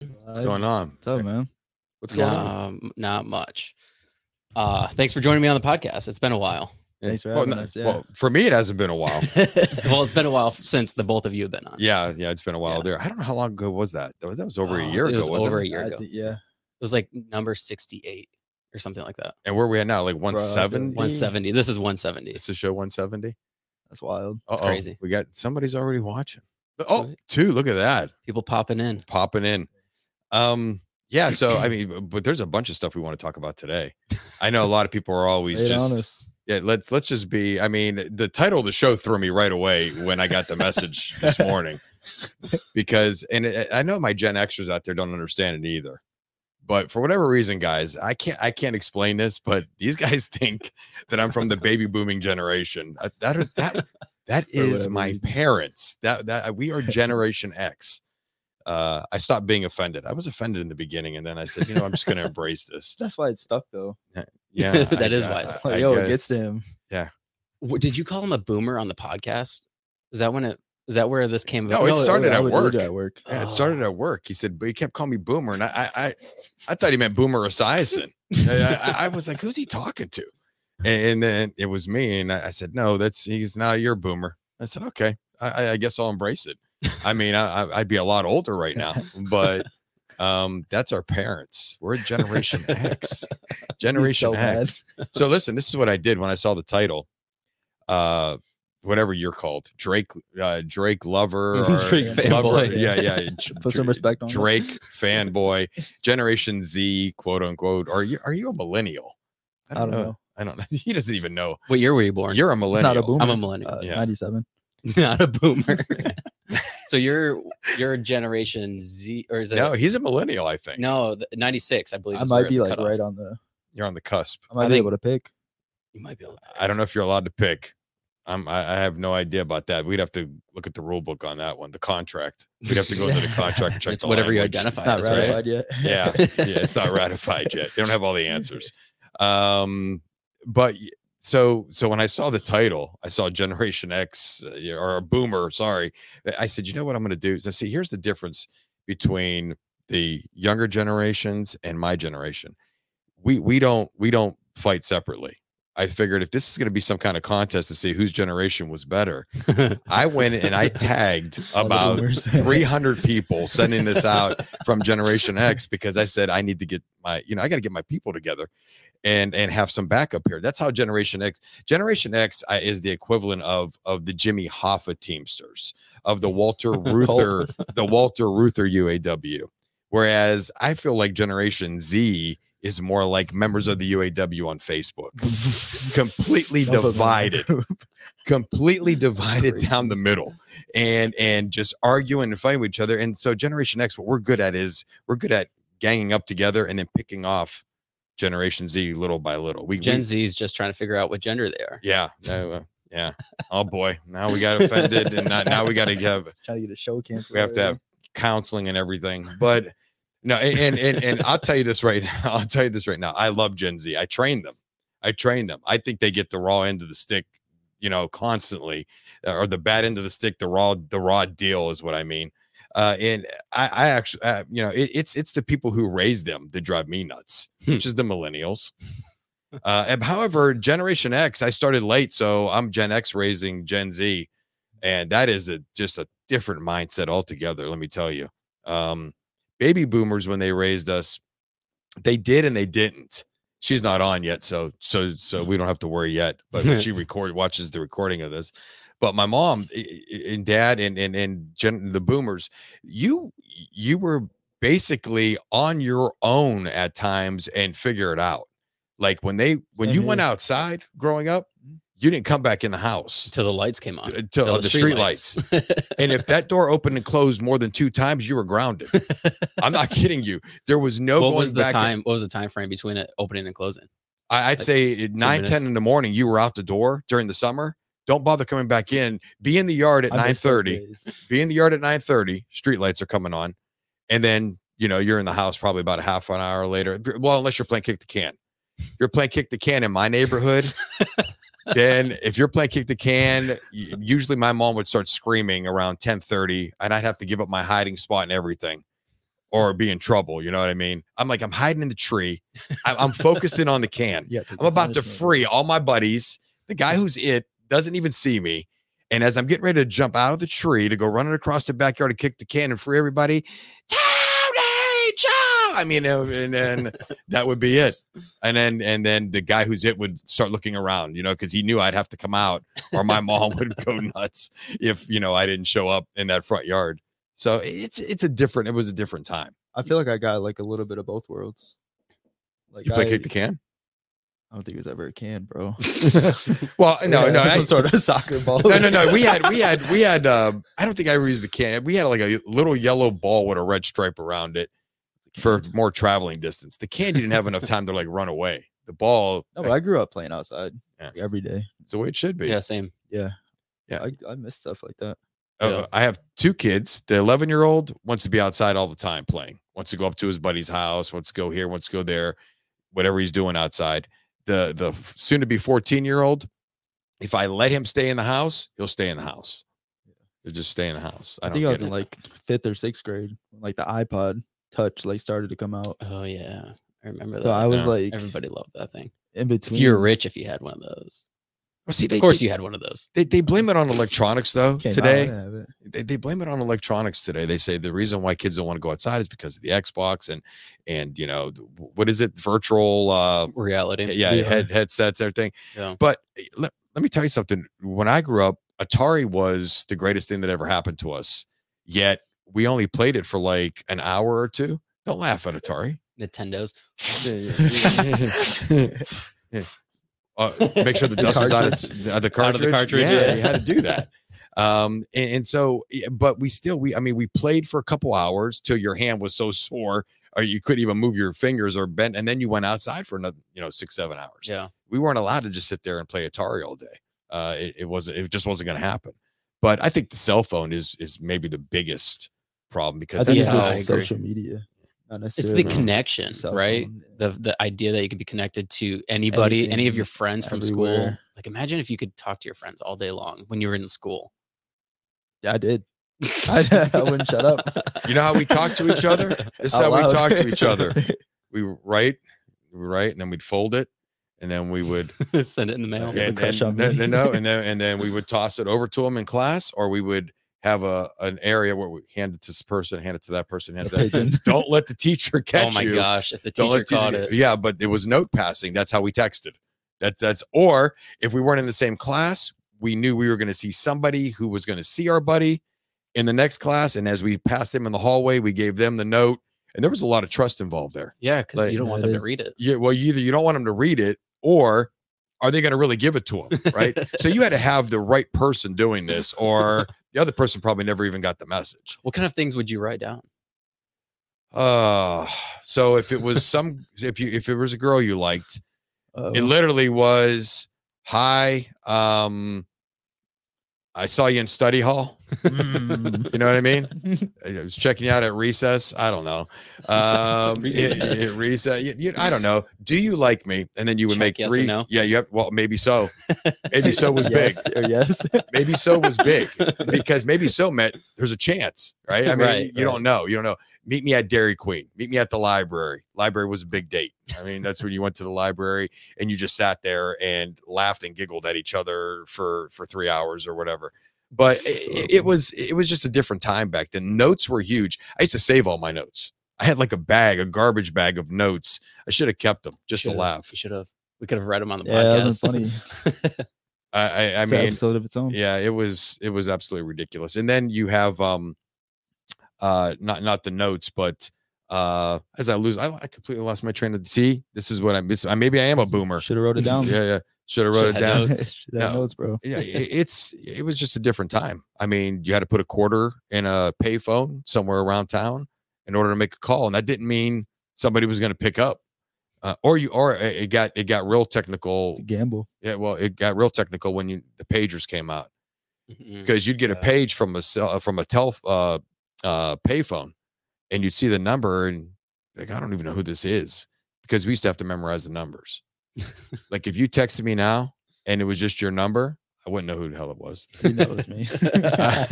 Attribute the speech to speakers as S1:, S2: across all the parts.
S1: What's going on?
S2: What's up, man?
S1: What's going on?
S3: Nah, m- Not much. Uh, thanks for joining me on the podcast. It's been a while.
S1: Yeah.
S2: Thanks for
S1: Well,
S2: having
S1: no-
S2: us, yeah.
S1: Well, for me, it hasn't been a while.
S3: well, it's been a while since the both of you have been on.
S1: yeah, yeah, it's been a while
S3: Yeah.
S1: there. I don't know how long ago was that. That was, that was over a
S3: Oh,
S1: year
S3: it
S1: ago,
S3: was
S1: wasn't
S3: over
S1: it?
S3: a year
S2: I
S3: ago.
S2: thi- yeah.
S3: It was like number 68 or something like that.
S1: And where we at now? Like 170?
S3: 170. This is 170.
S1: It's the show 170.
S2: That's wild.
S1: Oh,
S3: crazy.
S1: We got somebody's already watching. Oh,
S3: Right.
S1: two. Look at that
S3: People popping in.
S1: popping in. Um, yeah. So I mean, b- but there's a bunch of stuff we want to talk about today. I know a lot of people are always
S2: Right
S1: just
S2: on us.
S1: yeah. Let's let's just be. I mean, the title of the show threw me right away when I got the message this morning because, and it, I know my Gen Xers out there don't understand it either. But for whatever reason, guys, I can't I can't explain this. But these guys think that I'm from the baby booming generation. Uh, That is that that is
S2: whatever
S1: my
S2: reason.
S1: parents. That that we are Generation X. Uh, I stopped being offended. I was offended in the beginning, and then I said, you know, I'm just going to embrace this.
S2: That's why it's stuck though.
S1: Yeah,
S3: That
S1: I-
S3: is
S1: I-
S3: wise.
S2: It's
S1: I- I
S2: Like, yo,
S1: guess.
S2: it gets to him.
S3: Wh- Did you call him a boomer on the podcast? Is that when it is that where this came about? Oh,
S1: No, it started
S2: I
S1: at
S2: would- I would do
S1: work.
S2: At work.
S1: Yeah, it started at work. He said, but he kept calling me Boomer, and I, I, I, I thought he meant Boomer Esiason. I, I, I was like, who's he talking to? And, and then it was me, and I, I said, no, that's he's now you're Boomer. I said, okay, I, I- I guess I'll embrace it. I mean, I, I- I'd be a lot older right now, but um, that's our parents. We're Generation X. Generation
S2: so mad.
S1: X. So listen, this is what I did when I saw the title. Uh, whatever you're called, Drake, uh, Drake lover, or
S3: Drake
S1: lover-
S3: fanboy.
S1: yeah, yeah. J-
S2: Put some
S1: Dra-
S2: respect on it.
S1: Drake fanboy, Generation Z, quote unquote. Are you are you a millennial?
S2: I don't know.
S1: I don't know. He doesn't even know.
S3: What year were you born?
S1: You're a millennial.
S2: boomer.
S3: I'm a millennial,
S2: Uh,
S1: Yeah.
S2: 97.
S3: not a boomer. so you're you're Generation Z, or is it
S1: No, he's a millennial. I think.
S3: No, th- 96, I believe.
S2: I
S3: is
S2: might
S3: where
S2: be
S3: the
S2: like
S3: cutoff-
S2: right on the
S1: you're on the cusp.
S2: I might
S3: I
S2: be
S3: think-
S2: able to pick.
S3: You might be able to
S1: I don't know if you're allowed to pick. I'm, I, I have no idea about that. We'd have to look at the rule book on that one. The contract. We'd have to go into the contract and check
S3: It's
S1: the
S3: whatever you
S1: language.
S3: identify
S2: It's
S3: Fine,
S2: not
S3: that's
S2: ratified yet.
S1: right. yeah yeah it's not ratified yet they don't have all the answers um but y- so so when i saw the title i saw generation x uh, yeah, or a boomer sorry eh, I- i said you know what i'm going to do is i see here's the difference between the younger generations and my generation we we don't we don't fight separately i figured if this is going to be some kind of contest to see whose generation was better i went and i tagged
S2: All the
S1: about
S2: boomers.
S1: 300 people sending this out from generation x because i said i need to get my you know i got to get my people together and and have some backup here that's how generation x generation x I, is the equivalent of of the jimmy hoffa teamsters of the walter reuther the walter reuther uaw whereas i feel like generation z is more like members of the uaw on facebook completely
S2: That's a boomer
S1: divided
S2: group.
S1: completely divided
S2: crazy.
S1: down the middle and and just arguing and fighting with each other and so generation x what we're good at is we're good at ganging up together and then picking off generation z little by little we,
S3: Gen
S1: we-
S3: Z is just trying to figure out what gender they are.
S1: yeah no, uh, yeah oh boy now we got offended and not, now we got to have
S2: Trying to get a show canceled.
S1: we have to have counseling and everything but no and and and i'll tell you this right now i'll tell you this right now i love gen z i train them i train them i think they get the raw end of the stick you know constantly uh, or the bad end of the stick the raw the raw deal is what i mean uh and i i actually uh, you know it, it's it's the people who raise them that drive me nuts
S3: Hmm.
S1: which is the millennials uh and however generation x i started late so i'm gen x raising gen z and that is a just a different mindset altogether let me tell you um baby boomers when they raised us they did and they didn't she's not on yet so so so we don't have to worry yet but when she record watches the recording of this but my mom i- i- and dad and and and gen, the boomers you you were basically on your own at times and figure it out like when they when you went
S2: Mhm.
S3: Mm-hmm.
S1: outside growing up you didn't come back in the house
S3: Until Mm-hmm. the lights came on.
S1: to uh,
S3: Till
S1: Oh, the, street lights. and if that door opened and closed more than two times, you were grounded. I'm not kidding you. There was no
S3: what
S1: going
S3: was the
S1: back in-
S3: time? What was the time frame between it opening and closing?
S1: I, I'd
S3: like,
S1: say at 9, 10
S3: minutes?
S1: in the morning, you were out the door during the summer. Don't bother coming back in. Be in the yard at
S2: I
S1: nine
S2: miss those
S1: thirty.
S2: days.
S1: Be in the yard at nine thirty. Street lights are coming on, and then you know you're in the house probably about a half an hour later. Well, unless you're playing kick the can. You're playing kick the can in my neighborhood. then if you're playing kick the can, y- usually my mom would start screaming around 10:30 and I'd have to give up my hiding spot and everything. or be in trouble. You know what I mean? I'm like, I'm hiding in the tree. I'm, I'm focusing on the can.
S2: Yeah,
S1: I'm about to free all my buddies. The guy who's it doesn't even see me. And as I'm getting ready to jump out of the tree to go running across the backyard to kick the can and free everybody, Tony, Joe. I mean, uh, and then that would be it. And then and then the guy who's it would start looking around, you know, because he knew I'd have to come out or my mom would go nuts if you know I didn't show up in that front yard. So it's it's a different. It was a different time.
S2: I feel like I got like a little bit of both worlds. Like
S1: You play
S2: I,
S1: kick the can.
S2: I don't think it was ever a can, bro.
S1: well, no,
S2: Yeah,
S1: no,
S2: some
S1: I-
S2: sort of soccer ball.
S1: no, no, no. We had, we had, we had. Um, I don't think I ever used the can. We had like a little yellow ball with a red stripe around it for more traveling distance. The can didn't have enough time to like run away. The ball,
S2: No, but I grew up playing outside
S1: Yeah.
S2: like, every day.
S1: it's the way it should be.
S3: yeah, same.
S2: Yeah.
S1: Yeah.
S2: I, I miss stuff like that.
S1: Uh,
S3: Yeah.
S1: I have two kids. The 11 year old wants to be outside all the time playing, wants to go up to his buddy's house, wants to go here, wants to go there, whatever he's doing outside. The the soon to be 14 year old, if I let him stay in the house, he'll stay in the house. He'll just stay in the house. I,
S2: I,
S1: don't
S2: think I
S1: get
S2: was in
S1: it.
S2: like fifth or sixth grade, when, like the iPod touch like started to come out.
S3: Oh yeah, I remember
S2: So
S3: that.
S2: I was
S1: Yeah.
S2: like
S3: Everybody loved that thing.
S2: in
S3: If
S2: between.
S3: you were rich, if you had one of those,
S1: Well, see, they,
S3: of course you had one of those.
S1: They, they blame it on electronics though
S2: Came out, I
S1: today.
S2: didn't have it.
S1: They, they blame it on electronics today. They say the reason why kids don't want to go outside is because of the Xbox and and you know th- what is it virtual uh
S3: Reality.
S1: yeah, head headsets everything.
S3: Yeah.
S1: But eh, let, let me tell you something. When I grew up, Atari was the greatest thing that ever happened to us. Yet we only played it for like an hour or two. Don't laugh at Atari.
S3: Nintendo's.
S1: uh, make sure the
S3: The
S1: dust is out of
S3: cartridge.
S1: the, the
S3: Out of
S1: cartridge.
S3: the cartridge,
S1: Yeah,
S3: yeah.
S1: you had to do that. Um, and, and so, yeah, but we still, we, I mean, we played for a couple hours till your hand was so sore or you couldn't even move your fingers or bend, and then you went outside for another, you know, six, seven hours.
S3: Yeah.
S1: We weren't allowed to just sit there and play Atari all day. Uh, it, it wasn't, it just wasn't going to happen. But I think the cell phone is is maybe the biggest problem
S2: I
S1: because
S2: think
S1: that's
S2: it's
S3: Yeah, I
S1: how
S2: just
S3: agree.
S2: social media. Not
S3: It's
S2: necessarily
S3: the connection,
S2: cell
S3: right?
S2: phone, yeah.
S3: The the idea that you could be connected to anybody, any of
S2: Anything,
S3: your friends from school.
S2: everywhere.
S3: Like imagine if you could talk to your friends all day long when you were in school.
S2: Yeah, I did. I- I wouldn't shut up.
S1: you know how we talk to each other. This is
S2: Out
S1: how we
S2: loud.
S1: talk to each other. we would write, we would write, and then we'd fold it, and then we would
S3: Send it in the mail.
S2: have a
S1: and,
S2: crush
S1: and,
S2: on
S1: no,
S2: me.
S1: no, no, and then and then we would toss it over to them in class, or we would have a an area where we hand it to this person, hand it to that person, hand it to that.
S2: Pigeon.
S1: Don't let the teacher catch
S3: Oh my
S1: you.
S3: gosh! If the
S1: Don't
S3: teacher
S1: let
S3: caught it,
S1: Yeah, but it was note passing. That's how we texted. That that's or if we weren't in the same class, we knew we were going to see somebody who was going to see our buddy in the next class, and as we passed them in the hallway, we gave them the note, and there was a lot of trust involved there.
S3: yeah, because
S1: Like-
S3: you don't want
S2: That
S3: them
S2: is-
S3: to read it.
S1: yeah, well, either you don't want them to read it or are they going to really give it to them? Right. so you had to have the right person doing this, or the other person probably never even got the message.
S3: What kind of things would you write down?
S1: Uh, so if it was some, if you, if it was a girl you liked,
S2: Uh,
S3: Uh-huh.
S1: it literally was, Hi, um, I saw you in study hall.
S2: mm,
S1: You know what I mean? I was checking you out at recess. I don't know. Um, recess. It,
S3: Recess.
S1: recess. You, you- I don't know. Do you like me? And then you would
S3: Check
S1: make
S3: yes or
S1: three.
S3: no.
S1: Yeah, you have. Well, maybe so. Maybe so was big.
S2: yes, or yes.
S1: Maybe so was big because maybe so meant there's a chance, right? I mean,
S3: Right,
S1: you don't know. You don't know. Meet me at Dairy Queen. Meet me at the library. Library was a big date. I mean, that's when you went to the library and you just sat there and laughed and giggled at each other for for three hours or whatever. But i- i- it, was it was just a different time back then. Notes were huge. I used to save all my notes. I had like a bag, a garbage bag of notes. I should have kept them just to
S3: Should've-
S1: laugh.
S3: We should have. We could have read them on the
S2: Yeah, that was
S3: podcast.
S2: funny.
S1: I I, I
S2: It's an
S1: mean,
S2: episode of its own.
S1: yeah it was it was absolutely ridiculous and then you have um uh not not the notes but uh as i lose i, I completely lost my train of see this is what i miss I, maybe i am a boomer
S2: Should have wrote it down.
S1: yeah yeah should have wrote
S3: Shoulda
S1: it
S3: had
S1: down
S3: notes.
S2: Should have
S1: No.
S2: notes, bro.
S1: yeah i- it's it was just a different time i mean you had to put a quarter in a payphone somewhere around town in order to make a call and that didn't mean somebody was going to pick up uh, or you or it it got it got real technical
S2: To gamble.
S1: yeah well it got real technical when you the pagers came out
S3: Mhm.
S1: because you'd get a
S3: Yeah.
S1: page from a cell from a tel uh, uh, payphone, and you'd see the number and like I don't even know who this is because we used to have to memorize the numbers. like if you texted me now and it was just your number, I I wouldn't know who the hell it was.
S2: He knows me.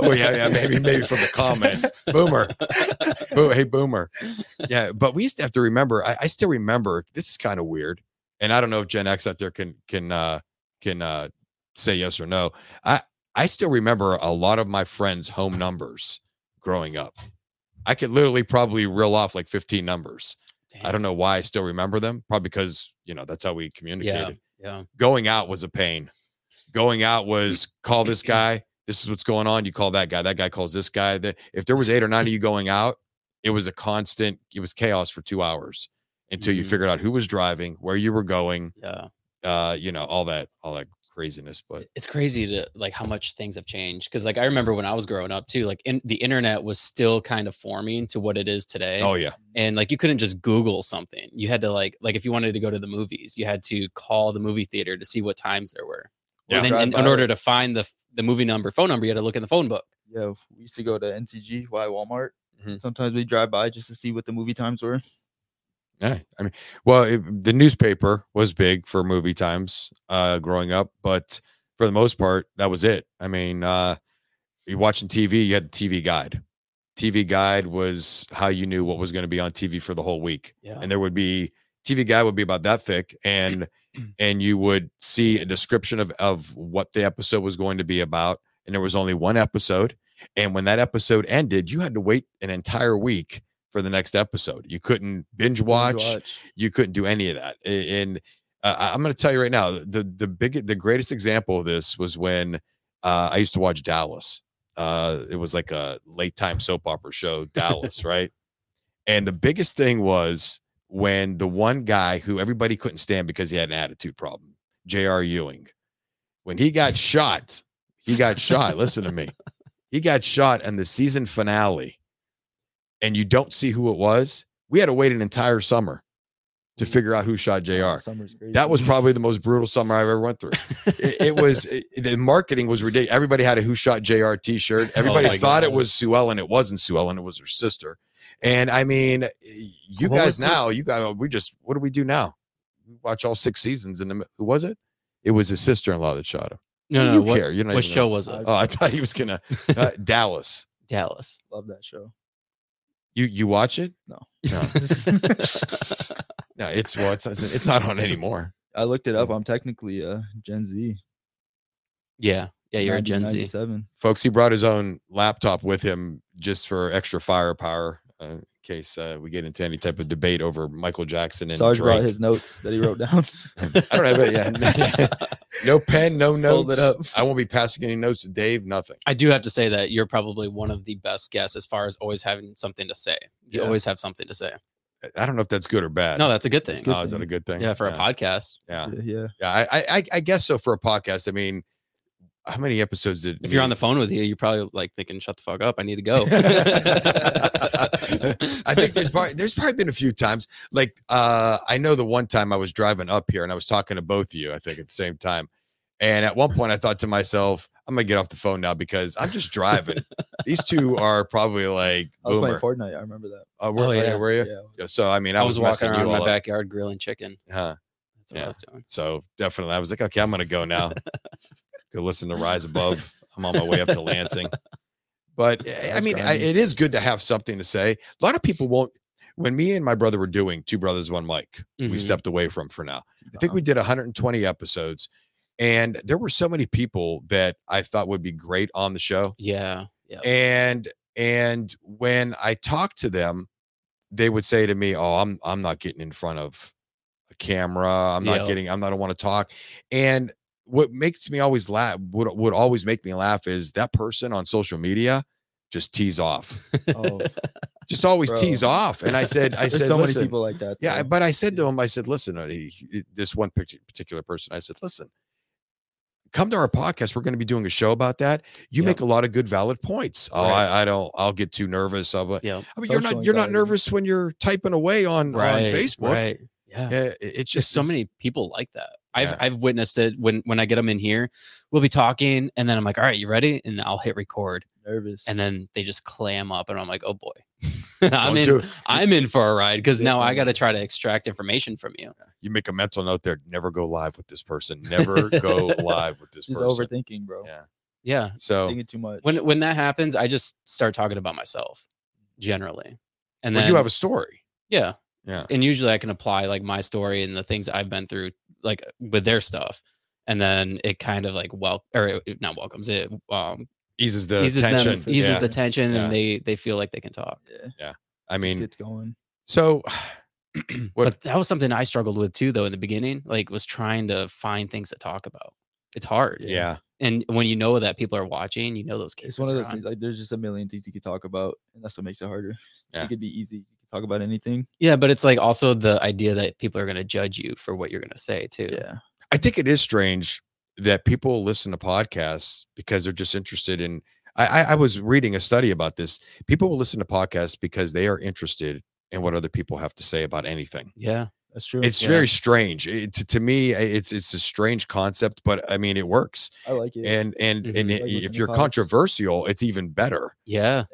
S1: oh, yeah, yeah, maybe- maybe from the comment. Boomer. Boo- hey boomer yeah but we used to have to remember i, I still remember this is kind of weird and i don't know if gen x out there can can uh can uh say yes or no i i still remember a lot of my friends home numbers growing up i could literally probably reel off like 15 numbers i
S3: Damn.
S1: don't know why i still remember them probably because you know that's how we communicated
S3: Yeah.
S1: going out was a pain. Going out was call this guy. This is what's going on. You call that guy. That guy calls this guy. That if there was eight or nine of you going out, it was a constant. It was chaos for two hours until you
S3: Mhm.
S1: figured out who was driving, where you were going.
S3: Yeah.
S1: Uh, you know all that, all that craziness. But
S3: It's crazy to like how much things have changed. Cause like I remember when I was growing up too, like in, the internet was still kind of forming to what it is today.
S1: oh yeah,
S3: and like you couldn't just google something you had to like like if you wanted to go to the movies you had to call the movie theater to see what times there were
S1: Yeah.
S3: and then
S2: Drive
S3: in, in
S2: by.
S3: order to find the the movie number phone number you had to look in the phone book
S2: Yeah, we used to go to NCG Y Walmart.
S1: Mhm.
S2: Sometimes we drive by just to see what the movie times were.
S1: yeah. I mean, well, it, the newspaper was big for movie times uh, growing up, but for the most part, that was it. I mean, uh, you watching TV, you had the TV guide. TV guide was how you knew what was going to be on TV for the whole week.
S3: yeah
S1: and there would be TV guy would be about that thick, and and you would see a description of of what the episode was going to be about, and there was only one episode, and when that episode ended, you had to wait an entire week for the next episode. You couldn't binge watch, you couldn't do any of that. A- And uh, I- I'm going to tell you right now, the the big the greatest example of this was when uh, I used to watch Dallas. Uh, it was like a late time soap opera show, Dallas, right? And the biggest thing was when the one guy who everybody couldn't stand because he had an attitude problem, J.R. Ewing, when he got shot, he got shot. Listen to me. He got shot in the season finale, and you don't see who it was. We had to wait an entire summer to figure out who shot JR.
S2: Oh, Summer's crazy.
S1: That was probably the most brutal summer I've ever went through. It, it was it- the marketing was ridiculous. Everybody had a "Who Shot Jr." T-shirt. Everybody
S3: Oh my
S1: thought it
S3: God.
S1: was Sue Ellen. It wasn't Sue Ellen. It was her sister. And I mean, you
S3: What was
S1: guys
S3: the-
S1: now, you guys, we just what do we do now? We watch all six seasons. And the- who was it? It was his sister-in-law that shot him.
S3: no no,
S1: you
S3: what,
S1: care. You're not
S3: what
S1: even-
S3: show was it
S1: Oh, I thought he was gonna uh, Dallas.
S3: dallas
S2: love that show.
S1: You you watch it?
S2: No.
S1: no, no. It's well, it's it's not on anymore.
S2: I looked it up. I'm technically uh Gen Z.
S3: yeah yeah you're a gen z
S2: 1997.
S1: folks he brought his own laptop with him just for extra firepower uh, in case uh, we get into any type of debate over michael jackson and
S2: Sarge brought
S1: Drake.
S2: his notes that he wrote down.
S1: i don't have it yeah no pen no
S2: Fold
S1: notes
S2: it up.
S1: i won't be passing any notes to dave nothing
S3: i do have to say that you're probably one of the best guests as far as always having something to say you
S2: Yeah.
S3: always have something to say
S1: i don't know if that's good or bad
S3: no that's a good thing
S2: good.
S1: Oh, is that a good thing
S3: yeah for
S1: yeah.
S3: a podcast
S1: yeah
S2: yeah,
S1: yeah I, I- I i guess so for a podcast i mean how many episodes did
S3: if you're on the
S1: me-
S3: phone with you you're probably like thinking shut the fuck up i need to go
S1: I think there's probably there's probably been a few times. Like uh I know the one time I was driving up here and I was talking to both of you, I think, at the same time. And at one point I thought to myself, I'm gonna get off the phone now because I'm just driving. These two are probably like
S2: I was playing
S1: boomer.
S2: Fortnite. I remember that.
S1: Oh, were,
S3: Oh,
S1: oh, yeah.
S3: yeah.
S1: were you?
S2: Yeah,
S1: Yeah, So I mean, I,
S3: I was, walking
S1: messing you
S3: around my
S1: all up.
S3: backyard grilling chicken.
S1: Huh.
S3: That's what
S1: Yeah.
S3: I was doing.
S1: So definitely, I was like, okay, I'm gonna go now. go listen to Rise Above. I'm on my way up to Lansing. But eh, I
S2: That's
S1: mean, I,
S2: grimy.
S1: it is good to have something to say. A lot of people won't. When me and my brother were doing Two Brothers One Mic, we
S3: Mhm.
S1: stepped away from for now. I
S2: Oh.
S1: think we did 120 episodes, and there were so many people that I thought would be great on the show
S3: Yeah. Yeah.
S1: and and when i talked to them they would say to me oh i'm i'm not getting in front of a camera i'm not
S3: Yeah.
S1: getting i'm not i want to talk and what makes me always laugh would would always make me laugh is that person on social media just tees off
S2: Oh,
S1: just always
S2: Bro.
S1: tees off and i said i
S2: there's
S1: said
S2: so many
S1: "Listen,
S2: people like that.
S1: yeah, I-
S2: though.
S1: but I said to
S2: Yeah.
S1: him, I said, listen, uh, he- he- this one parti- particular person, I said, listen, come to our podcast. We're going to be doing a show about that. You
S3: Yep.
S1: make a lot of good, valid points. Oh,
S3: Right.
S1: I, I don't. I'll get too nervous. I'll, be-
S3: yeah.
S1: I mean, you're
S2: Social
S1: not. You're not
S2: anxiety.
S1: nervous when you're typing away on
S3: Right.
S1: on Facebook.
S3: Right. Yeah.
S1: Yeah, it- it's
S3: Just
S1: just
S3: so
S1: it's-
S3: many people like that. I've
S1: Yeah.
S3: I've witnessed it when when I get them in here, we'll be talking, and then I'm like, all right, you ready? And I'll hit record,
S2: nervous.
S3: and then they just clam up and i'm like oh boy i'm
S1: Oh,
S3: in
S1: dude,
S3: i'm in for a ride because now i
S2: Yeah.
S3: got to try to extract information from you
S1: you make a mental note there. Never go live with this person. Never go live with this
S2: just
S1: person.
S2: overthinking, bro.
S1: Yeah.
S3: yeah
S1: So,
S2: Thinking too much.
S3: when when that happens i just start talking about myself generally and
S1: well,
S3: then
S1: you have a story.
S3: yeah
S1: Yeah.
S3: and usually i can apply like my story and the things i've been through like with their stuff and then it kind of like well or it- it not welcomes it um
S1: Eases the
S3: eases
S1: tension.
S3: them eases
S1: yeah.
S3: the tension
S1: Yeah.
S3: and they they feel like they can talk
S2: yeah,
S1: I
S2: just
S1: mean,
S2: gets going.
S1: so What-
S3: but that was something i struggled with too though in the beginning like was trying to find things to talk about it's hard
S2: Yeah.
S1: yeah.
S3: and when you know that people are watching you know those cases
S2: It's one of
S3: are
S2: those
S3: on.
S2: things. Like, there's just a million things you could talk about, and that's what makes it harder.
S1: Yeah.
S2: It could be easy. You could talk about anything.
S3: yeah but it's like also the idea that people are going to judge you for what you're going to say too
S2: Yeah.
S1: I think it is strange that people listen to podcasts because they're just interested in. I, I, I was reading a study about this. People will listen to podcasts because they are interested in what other people have to say about anything.
S3: yeah
S2: That's true.
S1: It's
S3: Yeah.
S1: very strange. It, to, to me, i- it's it's a strange concept, but I mean, it works.
S2: I like it.
S1: And and and
S3: Mhm.
S1: i-
S2: Mm-hmm. Like listening
S1: if
S2: to
S1: you're
S2: podcasts.
S1: controversial, it's even better.
S3: yeah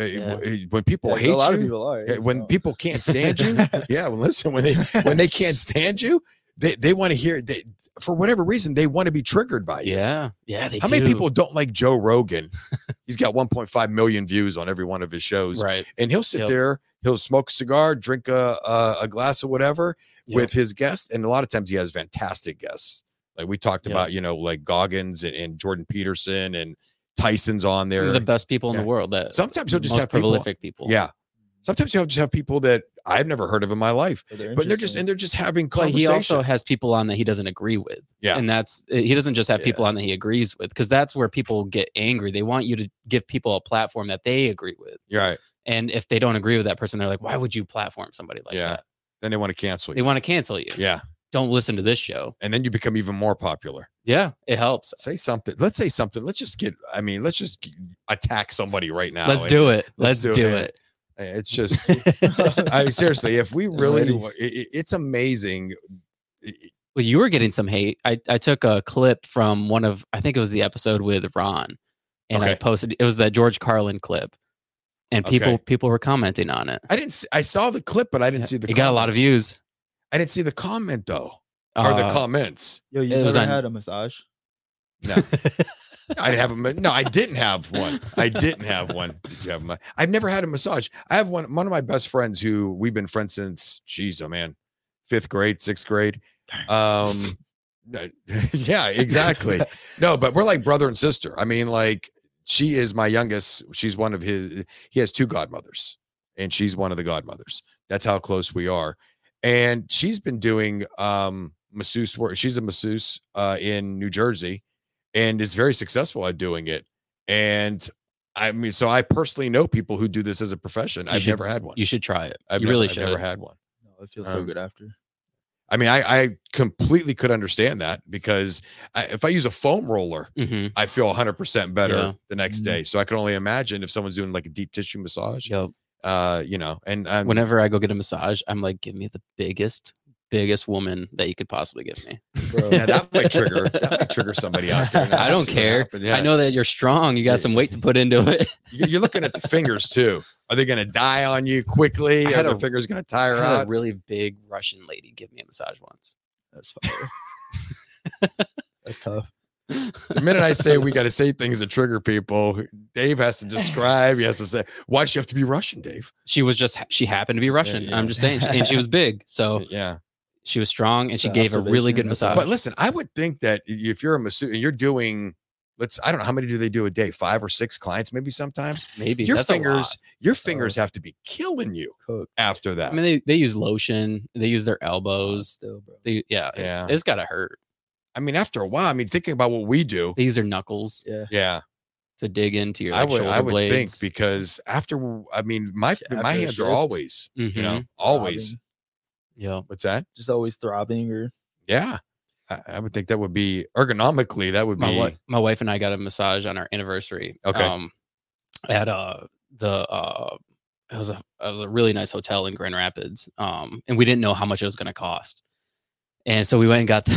S1: Uh,
S3: Yeah.
S1: w- uh, When people
S2: Yeah,
S1: hate
S2: a lot
S1: you,
S2: of people are.
S1: yeah,
S2: it's uh,
S1: when
S2: not-
S1: people can't stand you, yeah. Well, listen, when they when they can't stand you, they they want to hear. They for whatever reason they want to be triggered by you.
S3: yeah yeah they
S1: Uh, How many
S3: do.
S1: people don't like Joe Rogan? He's got 1.5 million views on every one of his shows,
S3: right
S1: and he'll sit
S3: Yep.
S1: there, he'll smoke a cigar, drink a a, a glass of whatever
S3: Yep.
S1: with his guest, and a lot of times he has fantastic guests. Like we talked
S3: Yep.
S1: about, you know, like Goggins and, and Jordan Peterson and Tyson's on
S3: some
S1: there.
S3: of the best people in
S1: yeah.
S3: the world that
S1: Sometimes you'll just
S3: most
S1: have people-
S3: prolific people,
S1: yeah, sometimes you'll just have people that I've never heard of in my life,
S2: But they're,
S1: but they're just and
S2: interesting.
S1: they're just having
S3: but he
S1: conversation.
S3: also has people on that he doesn't agree with
S1: Yeah.
S3: and that's eh, he doesn't just have
S2: Yeah.
S3: people on that he agrees with because that's where people get angry they want you to give people a platform that they agree with
S1: You're right.
S3: and if they don't agree with that person they're like why would you platform somebody like
S1: Yeah.
S3: that
S1: Then they want to cancel
S3: they
S1: you.
S3: want to cancel you
S1: yeah,
S3: don't listen to this show
S1: and then you become even more popular.
S3: yeah it helps
S1: say something. Let's say something. Let's just get. I mean, let's just g- attack somebody right now.
S3: let's
S1: And
S3: do it let's,
S1: let's do
S3: do
S1: it.
S3: it,
S1: It's just. I mean, seriously, if we really,
S2: ready.
S1: wa- i- i- it's amazing. i- i-
S3: well you were getting some hate I, I took a clip from one of i think it was the episode with ron and i
S1: Okay.
S3: posted it was that george carlin clip and people
S1: Okay.
S3: people were commenting on it
S1: I didn't. s- I saw the clip, but I didn't see the.
S3: it got a lot of
S1: comments.
S3: views
S1: I didn't see the comment though, or the
S3: Uh,
S1: comments.
S2: Yo, you
S3: it
S2: never
S3: was on-
S2: had a massage.
S1: I didn't have a. ma- No, I didn't have one. I didn't have one. Did you have my? I've never had a massage. I have one. One of my best friends who we've been friends since. Geez, oh man, fifth grade, sixth grade. Um, no- yeah, exactly. No, but we're like brother and sister. I mean, like she is my youngest. She's one of his. He has two godmothers, and she's one of the godmothers. That's how close we are. And she's been doing um masseuse work. She's a masseuse uh, in New Jersey, and is very successful at doing it. And I mean, so I personally know people who do this as a profession.
S3: You
S1: I've
S3: should-
S1: never had one.
S3: you should try it
S1: I've
S3: you
S1: never-
S3: really
S1: I've
S3: should
S1: never had one.
S2: No, it feels so
S1: Um,
S2: good after.
S1: I mean, I, I completely could understand that because I, if I use a foam roller,
S3: hmm
S1: I feel 100% better
S3: Yeah. Mm-hmm.
S1: the next
S2: Mhm.
S1: day. So I can only imagine if someone's doing like a deep tissue massage,
S3: Yo,
S1: uh, you know, and um,
S3: whenever I go get a massage, I'm like, give me the biggest, biggest woman that you could possibly give me.
S2: Bro,
S1: yeah, that might trigger that might trigger somebody out there.
S3: I don't care. I know that you're strong. You
S1: Yeah.
S3: got some weight to put into it.
S1: You- You're looking at the fingers too. Are they going to die on you quickly?
S3: I
S1: Are
S3: had
S1: the
S3: a-
S1: fingers going to
S3: I
S1: tire
S3: had a
S1: out?
S3: really big Russian lady give me a massage once.
S2: that's fire. that's tough.
S1: The minute I say we got to say things that trigger people, Dave has to describe. He has to say, why do you have to be Russian, Dave?
S3: She was just she happened to be Russian.
S1: yeah.
S3: I'm just saying, and she was big, so
S1: Yeah.
S3: she was strong, and she
S2: It's an
S3: gave a really good
S2: observation, that's all.
S3: massage.
S1: But listen, I would think that i- if you're a masseuse and you're doing, let's, I don't know how many do they do a day, five or six clients, maybe sometimes.
S3: Maybe
S1: your
S3: that's a lot.
S1: fingers, your fingers have to be killing you
S2: Cook.
S1: after that.
S3: I mean, they, they use lotion. They use their elbows.
S2: Still, bro.
S3: They, yeah,
S1: Yeah.
S3: it's- it's gotta hurt.
S1: after a while, I mean, thinking about what we do,
S3: They use their knuckles
S2: Yeah.
S1: yeah,
S3: to dig into your
S1: I
S3: like,
S1: would,
S3: shoulder
S1: I would
S3: blades.
S1: think because after, I mean, my
S2: Yeah, after
S1: my
S2: a
S1: hands are
S2: shift.
S1: always, you know,
S3: Mhm.
S1: always.
S2: throbbing,
S3: yeah.
S1: What's that?
S2: just always throbbing or
S1: Yeah, I, I would think that would be ergonomically that would
S3: my
S1: be
S3: wife, my wife and I got a massage on our anniversary.
S1: Okay.
S3: Um, at uh the uh it was a it was a really nice hotel in Grand Rapids. Um, and we didn't know how much it was gonna cost, and so we went and got the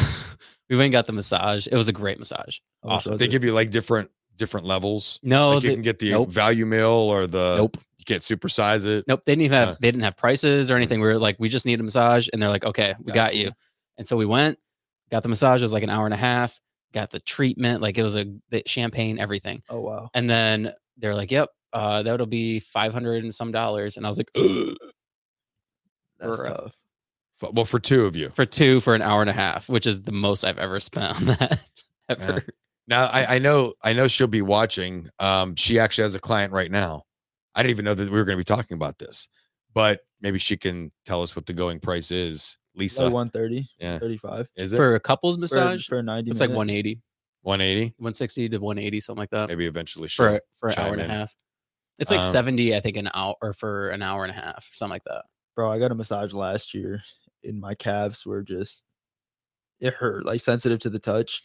S3: we went and got the massage. It was a great massage.
S2: how much
S3: Awesome.
S2: was
S1: They
S2: it?
S1: give you like different different levels.
S3: No,
S1: like you
S3: they-
S1: can get the
S3: Oh, nope.
S1: value meal or the
S3: nope.
S1: you can't supersize it.
S3: Nope, they didn't even have
S1: Huh.
S3: they didn't have prices or anything. We were like, we just need a massage, and they're like, okay, we got you. And so we went, got the massage. It was like an hour and a half. Got the treatment, like it was a the champagne, everything.
S2: Oh wow.
S3: And then they're like, yep, uh, that'll be five hundred and some dollars. And I was like, "Ugh,"
S2: That's
S3: Bruh.
S2: tough.
S1: F- Well, for two of you.
S3: for two for an hour and a half, which is the most I've ever spent on that ever.
S1: Now I, I know I know she'll be watching. Um, she actually has a client right now. I didn't even know that we were going to be talking about this, but maybe she can tell us what the going price is. Lisa,
S2: Like 130,
S1: Yeah.
S2: 35.
S1: is it
S3: For a couple's massage,
S2: For, for 90
S3: it's like
S2: minute.
S3: 180,
S1: one eighty?
S3: 160 to 180, something like that.
S1: Maybe eventually she'll.
S3: for for an
S1: chime
S3: hour and a
S1: in.
S3: half. It's like
S1: Um,
S3: 70, I think, an hour or for an hour and a half, something like that.
S2: Bro, I got a massage last year and my calves were just it hurt, like sensitive to the touch.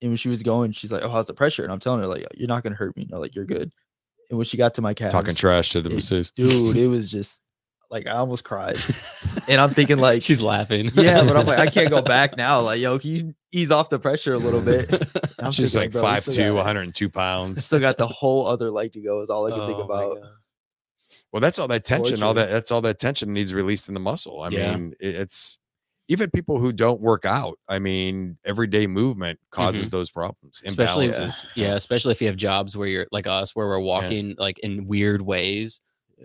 S2: And when she was going, she's like, Oh, how's the pressure? And I'm telling her, like, you're not gonna hurt me. No, like you're good. And when she got to my calves,
S1: talking trash to the
S2: It-
S1: masseuse.
S2: dude, it was just like I almost cried. And I'm thinking like
S3: she's laughing.
S2: Yeah, but I'm like, I can't go back now. Like, yo, can you ease off the pressure a little bit? And I'm
S1: She's like
S2: thinking, "Bro, we
S1: five
S2: still
S1: two,
S2: got-
S1: one hundred and two pounds.
S2: Still got the whole other leg to go. Is all I can
S1: Oh
S2: think about.
S1: Well, that's all that tension. All
S2: torture.
S1: that that's all that tension needs released in the muscle. I
S3: Yeah.
S1: mean, it- it's even people who don't work out. I mean, everyday movement causes those problems,
S3: Mm-hmm. especially
S1: imbalances.
S3: yeah, especially if you have jobs where you're like us, where we're walking like in weird ways.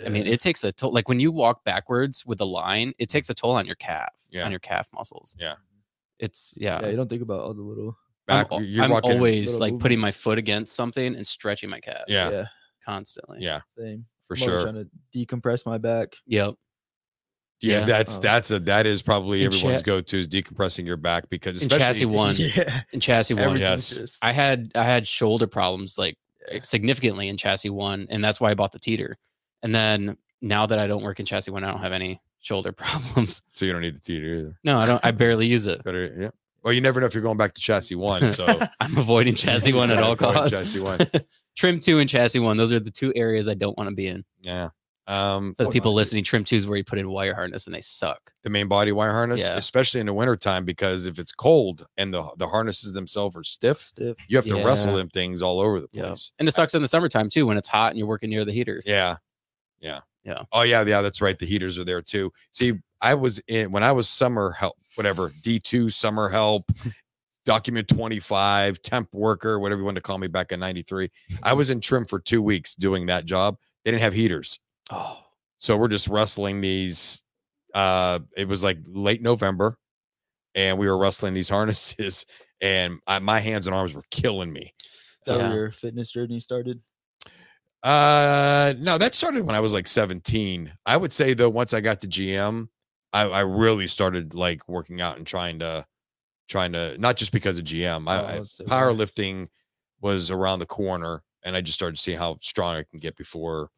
S3: I mean,
S2: Yeah.
S3: it takes a toll. Like when you walk backwards with a line, it takes a toll on your calf,
S1: Yeah.
S3: on your calf muscles.
S1: Yeah.
S3: it's yeah.
S1: uh
S2: yeah, you don't think about all the little.
S1: Back,
S3: I'm, al-
S1: you're
S3: I'm
S1: walking.
S3: always
S2: little
S3: like putting my
S2: movements.
S3: foot against something and stretching my calf.
S1: Yeah.
S3: constantly.
S1: yeah,
S2: same.
S1: for
S2: I'm always
S1: sure.
S2: Trying to decompress my back.
S3: Yep.
S1: Yeah,
S3: Yeah. uh,
S1: that's
S2: Oh.
S1: that's a that is probably
S3: And
S1: everyone's
S3: cha-
S1: go-to is decompressing your back because
S3: And
S1: especially
S3: chassis One.
S2: Yeah.
S3: In chassis one,
S2: everything's
S1: yes.
S2: just-
S3: I had I had shoulder problems like
S2: Yeah.
S3: significantly in chassis one, and that's why I bought the teeter. And then now that I don't work in chassis one, I don't have any shoulder problems.
S1: so you don't need the teeter either.
S3: No, I don't. I barely use it.
S1: Better, yeah. Well, you never know if you're going back to chassis one. So
S3: I'm avoiding chassis one at all
S1: Avoid
S3: costs.
S1: chassis one.
S3: trim two and chassis one; those are the two areas I don't want to be in.
S1: yeah. Um,
S3: For the
S2: Or
S3: people
S2: not.
S3: listening, trim two is where you put in wire harness, and they suck.
S1: the main body wire harness,
S3: Yeah.
S1: especially in the wintertime, because if it's cold and the the harnesses themselves are stiff,
S2: stiff.
S1: you have to wrestle
S3: Yeah.
S1: them things all over the
S3: Yeah.
S1: place.
S3: And it sucks in the summertime too when it's hot and you're working near the heaters.
S1: Yeah. Yeah.
S3: Yeah.
S1: Oh yeah, yeah, that's right. The heaters are there too. See, I was in when I was summer help, whatever, D2 summer help, document 25, temp worker, whatever you want to call me back in 93. I was in trim for 2 weeks doing that job. They didn't have heaters.
S3: Oh,
S1: So we're just wrestling these uh it was like late November and we were wrestling these harnesses and I, my hands and arms were killing me.
S2: That
S3: Yeah.
S2: your fitness journey started.
S1: Uh, no, that started when I was like 17. I would say though, once I got to GM, I, I really started like working out and trying to, trying to not just because of GM. I, I-
S2: Oh, so-
S1: powerlifting was around the corner, and I just started to see how strong I can get before.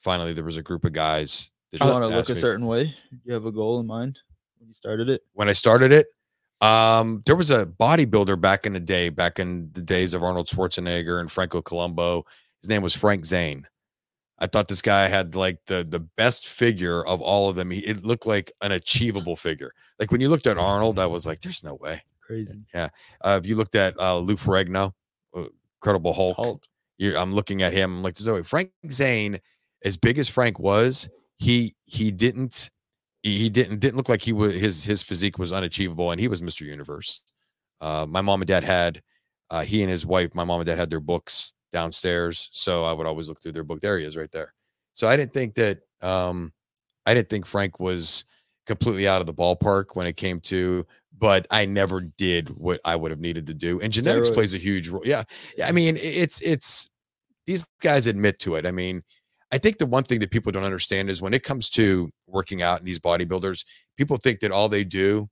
S1: Finally, there was a group of guys. That
S2: Do you
S1: just
S2: want to look
S1: asked
S2: a
S1: me-
S2: certain way? You have a goal in mind when you started it.
S1: when I started it. Um, there was a bodybuilder back in the day, back in the days of Arnold Schwarzenegger and Franco Colombo. His name was Frank Zane. I thought this guy had like the the best figure of all of them. He, it looked like an achievable figure. Like when you looked at Arnold, I was like, "There's no way."
S2: Crazy.
S1: Uh, if you looked at uh, Lou Ferrigno, uh, Incredible Hulk, You're, I'm looking at him. I'm like, "There's no way." Frank Zane, as big as Frank was, he he didn't he he didn't didn't look like he was his his physique was unachievable and he was Mr. Universe. Uh, my mom and dad had uh, he and his wife. My mom and dad had their books downstairs, so I would always look through their book. There he is, right there. So I didn't think that um, I didn't think Frank was completely out of the ballpark when it came to, but I never did what I would have needed to do. And genetics plays a
S2: Steroids.
S1: huge role. Yeah, yeah, I mean, i- it's it's these guys admit to it. I mean, I think the one thing that people don't understand is when it comes to working out and these bodybuilders, people think that all they do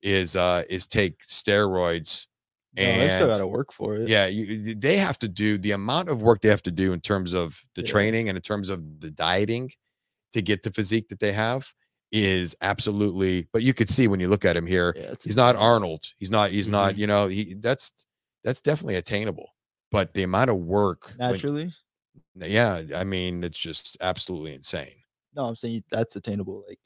S1: is uh is take steroids
S2: no, they still
S1: and-
S2: got to work for it.
S1: yeah, you, you- they have to do the amount of work they have to do in terms of the
S2: Yeah.
S1: training and in terms of the dieting to get the physique that they have is absolutely. But you could see when you look at him here,
S2: Yeah, it's
S1: he's not
S2: insane. Mm-hmm.
S1: Arnold. He's not. He's not. You know, he that's that's definitely attainable. But the amount of work, when-
S2: naturally.
S1: yeah, I mean, it's just absolutely insane.
S2: No, I'm saying that's attainable. Like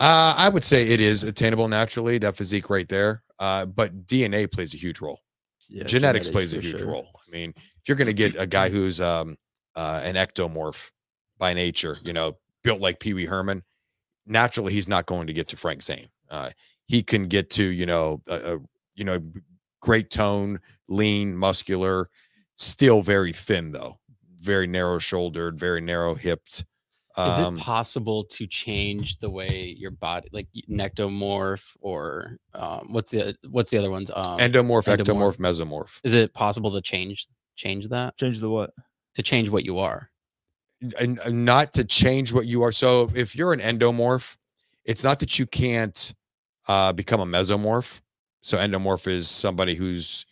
S1: Uh, I would say it is attainable naturally, that physique right there. Uh, but DNA plays a huge role.
S2: Yeah,
S1: genetics, plays a
S2: for
S1: huge
S2: sure.
S1: role. I mean, if you're going to get a guy who's um, uh, an ectomorph by nature, you know, built like Pee Wee Herman, naturally he's not going to get to Frank Zane. Uh, he can get to you know a, a you know great tone, lean, muscular, still very thin though, very narrow shouldered, very narrow um, hipped.
S3: Is it possible to change the way your body, like nectomorph, or um, what's the what's the other ones? Um,
S1: endomorph,
S3: endomorph?
S1: ectomorph, mesomorph.
S3: is it possible to change change that
S2: Change the what?
S3: to change what you are?
S1: and and not to change what you are. So if you're an endomorph, it's not that you can't uh, become a mesomorph. So endomorph is somebody who's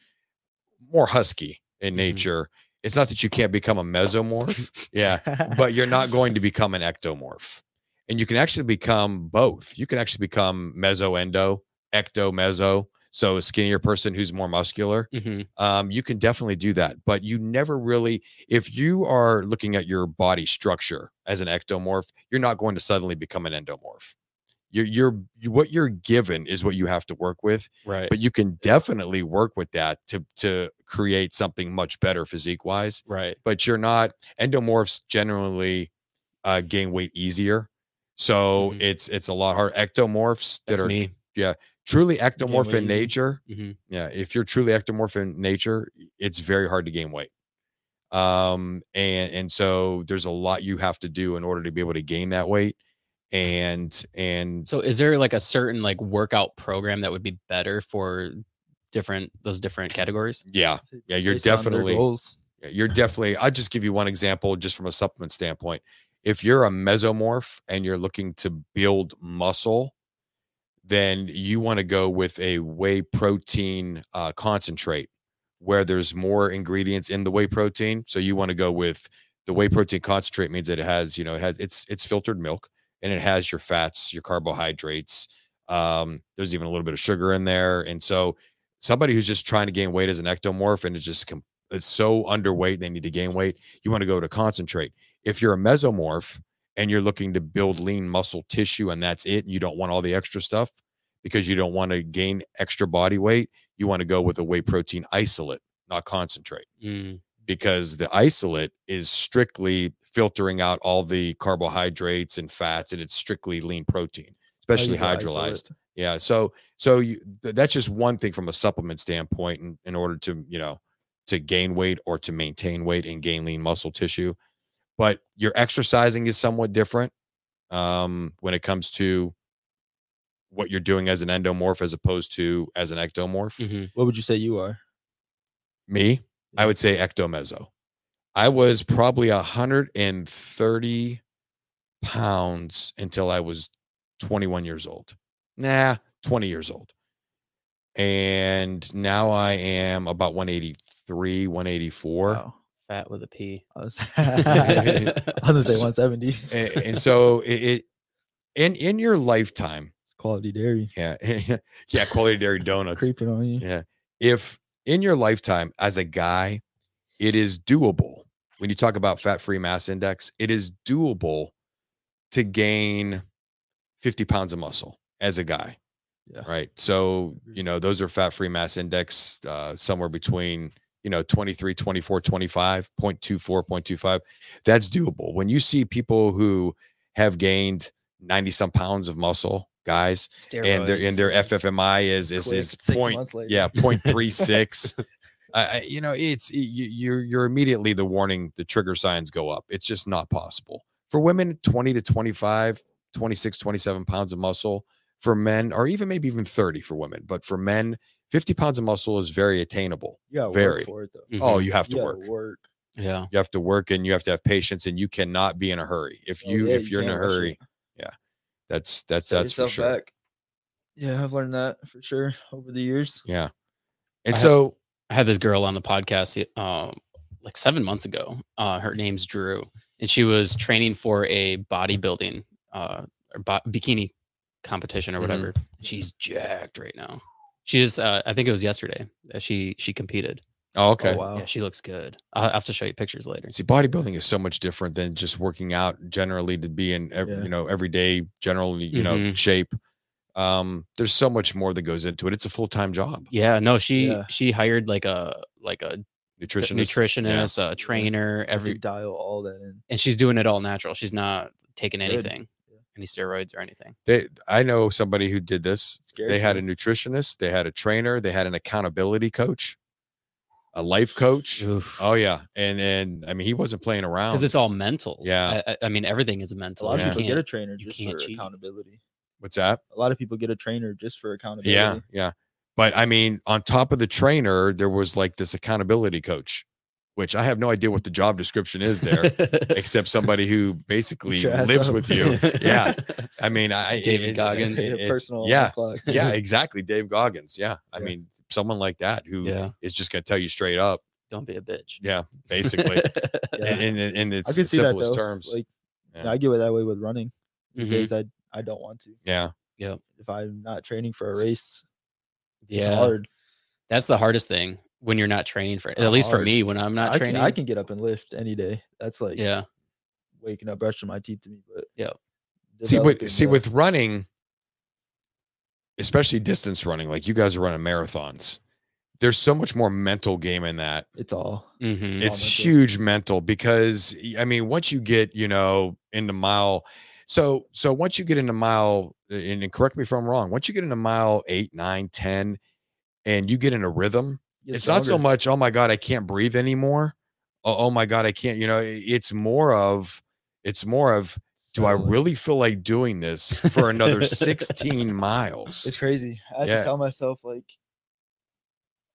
S1: more husky in
S3: Mhm.
S1: nature. It's not that you can't become a mesomorph. yeah, but you're not going to become an ectomorph. And you can actually become both. You can actually become meso endo, ecto meso. So a skinnier person who's more muscular
S3: Mm-hmm.
S1: um, you can definitely do that. But you never really, if you are looking at your body structure as an ectomorph, you're not going to suddenly become an endomorph. You're, you're you, what you're given is what you have to work with,
S3: Right.
S1: but you can definitely work with that to to create something much better physique wise.
S3: right.
S1: But you're not endomorphs generally uh, gain weight easier, so
S3: Mhm.
S1: it's it's a lot harder. Ectomorphs that
S3: That's
S1: are
S3: me.
S1: truly
S2: weight
S1: ectomorph in
S2: easy.
S1: nature
S3: hmm
S1: yeah if you're truly ectomorph in nature it's very hard to gain weight um and and so there's a lot you have to do in order to be able to gain that weight and and
S3: So is there like a certain like workout program that would be better for different those different categories?
S1: yeah Yeah, you're
S2: Based on their
S1: definitely-
S2: goals.
S1: yeah, you're definitely i'll just give you one example just from a supplement standpoint if you're a mesomorph and you're looking to build muscle then you want to go with a whey protein uh, concentrate where there's more ingredients in the whey protein so you want to go with the whey protein concentrate means that it has you know it has it's it's filtered milk and it has your fats your carbohydrates um there's even a little bit of sugar in there and so somebody who's just trying to gain weight as an ectomorph and is just com- is so underweight they need to gain weight you want to go to concentrate if you're a mesomorph and you're looking to build lean muscle tissue and that's it and you don't want all the extra stuff because you don't want to gain extra body weight you want to go with a whey protein isolate not concentrate
S3: Mm.
S1: because the isolate is strictly filtering out all the carbohydrates and fats and it's strictly lean protein
S2: I
S1: especially
S2: use the
S1: hydrolyzed
S2: isolate.
S1: yeah so so you th- that's just one thing from a supplement standpoint in, in order to you know to gain weight or to maintain weight and gain lean muscle tissue but your exercising is somewhat different um when it comes to what you're doing as an endomorph as opposed to as an ectomorph
S3: Mhm.
S2: What would you say you are?
S1: me, I
S2: Yeah.
S1: would say ectomeso. I was probably 130 pounds until I was 21 years old. Nah, 20 years old. And now I am about 183, 184.
S2: Wow.
S3: Fat with a P.
S2: I was, I was gonna say
S1: So-
S2: 170.
S1: A- And, so it, it in in your lifetime,
S2: It's quality dairy
S1: yeah, yeah, quality dairy donuts.
S2: creeping on you.
S1: Yeah. If in your lifetime as a guy, it is doable. When you talk about fat free mass index, it is doable to gain 50 pounds of muscle as a guy.
S2: Yeah.
S1: Right. So, you know, those are fat free mass index uh, somewhere between, you know, 23, 24, 25, 0.24, 0.25. That's doable. When you see people who have gained 90 some pounds of muscle, guys,
S3: Steroids.
S1: and their and their FFMI is is
S2: Quick,
S1: is
S2: six
S1: point
S2: months later.
S1: yeah point three six. I, I- you know, it's y- you, you're you're immediately the warning, the trigger signs go up. It's just not possible for women. Twenty to 25, 26, 27 pounds of muscle for men, or even maybe even thirty for women. But for men, fifty pounds of muscle is very attainable.
S2: You gotta work
S1: Very.
S2: for it though.
S3: Mhm.
S1: Oh, you have to
S2: You gotta
S1: work.
S2: work.
S3: Mm-hmm. yeah.
S1: You have to work, and you have to have patience, and you cannot be in a hurry. If
S2: Oh,
S1: you
S2: yeah, you
S1: if you're in a
S2: can't rush it.
S1: hurry, yeah, that's that's
S2: Set
S1: that's for
S2: yourself
S1: sure.
S2: back. Yeah, I've learned that for sure over the years.
S1: Yeah, and
S3: I have-
S1: so.
S3: I had this girl on the podcast um, like seven months ago. Uh, her name's Drew, and she was training for a bodybuilding uh, or bo- bikini competition or
S1: Mhm.
S3: whatever. She's jacked right now. She is. Uh, I think it was yesterday that she she competed.
S1: oh, okay.
S2: Oh, wow.
S3: Yeah, she looks good. I'll have to show you pictures later.
S1: See, bodybuilding is so much different than just working out generally to be in, ev-
S2: Yeah.
S1: you know, everyday general, you know,
S3: Mhm.
S1: shape. Um, there's so much more that goes into it. It's a full time job.
S3: Yeah, no, she
S2: Yeah.
S3: she hired like a like a t-
S1: Nutritionist.
S3: nutritionist, a trainer,
S2: Every
S3: every
S2: dial all that in.
S3: and she's doing it all natural. She's not taking
S2: Good.
S3: anything,
S2: Yeah.
S3: any steroids or anything.
S1: They, I know somebody who did this.
S2: Scared
S1: they had a
S2: you.
S1: nutritionist, they had a trainer, they had an accountability coach, a life coach.
S3: Because
S1: Oh yeah, and and I mean he wasn't playing around.
S3: it's all mental.
S1: Yeah.
S3: I- I, I mean everything is
S2: A
S3: mental.
S2: lot
S1: Yeah.
S3: You
S2: of people get
S3: can't-
S2: a trainer
S3: you
S2: just
S3: can't
S2: for
S3: cheat.
S2: accountability.
S1: What's that?
S2: A lot of people get a trainer just for accountability.
S1: Yeah, yeah. But I mean, on top of the trainer, there was like this accountability coach, which I have no idea what the job description is there, except somebody who basically
S2: Your ass
S1: lives
S2: up.
S1: with you. Yeah. I mean, I
S3: David
S1: it-
S3: Goggins.
S1: it-
S2: Get a
S1: it's-
S2: personal
S1: yeah,
S2: clock.
S1: yeah, exactly. Dave Goggins. Yeah, I
S2: Yeah.
S1: mean, someone like that who is
S3: yeah.
S1: just gonna tell you straight up.
S3: Don't be a bitch.
S1: Yeah, basically.
S2: Yeah.
S1: in, in, in its
S2: I could see that
S1: simplest
S2: though.
S1: terms.
S2: Like
S1: Yeah.
S2: I get it that way with running. There's
S3: Mhm.
S2: Days I I don't want to.
S1: yeah,
S2: If I'm not training for a race, it's
S3: Yeah.
S2: hard.
S3: That's the hardest thing when you're not training for at
S2: Not
S3: least for
S2: hard.
S3: me when I'm not
S2: I
S3: training.
S2: can I can get up and lift any day. That's like
S3: yeah.
S2: waking up, brushing my teeth to me. But
S3: Yeah.
S1: see
S2: developing
S1: with see
S2: the-
S1: with running especially distance running like you guys are running marathons there's so much more mental game in that
S2: it's all
S3: Mhm.
S1: it's
S2: mental.
S1: huge mental because y- i mean once you get you know into mile so so once you get into mile and, and correct me if i'm wrong once you get into mile 8 9 10 and you get in a rhythm
S2: gets
S1: it's not so
S2: stronger.
S1: much oh my god i can't breathe anymore oh, oh my god i can't you know i- it's more of it's more of do I
S2: Totally.
S1: really feel like doing this for another 16 miles?
S2: It's crazy. I have
S1: Yeah.
S2: to tell myself like,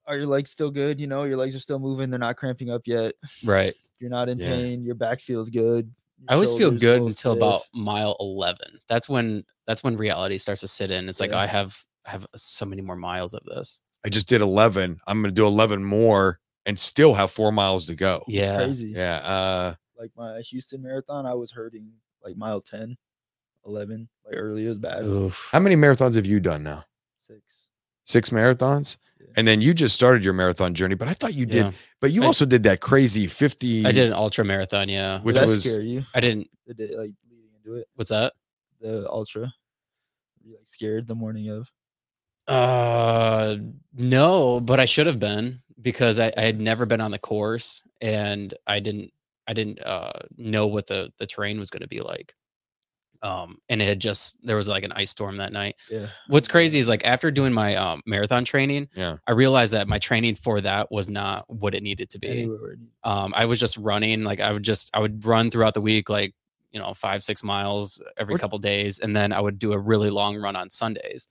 S2: are your legs still good? You know, your legs are still moving. They're not cramping up yet.
S3: Right.
S2: You're not in
S1: Yeah.
S2: pain. Your back feels good.
S3: I always feel good until about
S2: about
S3: mile 11. That's when that's when reality starts to sit in. It's like
S2: Yeah.
S3: I have I have so many more miles of this.
S1: I just did 11. I'm going to do 11 more and still have four miles to go.
S3: Yeah.
S2: crazy.
S1: Yeah. Uh,
S2: Like my Houston marathon, I was hurting like mile 10, 11, like early. It was bad.
S3: Oof.
S1: how many marathons have you done now?
S2: Six.
S1: Six marathons?
S2: Yeah.
S1: And then you just started your marathon journey, but I thought you did,
S3: Yeah.
S1: but you
S3: I-
S1: also did that crazy 50.
S3: I did an ultra marathon, yeah.
S1: Which
S2: Did that
S1: was-
S2: scare you?
S3: I didn't
S2: The day like leading into it,
S3: what's that?
S2: the ultra. Were You like scared the morning of?
S3: Uh no, but I should have been because I, I had never been on the course and I didn't I didn't uh know what the the terrain was going to be like. Um and it had just there was like an ice storm that night.
S2: Yeah.
S3: What's crazy is like after doing my um, marathon training,
S1: Yeah.
S3: I realized that my training for that was not what it needed to be.
S2: Anywhere where it-
S3: Um, I was just running, like I would just I would run throughout the week, like you know five six miles every
S1: What-
S3: couple days, and then I would do a really long run on Sundays.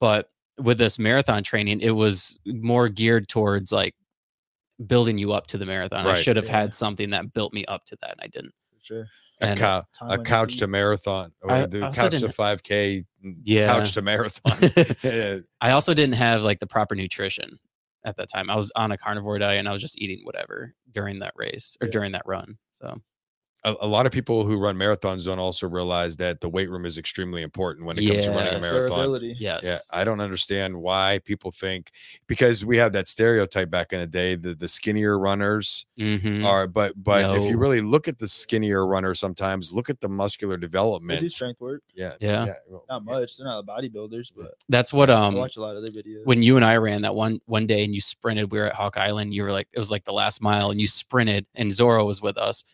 S3: But with this marathon training, it was more geared towards like building you up to the marathon. I
S1: Right.
S3: should have
S2: Yeah.
S3: had something that built me up to that, and I didn't.
S2: for sure.
S1: a,
S3: And
S1: cou-
S2: Time
S1: a
S2: under
S1: couch
S2: heat.
S1: to marathon or
S3: I-
S1: the
S3: I also
S1: couch to
S3: didn't-
S1: 5K,
S3: Yeah.
S1: couch to marathon. Yeah,
S3: I also didn't have like the proper nutrition at that time. I was on a carnivore diet and I was just eating whatever during that race or
S2: Yeah.
S3: during that run. So
S1: a, a lot of people who run marathons don't also realize that the weight room is extremely important when it comes to running a
S3: Yes.
S1: marathon.
S2: Durability.
S3: yes,
S1: Yeah, I don't understand why people think because we have that stereotype back in the day that the skinnier runners
S3: Mhm.
S1: are, but but if you
S3: No.
S1: really look at the skinnier runner, sometimes look at the muscular
S2: They do
S1: development.
S2: strength work.
S1: Yeah,
S3: yeah.
S1: well,
S2: Not
S1: yeah.
S2: much. They're not bodybuilders,
S1: Yeah.
S2: but
S3: That's what
S2: I
S3: um
S2: watch a lot of their videos.
S3: when you and I ran that one one day and you sprinted. We were at Hawk Island. You were like it was like the last mile and you sprinted and Zorro was with us.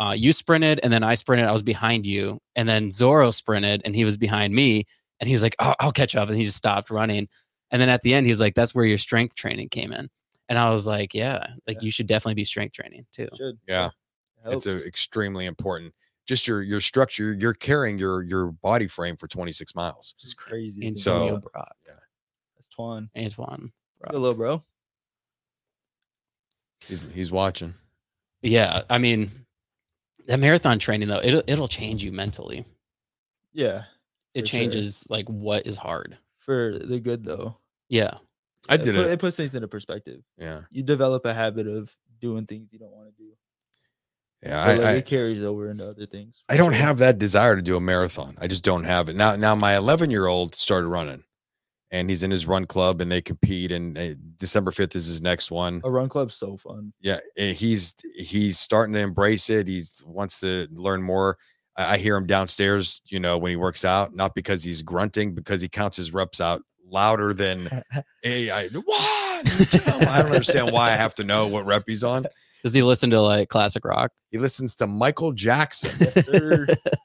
S3: Uh, you sprinted and then I sprinted. I was behind you and then Zorro sprinted and he was behind me and he was like, oh, "I'll catch up," and he just stopped running. And then at the end, he was like, "That's where your strength training came in." And I was like, "Yeah, like
S2: Yeah.
S3: you should definitely be strength training too."
S2: should.
S1: Yeah,
S2: It
S1: it's a,
S2: helps.
S1: extremely important. Just your your structure, you're carrying your your body frame for 26 miles.
S2: It's crazy. to think
S1: So-
S3: Antonio
S2: about.
S3: Brock,
S2: that's Twan.
S3: Antoine. Brock.
S2: Hello, bro.
S1: He's he's watching.
S3: Yeah, I mean, that marathon training though, it'll it'll change you mentally.
S2: Yeah,
S3: It
S2: For sure.
S3: changes like what is hard.
S2: for the good though.
S3: Yeah,
S1: I
S2: Yeah,
S1: did
S2: it. put-
S1: it.
S2: It puts things into perspective.
S1: Yeah,
S2: You develop a habit of doing things you don't want to do.
S1: yeah.
S2: but,
S1: I,
S2: like,
S1: I,
S2: it carries over into other things.
S1: I don't have that desire to do a marathon. I just don't have it. Now, now my 11 year old started running and he's in his run club and they compete. And uh, December 5th is his next one.
S2: a run club's so fun.
S1: Yeah. eh, He's, he's starting to embrace it. He's wants to learn more. I, I hear him downstairs, you know, when he works out, not because he's grunting, because he counts his reps out louder than hey, I, one, two." I don't understand why I have to know what rep he's on.
S3: Does he listen to like classic rock?
S1: He listens to Michael Jackson.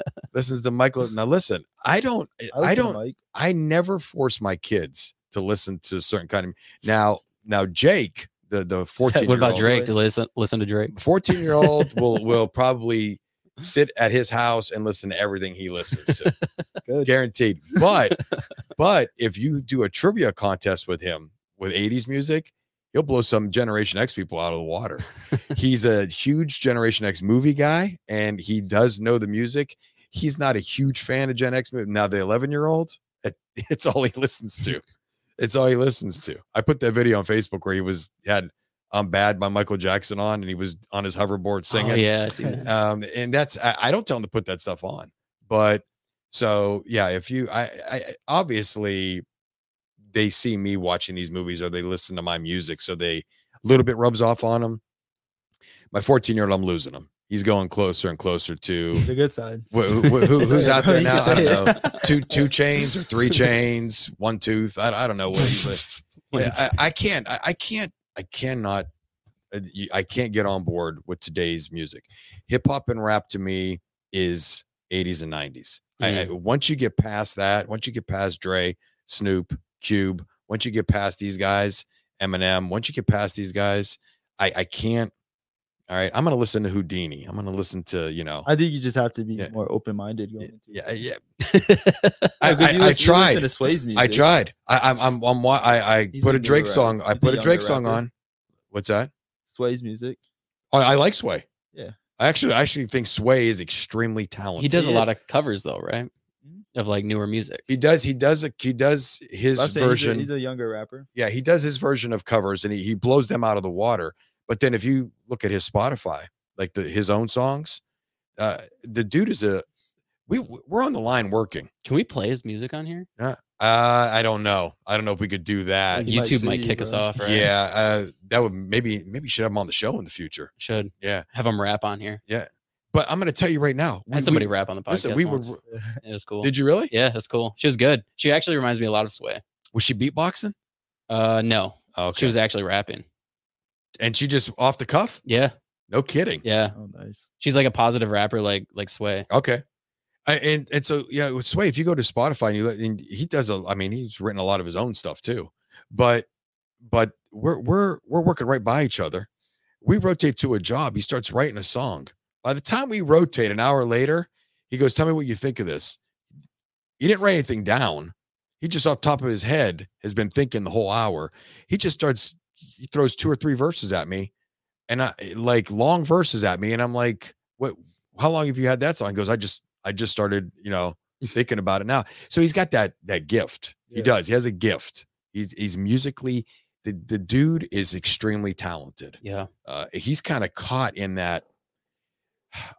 S1: listens to Michael. Now listen, I don't, I
S2: listen to
S1: don't,
S2: Mike.
S1: I never force my kids to listen to certain kind of now. Now Jake, the the fourteen.
S3: what about
S1: year old-
S3: Drake? Do
S2: voice.
S3: they listen listen to Drake?
S1: 14 year old will will probably sit at his house and listen to everything he listens to
S2: Good.
S1: guaranteed but but if you do a trivia contest with him with 80s music he'll blow some generation x people out of the water he's a huge generation x movie guy and he does know the music he's not a huge fan of gen x movie now the 11 year old it- it's all he listens to it's all he listens to i put that video on facebook where he was had i'm bad by michael jackson on and he was on his hoverboard singing
S3: Oh, yeah, I see that.
S1: um, and that's I, I don't tell them to put that stuff on but so yeah if you I, I I- obviously they see me watching these movies or they listen to my music so they a little bit rubs off on them my 14 year old i'm losing him he's going closer and closer to
S2: The good side.
S1: wh- wh- wh- who, who's out there
S2: You
S1: now i
S2: say
S1: don't
S2: it.
S1: know two two chains or three chains one tooth i, I don't know what he- but
S3: Wait.
S1: yeah, I, I can't. I, I can't. I cannot. uh, y- I can't get on board with today's music. Hip hop and rap to me is 80s and 90s. I,
S2: Mm-hmm.
S1: I- once you get past that, once you get past Dre, Snoop, Cube, once you get past these guys, Eminem, once you get past these guys, I, I can't. All right, I'm gonna listen to Houdini. I'm gonna listen to you know.
S2: I think you just have to be
S1: Yeah.
S2: more open minded.
S1: yeah,
S2: going
S1: yeah, yeah. I,
S2: I,
S1: I, I tried.
S2: To Sway's music.
S1: I tried. I, I'm. I'm. I'm. wa- I, I
S2: He's
S1: put
S2: a
S1: a Drake
S2: newer
S1: song.
S2: rapper.
S1: I
S2: He's a
S1: put a
S2: younger
S1: Drake song
S2: rapper.
S1: on. What's that?
S2: Sway's music.
S1: Oh, I like Sway.
S2: Yeah.
S1: I actually I actually think Sway is extremely
S3: he
S1: talented.
S3: does a
S2: Yeah.
S3: lot of covers though, right?
S2: Mhm.
S3: Of like newer music.
S1: Mm-hmm. He does he does a, he does his
S2: I'm saying he's a-
S1: version.
S2: He's a, younger rapper.
S1: yeah, he does his version of covers and he, he blows them out of the water. But then if you look at his Spotify, like the his own songs, uh the dude is a we we're on the line working.
S3: Can we play his music on here?
S1: Uh I don't know. I don't know if we could do that.
S2: He might
S3: Uh, YouTube might
S2: sue you,
S3: kick us
S2: bro.
S3: off, right?
S1: Yeah, uh that would maybe maybe should have him on the show in the future.
S3: Should
S1: Yeah.
S3: have him rap on here.
S1: But I'm gonna tell you right now.
S3: I had somebody rap on the podcast.
S1: listen, we would
S3: once. it was cool.
S1: did you really?
S3: yeah, it's cool. She was good. She actually reminds me a lot of Sway.
S1: Was she beatboxing?
S3: Uh, no,
S1: Oh, okay.
S3: she was actually rapping.
S1: and she just off the cuff.
S3: Yeah,
S1: No kidding.
S3: yeah.
S2: Oh, nice.
S3: She's like a positive rapper, like like Sway.
S1: Okay. I, and and so you know, with Sway, if you go to Spotify and you let, and he does a, I mean, he's written a lot of his own stuff too, but but we're we're we're working right by each other. We rotate to a job. He starts writing a song. By the time we rotate an hour later, he goes, "Tell me what you think of this." He didn't write anything down. He just off top of his head has been thinking the whole hour. He just starts. He throws two or three verses at me, and I like long verses at me, and I'm like, "What? How long have you had that song?" He goes, "I just, I just started, you know, thinking about it now." So he's got that that gift. He
S2: Yeah.
S1: does. He has a gift. He's he's musically. The, the dude is extremely talented
S3: Yeah,
S1: uh, he's kind of caught in that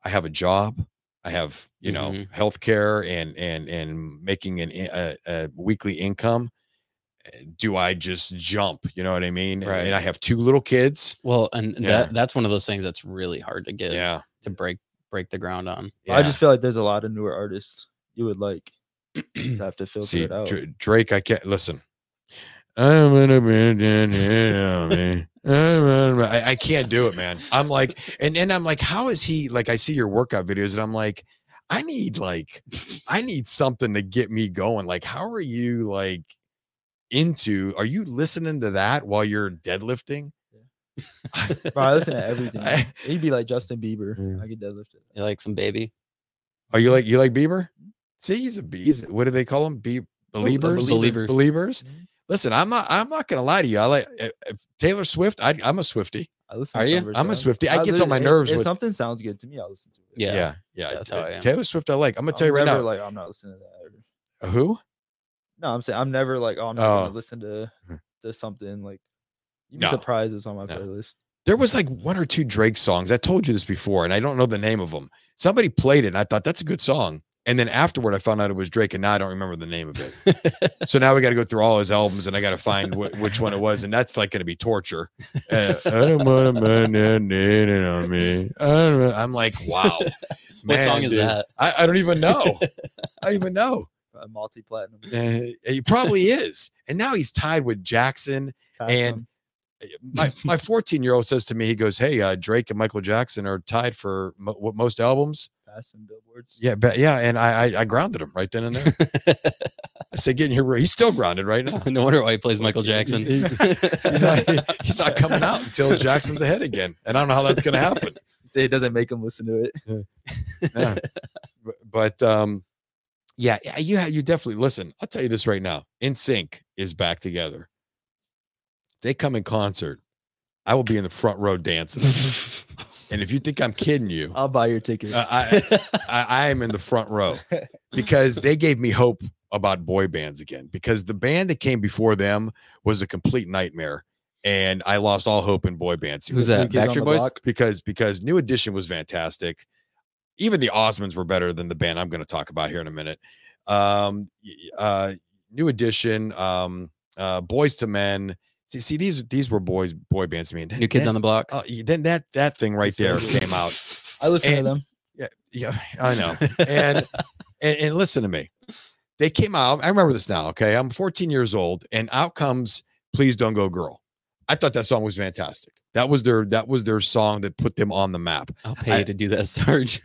S1: i have a job i have you know
S3: Mhm.
S1: healthcare and and and making an in- a, a weekly income Uh, do i just jump you know what i mean And-
S3: Right.
S1: and i have two little kids
S3: Well, and
S1: Yeah.
S3: that that's one of those things that's really hard to get
S1: yeah,
S3: to break break the ground on.
S2: I
S1: yeah.
S2: just feel like there's a lot of newer artists you would like. You just have to filter
S1: see
S2: it out.
S1: Dra- drake i can't listen I'm gonna be down here, I mean, I'm gonna- I I can't do it, man. I'm like, and and I'm like, how is he? Like, I see your workout videos, and I'm like, I need like, I need something to get me going. Like, how are you like into? Are you listening to that while you're deadlifting?
S2: Bro, I listen to everything.
S1: I-
S2: He'd be like Justin Bieber.
S1: Yeah.
S2: I could deadlift it.
S3: You like some baby?
S1: Are you like you like Bieber? See, he's a be- he's a- What do they call him? Be
S2: Oh,
S1: believers,
S3: believer.
S1: believers.
S2: Mhm.
S1: Listen, I'm not I'm not gonna lie to you. I like if- if Taylor Swift. I, I'm a Swifty.
S2: I listen.
S3: Are
S2: to
S3: you?
S2: some of her
S1: I'm a
S2: songs.
S1: Swiftie. I gets
S2: literally-
S1: on my
S2: if-
S1: nerves
S2: If,
S1: with-
S2: something sounds good to me, I'll listen to it.
S3: Yeah.
S1: yeah, yeah.
S3: That's how I am.
S1: Taylor Swift, I like. I'm gonna tell you right
S2: never
S1: now.
S2: Like "Oh, I'm not listening to that. or-
S1: who?
S2: No, I'm saying I'm never like oh I'm not
S1: Oh.
S2: gonna listen to
S1: Mhm.
S2: to something like. You'd
S1: No.
S2: be surprised what's on my
S1: No.
S2: playlist.
S1: There was like one or two Drake songs. I told you this before, and I don't know the name of them. Somebody played it, and I thought that's a good song. And then afterward, I found out it was Drake, and now I don't remember the name of it. so now we got to go through all his albums, and I got to find wh- which one it was, and that's like going to be torture. Uh, I don't want a man in on me. I don't know. I'm like, wow.
S3: What
S1: man,
S3: song is
S1: dude.
S3: that?
S1: I, I don't even know. I don't even know.
S2: a multi-platinum.
S1: Uh, he probably is. And now he's tied with Jackson
S2: custom.
S1: my my 14 year old says to me, he goes, "Hey, uh, Drake and Michael Jackson are tied for mo- what most albums."
S2: custom billboards.
S1: Yeah, but yeah, and I I, I grounded him right then and there. I said, "Get in here!" bro." He's still grounded right now.
S3: no wonder why he plays Michael Jackson.
S1: He's, he's not, he's not coming out until Jackson's ahead again, and I don't know how that's going to happen.
S2: Say it doesn't make them listen to it.
S1: Yeah. B- But um, yeah, yeah, you ha- you definitely listen. I'll tell you this right now: In Sync is back together. They come in concert. I will be in the front row dancing. and if you think I'm kidding you,
S2: I'll buy your ticket.
S1: Uh, I, I I am in the front row because they gave me hope about boy bands again. Because the band that came before them was a complete nightmare, and I lost all hope in boy bands.
S3: Who's
S2: New
S3: that?
S2: Kids on the
S3: Backstreet Boys?
S2: Block.
S1: Because because New Edition was fantastic. Even the Osmonds were better than the band I'm going to talk about here in a minute. Um, y- uh, New Edition, um, uh, Boys to Men. See, see these these were boys boy bands to me. And then-
S3: New Kids
S1: then,
S3: on the Block.
S1: uh, then that that thing right there
S2: That's really good.
S1: came out.
S2: I listen to
S1: and-
S2: them.
S1: Yeah, yeah, I know. And, and and listen to me. They came out. I remember this now. Okay, I'm 14 years old, and out comes "Please Don't Go Girl." I thought that song was fantastic. That was their that was their song that put them on the map.
S3: I'll pay
S1: I-
S3: you to do that, Sarge.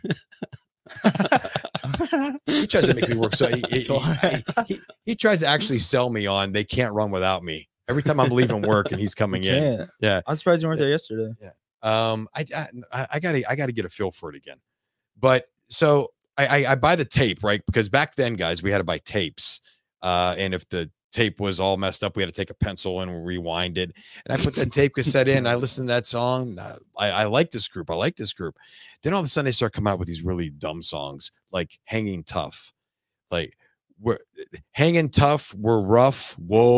S1: He tries to make me work so he, he, he, he, he tries to actually sell me on they can't run without me. Every time I'm leaving work and he's coming in.
S2: Yeah.
S1: Yeah.
S2: I'm surprised you weren't there yesterday.
S1: Um, I, I- I I gotta I gotta get a feel for it again. But so I, I I buy the tape right because back then, guys, we had to buy tapes. Uh, and if the tape was all messed up, we had to take a pencil and rewind it. And I put that tape cassette in. I listened to that song. uh, I, I like this group. I like this group. Then all of a sudden, they start coming out with these really dumb songs like "Hanging Tough," like we're hanging tough we're rough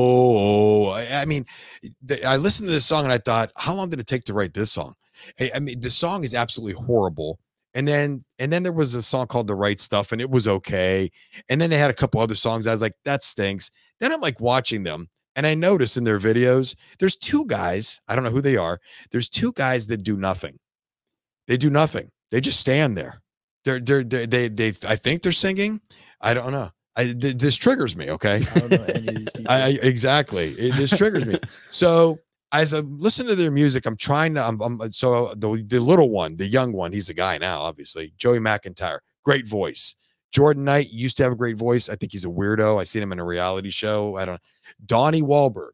S1: whoa i, I mean the, i listened to this song and i thought how long did it take to write this song I, I mean, the song is absolutely horrible. And then, and then there was a song called "The Right Stuff," and it was okay. And then they had a couple other songs. I was like, "That stinks." Then I'm like watching them, and I notice in their videos, there's two guys. I don't know who they are. There's two guys that do nothing. They do nothing. They just stand there. They're they're, they they they. I think they're singing. I don't know. I th- this triggers me. Okay.
S2: I don't know any of these people.
S1: I, I exactly. It, this triggers me. So as I listen to their music, I'm trying to. I'm, I'm uh, so the the little one, the young one, he's a guy now, obviously. Joey McIntyre, great voice. Jordan Knight used to have a great voice. I think he's a weirdo. I seen him in a reality show. I don't. Donnie Wahlberg.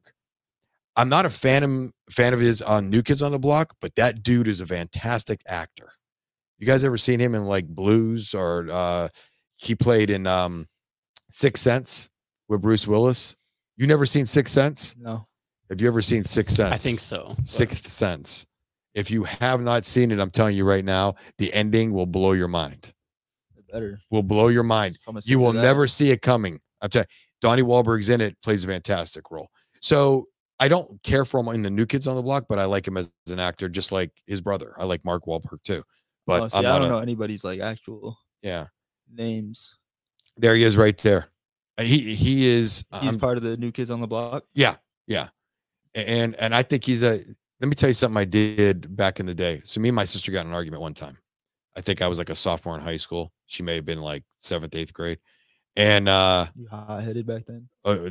S1: I'm not a fan of, fan of his on New Kids on the Block, but that dude is a fantastic actor. You guys ever seen him in like Blues or uh he played in um Sixth Sense with Bruce Willis? You never seen Sixth Sense?
S2: no.
S1: Have you ever seen Sixth Sense?
S3: I think so.
S1: Sixth Sense. If you have not seen it, I'm telling you right now, the ending will blow your mind.
S2: Better.
S1: Will blow your mind.
S2: Promise
S1: You
S2: to
S1: will
S2: that.
S1: never see it coming. I'm telling Donnie Wahlberg's in it, plays a fantastic role. So I don't care for him in the New Kids on the Block, but I like him as, as an actor, just like his brother. I like Mark Wahlberg too. But
S2: Oh, see,
S1: I'm
S2: I
S1: not
S2: don't
S1: a-
S2: know anybody's like actual
S1: yeah,
S2: names.
S1: there he is right there. Uh, He he is.
S2: He's
S1: Uh, I'm-
S2: part of the new kids on the block.
S1: Yeah, yeah, A- and and I think he's a. Let me tell you something I did back in the day. So me and my sister got in an argument one time. I think I was like a sophomore in high school. She may have been like seventh, eighth grade, and uh,
S2: You hot headed back then.
S1: uh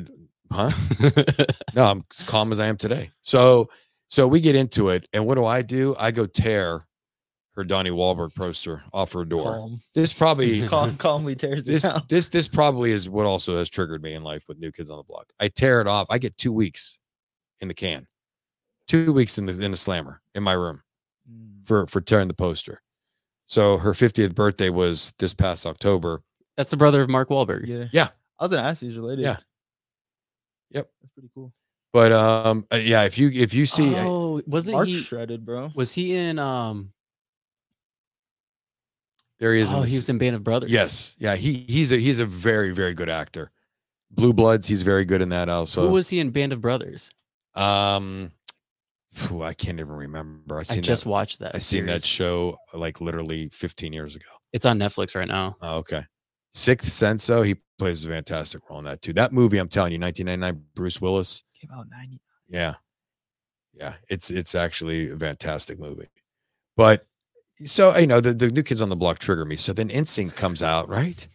S1: huh?
S3: But-
S1: No, I'm as calm as I am today. So, so we get into it, and what do I do? I go tear her Donnie Wahlberg poster off her door.
S2: Calm.
S1: This probably
S2: Calm calmly tears it
S1: this
S2: down.
S1: this this probably is what also has triggered me in life with new kids on the block. I tear it off. I get two weeks in the can, two weeks in the in the slammer in my room
S2: Mm.
S1: for for tearing the poster. So her 50th birthday was this past October.
S3: That's the brother of Mark Wahlberg.
S2: Yeah.
S1: Yeah.
S2: I was gonna ask if he's related.
S1: Yeah. Yep.
S2: That's pretty cool.
S1: But um, uh, yeah, if you if you see, uh, I-
S3: oh, wasn't
S2: Mark
S3: he?
S2: shredded, bro.
S3: Was he in? Um,
S1: there he is. in
S3: oh,
S1: the
S3: he was in Band of Brothers.
S1: Yes. Yeah. He he's a he's a very very good actor. Blue Bloods. He's very good in that also.
S3: Who was he in Band of Brothers?
S1: um? phew, I can't even remember. I
S3: I
S1: seen
S3: just
S1: that.
S3: watched that.
S1: I seen that
S3: series.
S1: show like literally 15 years ago.
S3: it's on Netflix right now.
S1: Oh, okay. Sixth Sense, though, he plays a fantastic role in that too. That movie, I'm telling you, 1999, Bruce Willis.
S2: Came out in 90.
S1: Yeah. Yeah. It's it's actually a fantastic movie. But so you know, the, the new kids on the block trigger me. So then Instinct comes out, right?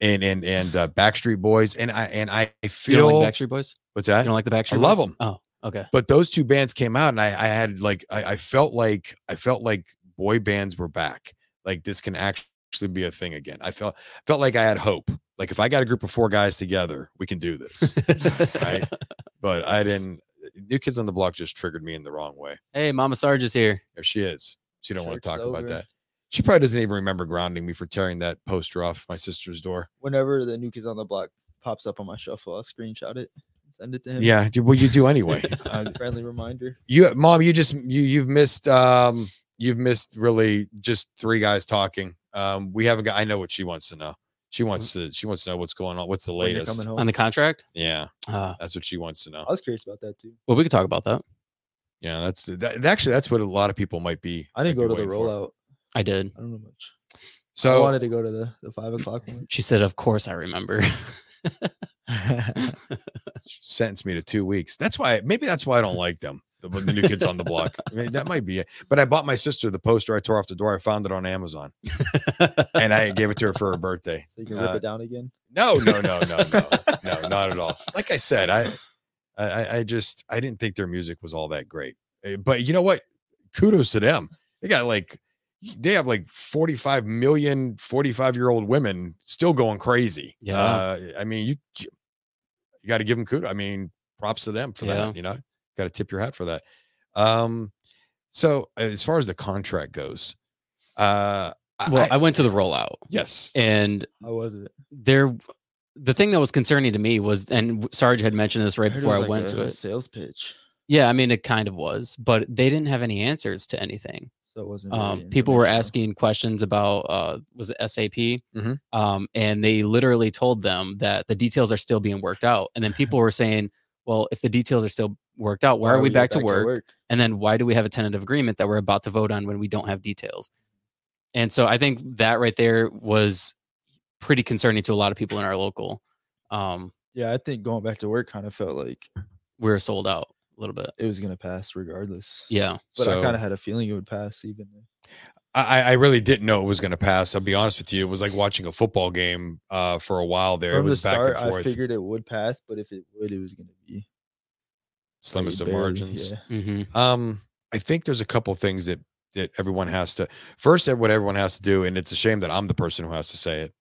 S1: And and and uh, Backstreet Boys. And I and I
S3: You
S1: feel
S3: don't like Backstreet Boys?
S1: what's
S3: You
S1: that?
S3: don't like the Backstreet Boys?
S1: love 'em.
S3: Oh, okay.
S1: But those two bands came out and I, I had like I, I felt like I felt like boy bands were back. Like this can actually be a thing again. I felt felt like I had hope. Like if I got a group of four guys together, we can do this. right? But I didn't. New Kids on the Block just triggered me in the wrong way.
S3: Hey, Mama Sarge is here.
S1: There she is. She don't want to
S2: Church's
S1: talk
S2: over.
S1: about that. She probably doesn't even remember grounding me for tearing that poster off my sister's door.
S2: Whenever the new kids on the block pops up on my shuffle, I'll screenshot it, and send it to him.
S1: Yeah, do- well, you do anyway. uh,
S2: Friendly reminder.
S1: you, mom, you just you you've missed um you've missed really just three guys talking. Um, we haven't got. I know what she wants to know. She wants to. She wants to know what's going on. What's the
S2: when you're coming
S1: latest?
S2: home.
S3: On the contract?
S1: Yeah,
S3: Uh,
S1: that's what she wants to know.
S2: I was curious about that too.
S3: well, we could talk about that.
S1: Yeah, that's that, actually that's what a lot of people might be.
S2: I didn't
S1: might
S2: go to
S1: be
S2: the
S1: waiting for. Oh.
S2: rollout.
S3: I did.
S2: I don't know much. I
S1: So
S2: wanted to go to the, the five o'clock one.
S3: She said, Of course I remember.
S1: sentenced me to two weeks. That's why maybe that's why I don't like them. The, the new kids on the block. I mean, that might be it. But I bought my sister the poster. I tore off the door. I found it on Amazon, and I gave it to her for her birthday.
S2: So you can rip
S1: Uh,
S2: it down again.
S1: No, no, no, no, no, no, not at all. Like I said, I, I- I, I just I didn't think their music was all that great. Eh, But you know what? Kudos to them. They got like they have like 45 million 45 year old women still going crazy.
S3: Yeah.
S1: Uh, I mean, you you got to give them kudos. I mean, props to them for
S3: Yeah.
S1: that. You know, got to tip your hat for that. Um, so as far as the contract goes, uh, I-
S3: well,
S1: I-
S3: I went to the rollout
S1: yes,
S3: and
S2: How was it?
S3: there the thing that was concerning to me was and sarge had mentioned this right
S2: heard it
S3: before
S2: was
S3: i
S2: like
S3: went
S2: a
S3: to it
S2: Sales pitch.
S3: yeah i mean it kind of was but they didn't have any answers to anything
S2: So it wasn't. really
S3: um, people were
S2: informational.
S3: asking questions about uh, was it sap
S1: Mhm.
S3: um, and they literally told them that the details are still being worked out and then people were saying well if the details are still worked out why, are we
S2: get
S3: back, to
S2: at
S3: work and then why do we have a tentative agreement that we're about to vote on when we don't have details? And so I think that right there was pretty concerning to a lot of people in our local. Um,
S2: Yeah, I think going back to work kind of felt like
S3: we were sold out a little bit.
S2: it was gonna pass regardless.
S3: Yeah.
S2: But I
S1: So-
S2: kind of had a feeling it would pass even. if-
S1: I, I really didn't know it was going to pass. I'll be honest with you. It was like watching a football game uh, for a while there. it
S2: From the
S1: was back
S2: start,
S1: and
S2: I
S1: forth,
S2: figured it would pass, but if it would, it was gonna be like,
S1: slimmest of
S2: barely-
S1: margins.
S2: Yeah.
S3: Mm-hmm.
S1: Um, I think there's a couple things that that everyone has to first what everyone has to do, and it's a shame that I'm the person who has to say it.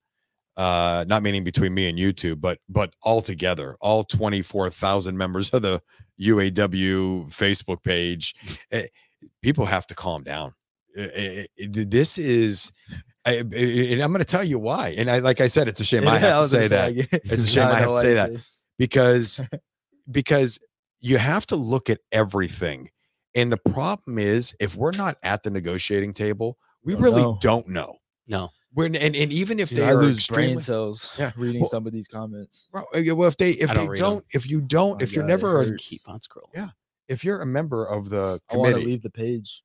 S1: Uh, not meaning between me and you two, but but all together, all 24,000 members of the UAW Facebook page, eh, people have to calm down. Eh, eh, eh, This is, I, eh, and I'm going to tell you why. And I, like I said, it's a shame I
S2: Yeah,
S1: have to
S2: was gonna
S1: say that
S2: like,
S1: It's a
S2: now
S1: shame I
S2: know
S1: have to
S2: why
S1: say
S2: you
S1: that. because because you have to look at everything and the problem is if we're not at the negotiating table we
S2: Don't
S1: really
S2: know.
S1: don't know
S3: No.
S1: when and, and even
S2: Oh,
S1: if
S2: Dude,
S1: they
S2: I
S1: are
S2: lose
S1: extremely
S2: brain cells
S1: Yeah,
S2: reading
S1: well-
S2: some of these comments.
S1: Well, yeah, well if they if
S3: I don't
S1: they
S3: read 'em.
S1: don't if you don't
S2: my
S1: if you're
S2: God, it
S1: never a,
S2: hurts.
S3: Keep on scrolling.
S1: Yeah. if you're a member of the
S2: I want to
S1: committee
S2: leave the page.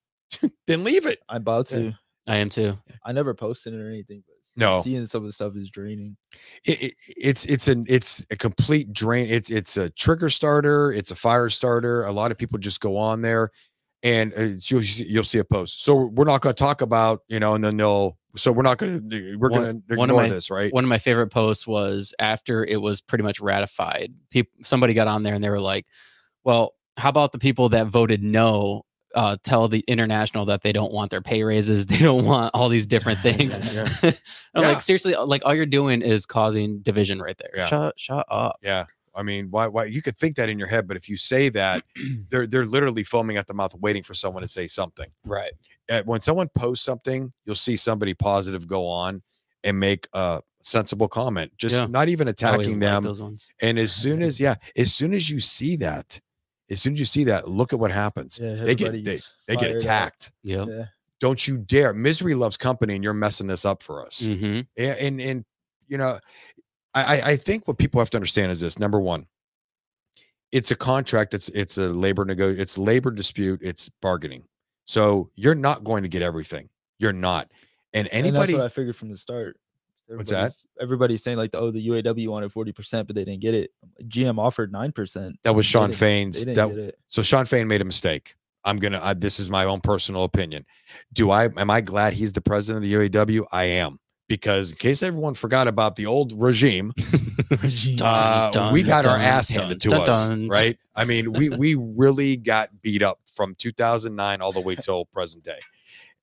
S1: then leave it
S2: I'm about
S1: Yeah.
S2: to.
S3: I am too.
S2: I never posted it or anything, but s-
S1: No.
S2: seeing some of the stuff is draining.
S1: it, it- it's it's an it's a complete drain. It's it's a trigger starter. It's a fire starter. A lot of people just go on there, and uh, you'll see- you'll see a post. So we're not going to talk about you know, and then they'll. So we're not going to. We're
S3: One-
S1: going to
S3: one of
S1: ignore
S3: my-
S1: this, right?
S3: One of my favorite posts was after it was pretty much ratified. People, somebody got on there and they were like, "Well, how about the people that voted no?" Uh, tell the international that they don't want their pay raises. They don't want all these different things.
S1: Yeah.
S3: I'm
S1: Yeah.
S3: like seriously, uh, like all you're doing is causing division right there.
S1: Yeah.
S3: Shut, shut up.
S1: Yeah. I mean, why? Why you could think that in your head, but if you say that, they're they're literally foaming at the mouth, waiting for someone to say something.
S3: Right.
S1: uh, when someone posts something, you'll see somebody positive go on and make a sensible comment, just
S3: Yeah.
S1: not even attacking them.
S3: those ones.
S1: And as soon as yeah, as soon as you see that, as soon as you see that, look at what happens.
S2: Yeah,
S1: they get they,
S2: everybody's
S1: they get
S2: fired up.
S1: attacked.
S3: Yeah.
S2: Yeah.
S1: Don't you dare! Misery loves company, and you're messing this up for us.
S2: Mm.
S3: Mm-hmm.
S1: Yeah, and and you know, I I- I think what people have to understand is this: number one, it's a contract. It's it's a labor nego. It's labor dispute. It's bargaining. So you're not going to get everything. You're not. And
S2: And that's
S1: anybody,
S2: what I figured from the start.
S1: What's that?
S2: Everybody's- Everybody's saying like, oh, the UAW wanted forty percent, but they didn't get it. GM offered nine percent.
S1: That was Sean
S2: They
S1: Fain's.
S2: didn't
S1: That
S2: get it.
S1: So Sean Fain made a mistake. I'm gonna. I, this is my own personal opinion. Do I? Am I glad he's the president of the UAW? I am because in case everyone forgot about the old regime, uh,
S3: Dun,
S1: we got our
S3: dun,
S1: ass
S3: dun,
S1: handed to
S3: dun,
S1: us,
S3: dun.
S1: right? I mean, we we really got beat up from 2009 all the way till present day.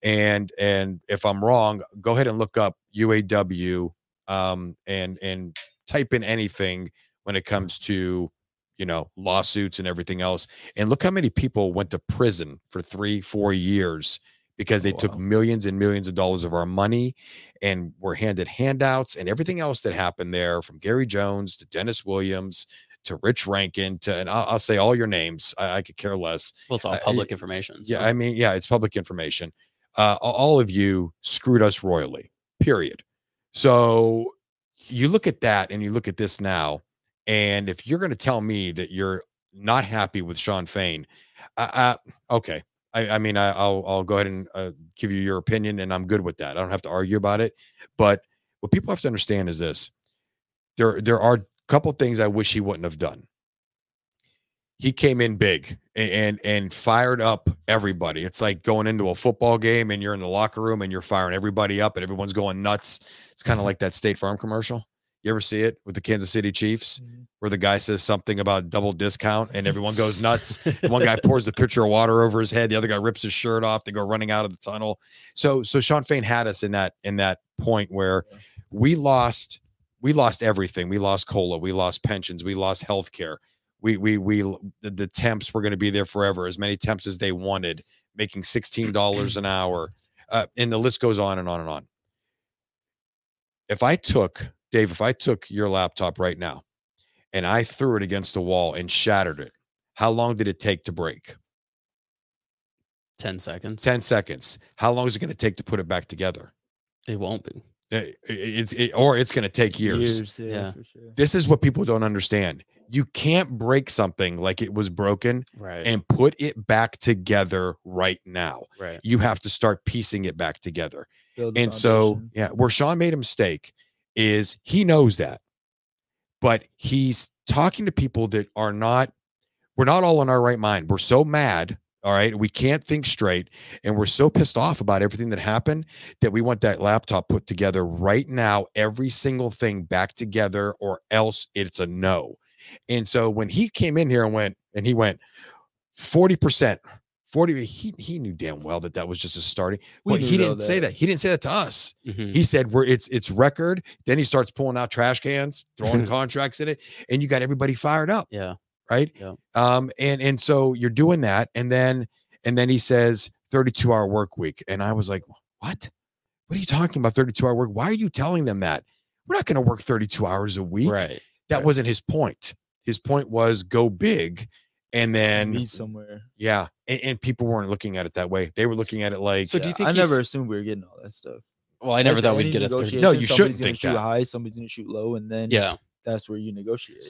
S1: And and if I'm wrong, go ahead and look up UAW um, and and type in anything when it comes to you know lawsuits and everything else. And look how many people went to prison for three, four years because they took
S2: Wow.
S1: millions and millions of dollars of our money and were handed handouts and everything else that happened there from Gary Jones to Dennis Williams to Rich Rankin to, and I'll, I'll say all your names. I, I could care less.
S3: Well, it's all
S1: I-
S3: public information. so-
S1: Uh, Yeah. I mean, yeah, it's public information. Uh, a- all of you screwed us royally, period. So you look at that and you look at this now. And if you're going to tell me that you're not happy with Sean Fain, I, I, okay. I, I mean, I, I'll, I'll go ahead and uh, give you your opinion, and I'm good with that. I don't have to argue about it. But what people have to understand is this: there, there are a couple things I wish he wouldn't have done. He came in big and, and and fired up everybody. It's like going into a football game and you're in the locker room and you're firing everybody up and everyone's going nuts. It's kind of like that State Farm commercial. You ever see it with the Kansas City Chiefs,
S2: Mhm.
S1: where the guy says something about double discount and everyone goes nuts? one guy pours a pitcher of water over his head the other guy rips his shirt off they go running out of the tunnel so so sean fain had us in that in that point where
S2: Yeah.
S1: we lost we lost everything we lost cola we lost pensions we lost health care we we we the, the temps were going to be there forever as many temps as they wanted making $16 an hour uh, and the list goes on and on and on if i took dave if i took your laptop right now and i threw it against the wall and shattered it how long did it take to break?
S3: 10 seconds.
S1: 10 seconds. How long is it going to take to put it back together?
S3: It won't be.
S1: Eh, It's it- or it's going to take years.
S2: yeah,
S3: Yeah.
S2: for sure.
S1: This is what people don't understand. You can't break something like it was broken
S3: Right.
S1: and put it back together right now.
S3: right.
S1: You have to start piecing it back together.
S2: Build the
S1: And so,
S2: foundation.
S1: yeah, where Sean made a mistake is he knows that, but he's talking to people that are not, we're not all in our right mind. We're so mad. All right. We can't think straight. And we're so pissed off about everything that happened that we want that laptop put together right now, every single thing back together, or else it's a no. And so when he came in here and went, and he went 40%, 40, he, he knew damn well that that was just a starting.
S2: We
S1: well,
S2: do
S1: he
S2: know
S1: didn't say
S2: that.
S1: that. He didn't say that to us.
S3: Mhm.
S1: He said we're it's it's record. Then he starts pulling out trash cans, throwing contracts in it, and you got everybody fired up,
S3: Yeah.
S1: right?
S3: Yeah.
S1: Um, and and so you're doing that, and then and then he says 32 hour work week, and I was like, what? What are you talking about 32 hour work? Why are you telling them that? We're not going to work 32 hours a week.
S3: Right.
S1: That
S3: right.
S1: wasn't his point. His point was go big, and then
S2: meet somewhere.
S1: yeah, and, and people weren't looking at it that way. They were looking at it like
S3: So do you think
S2: I
S3: he's-
S2: never assumed we were getting all that stuff.
S3: Well, I never
S2: As
S3: thought
S2: any
S3: we'd get a 30.
S1: No, you
S2: negotiation,
S1: shouldn't
S2: somebody's gonna
S1: think
S2: shoot
S1: that.
S2: high, somebody's gonna shoot low, and then
S3: Yeah.
S2: that's where you negotiate.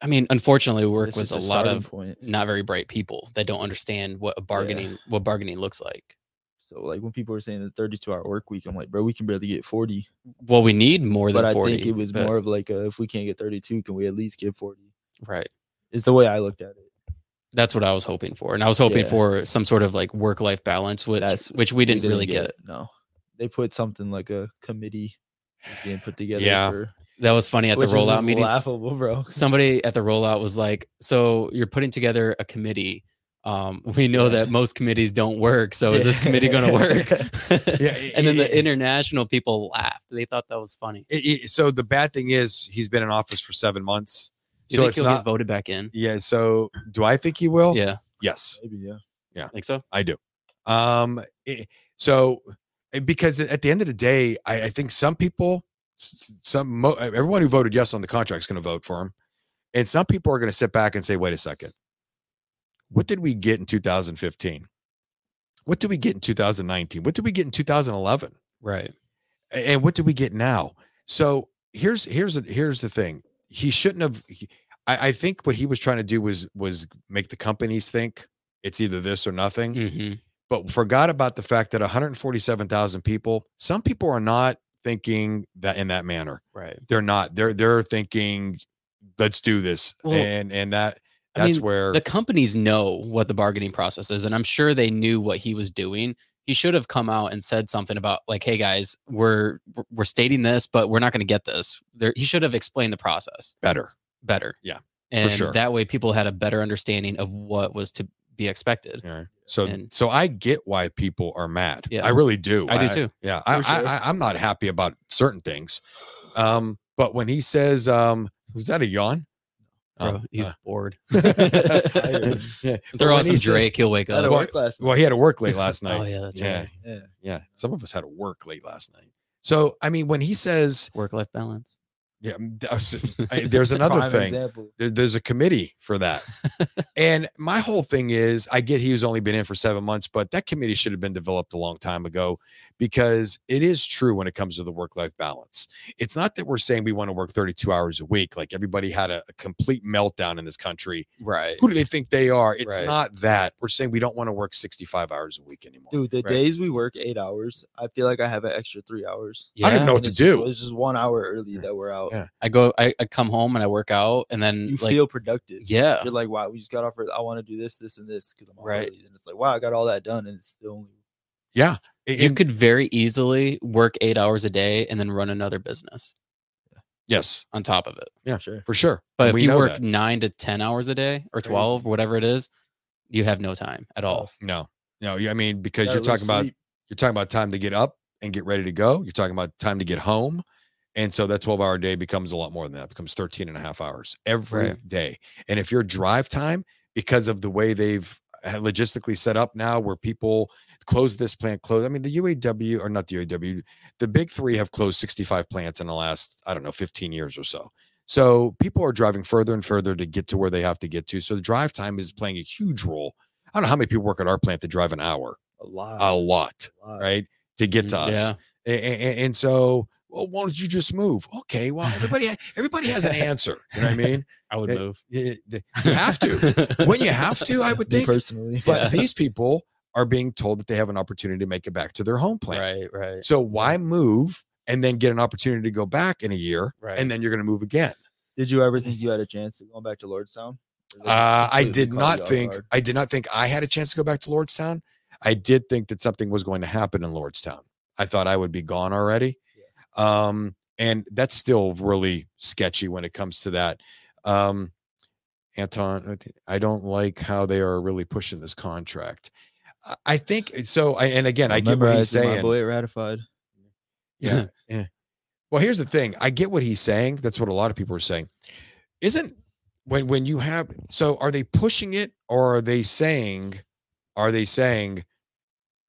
S3: I mean, unfortunately, we work
S2: It's
S3: with
S2: just
S3: a lot
S2: starting
S3: of
S2: point.
S3: not very bright people that don't understand what a bargaining what bargaining looks like.
S2: So like when people were saying the 32 hour work week, I'm like, bro, we can barely get 40.
S3: Well, we need more
S2: But
S3: than
S2: I
S3: 40.
S2: think it was
S3: but-
S2: more of like, a, if we can't get 32, can we at least get 40?
S3: right.
S2: Is the way I looked at it.
S3: That's what I was hoping for, and I was hoping
S2: Yeah.
S3: for some sort of like work life balance, which
S2: That's-
S3: which we didn't, really get.
S2: No, they put something like a committee being put together.
S1: Yeah.
S2: for-
S3: That was funny at the
S2: which was
S3: rollout
S2: just
S3: meetings.
S2: Laughable, bro.
S3: Somebody at the rollout was like, "So you're putting together a committee." Um, we know
S2: Yeah.
S3: that most committees don't work, so is this committee going to work?
S1: Yeah,
S3: and then
S1: it-
S3: the
S1: it-
S3: international people laughed. They thought that was funny.
S1: It- it- so the bad thing is he's been in office for seven months.
S3: Do you
S1: so
S3: think
S1: it's
S3: he'll
S1: not.
S3: get voted back in?
S1: yeah. So do I think he will?
S3: Yeah,
S1: Yes,
S2: Maybe, yeah.
S3: think so.
S1: I do. Um. it- so eh, because at the end of the day, I, I think some people, s- some mo- everyone who voted yes on the contract is going to vote for him, and some people are going to sit back and say, "Wait a second, what did we get in 2015? What did we get in 2019? What did we get in 2011?"
S3: Right.
S1: A- and what do we get now so here's here's a, here's the thing he shouldn't have he- I, I think what he was trying to do was was make the companies think it's either this or nothing
S3: hmm
S1: but forgot about the fact that 147000 people some people are not thinking that in that manner.
S3: right.
S1: They're not. They're they're thinking, let's do this,
S3: Well,
S1: and and that
S3: I
S1: that's
S3: mean,
S1: where
S3: The companies know what the bargaining process is, and I'm sure they knew what he was doing. He should have come out and said something about like, "Hey guys, we're we're stating this, but we're not going to get this." There, he should have explained the process
S1: better.
S3: better.
S1: Yeah,
S3: and
S1: sure.
S3: that way people had a better understanding of what was to be expected.
S1: Yeah. So
S3: And-
S1: so I get why people are mad.
S3: Yeah.
S1: I really do.
S3: I do too.
S1: Yeah, I,
S2: For sure.
S1: I, I I'm not happy about certain things. Um, but when he says, um, was that a yawn?
S3: Bro,
S1: Um,
S3: he's
S1: uh,
S3: bored.
S2: tired.
S3: Throw
S1: when
S3: on
S1: he
S3: some
S1: says-
S3: Drake, he'll wake
S2: Out
S3: up.
S2: of
S1: Well,
S2: work last night.
S1: well, he had to work late last night.
S3: Oh yeah, that's
S1: yeah,
S3: right.
S2: Yeah.
S1: yeah. Some of us had to work late last night. So I mean, when he says,
S3: Work life balance.
S1: yeah, m- that was- I- there's another
S2: Prime
S1: thing.
S2: Example.
S1: There- there's a committee for that. and my whole thing is, I get he was only been in for seven months, but that committee should have been developed a long time ago because it is true when it comes to the work life balance. It's not that we're saying we want to work 32 hours a week, like everybody had a, a complete meltdown in this country.
S3: Right.
S1: Who do they think they are? It's
S3: Right.
S1: not that. We're saying we don't want to work 65 hours a week anymore.
S2: Dude, the
S3: Right.
S2: days we work eight hours, I feel like I have an extra three hours.
S1: I don't
S3: Yeah.
S1: know
S2: And
S1: what to
S2: it's just-
S1: do.
S2: It's just one hour early that we're out.
S1: Yeah.
S3: I go. I, I come home and I work out, and then
S2: You
S3: like,
S2: feel productive.
S3: yeah,
S2: You're like, wow, we just got off. early. I want to do this, this, and this because I'm out
S3: Right.
S2: early. And it's like, wow, I got all that done, and it's still only
S1: Yeah. And-
S3: you could very easily work eight hours a day and then run another business
S1: yes,
S3: on top of it.
S1: Yeah.
S2: sure.
S1: for sure.
S3: But
S1: And
S3: if you
S1: know
S3: work
S1: that.
S3: nine to ten hours a day or
S2: Crazy. Oh.
S3: twelve, whatever it is, you have no time at all.
S1: no, no, you- I mean, because
S2: Gotta
S1: you're
S2: lose
S1: talking about
S2: sleep.
S1: You're talking about time to get up and get ready to go. You're talking about time to get home. And so that 12 hour day becomes a lot more than that, It becomes 13 and a half hours every day.
S3: Right.
S1: And if your drive time, because of the way they've uh, logistically set up now, where people close this plant, close, I mean, the UAW or not the UAW, the big three have closed 65 plants in the last, I don't know, 15 years or so. So people are driving further and further to get to where they have to get to. So the drive time is playing a huge role. I don't know how many people work at our plant that drive an hour,
S2: a lot,
S1: a lot
S2: a lot.
S1: right? To get to
S3: Mm,
S1: us.
S3: Yeah.
S1: A- a- a- And, so, well, why don't you just move? Okay, well, everybody everybody has an answer. You know what I mean?
S3: I would
S1: Eh,
S3: move.
S1: You you have to. When you have to, I would
S2: Me
S1: think.
S2: personally,
S1: But
S3: Yeah.
S1: these people are being told that they have an opportunity to make it back to their home plant.
S3: Right. Right.
S1: So why move and then get an opportunity to go back in a year
S3: Right.
S1: and then you're going to move agagen?
S2: did you ever think you had a chance of going back to Lordstown? Or did it
S1: Uh,
S2: completely
S1: I did
S2: caught you
S1: not
S2: off
S1: think
S2: guard?
S1: I did not think I had a chance to go back to Lordstown. I did think that something was going to happen in Lordstown. I thought I would be gone already. Um, and that's still really sketchy when it comes to that. Um, Anton, I thi- I don't like how they are really pushing this contract. I- I think so. I, and again, I get what
S2: memorized
S1: he's
S2: it, my
S1: saying.
S2: boy, it ratified.
S1: Yeah. yeah. Well, here's the thing. I get what he's saying. That's what a lot of people are saying. Isn't when when you have so are they pushing it or are they saying are they saying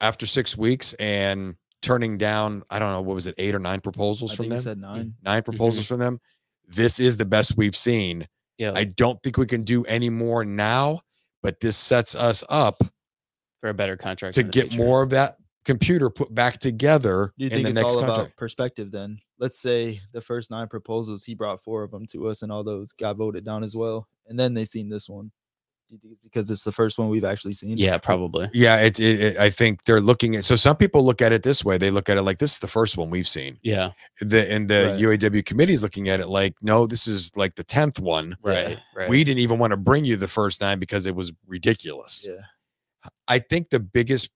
S1: after 6 weeks and turning down I don't know what was it 8 or 9 proposals
S2: I
S1: from
S2: think he
S1: them?
S2: said Mm-hmm. nine.
S1: 9 proposals from them. This is the best we've seen.
S3: yeah.
S1: I don't think we can do any more now, but this sets us up
S3: for a better contract
S1: to
S3: in the
S1: get
S3: future.
S1: more of that computer put back together
S2: Do you
S1: in
S2: think
S1: the
S2: it's
S1: next
S2: all
S1: contract.
S2: about perspective then? Let's say the first nine proposals, he brought four of them to us, and all those got voted down as well. And then they seen this one. Do you think it's because it's the first one we've actually seen?
S3: Yeah. Probably.
S1: Yeah, it, it, it. I think they're looking at. So some people look at it this way. They look at it like this is the first one we've seen.
S3: Yeah.
S1: The and the
S2: Right.
S1: UAW committee is looking at it like, no, this is like the tenth one.
S3: Right. Right.
S1: We didn't even want to bring you the first nine because it was ridiculous.
S2: Yeah.
S1: I think the biggest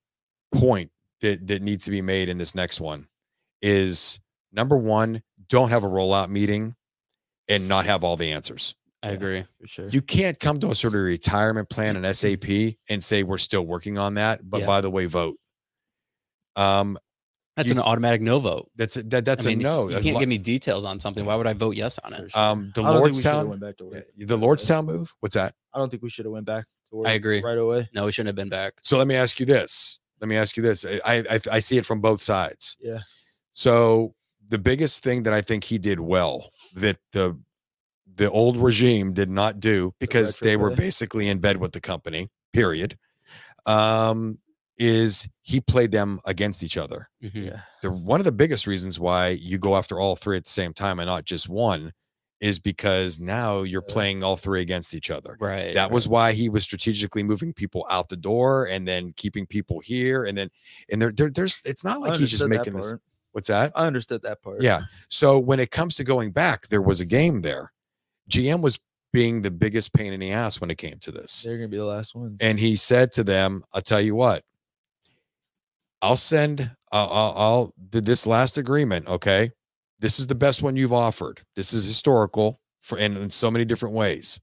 S1: point that that needs to be made in this next one is number one, don't have a rollout meeting and not have all the answers.
S3: I agree.
S2: For sure.
S1: You can't come to us sort of retirement plan and SAP and say we're still working on that, but
S3: Yeah.
S1: by the way, vote. Um,
S3: That's
S1: You-
S3: an automatic no vote.
S1: that's a, that, that's
S3: I mean,
S1: a
S3: if
S1: no.
S3: You
S1: That's
S3: can't
S1: lo-
S3: give me details on something. Why would I vote yes on
S2: for
S3: it?
S2: sure.
S1: um, the
S2: I don't think we shoulda
S1: Lordstown,
S2: went back to work.
S1: yeah, eh, the Lordstown move. What's that?
S2: I don't think we should have went back to work.
S3: agree.
S2: Right away.
S3: No, we shouldn't have been back.
S1: So let me ask you this. Let me ask you this. I I, I- I see it from both sides.
S2: Yeah.
S1: So the biggest thing that I think he did well that the the old regime did not do because
S2: retro
S1: they were
S2: pay?
S1: basically in bed with the company. Period. Um, is he played them against each other?
S3: Mhm.
S2: Yeah.
S1: the one of the biggest reasons why you go after all three at the same time and not just one is because now you're
S2: Yeah.
S1: playing all three against each other.
S3: Right.
S1: That was why he was strategically moving people out the door and then keeping people here and then and there, there there's it's not
S2: I
S1: like he's just
S2: understood that
S1: making this
S2: part. Uh,
S1: What's that?
S2: I understood that part.
S1: Yeah. So when it comes to going back, there was a game there. GM was being the biggest pain in the ass when it came to this.
S2: They're gonna be the last ones.
S1: And he said to them, I'll tell you what, I'll send, I'll, I'll, I'll did this last agreement. Okay. This is the best one you've offered. This is historical for, and in so many different ways.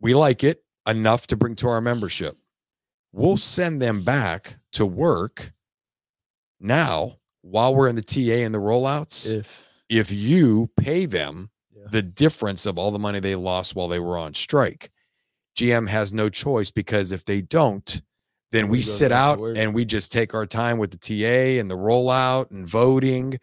S1: We like it enough to bring to our membership. We'll send them back to work now while we're in the TA and the rollouts
S2: if
S1: if you pay them
S2: yeah.
S1: the difference of all the money they lost while they were on strike. GM has no choice because if they don't, then
S2: We
S1: we
S2: go
S1: sit
S2: back to
S1: out
S2: work.
S1: and we just take our time with the TA and the rollout and voting.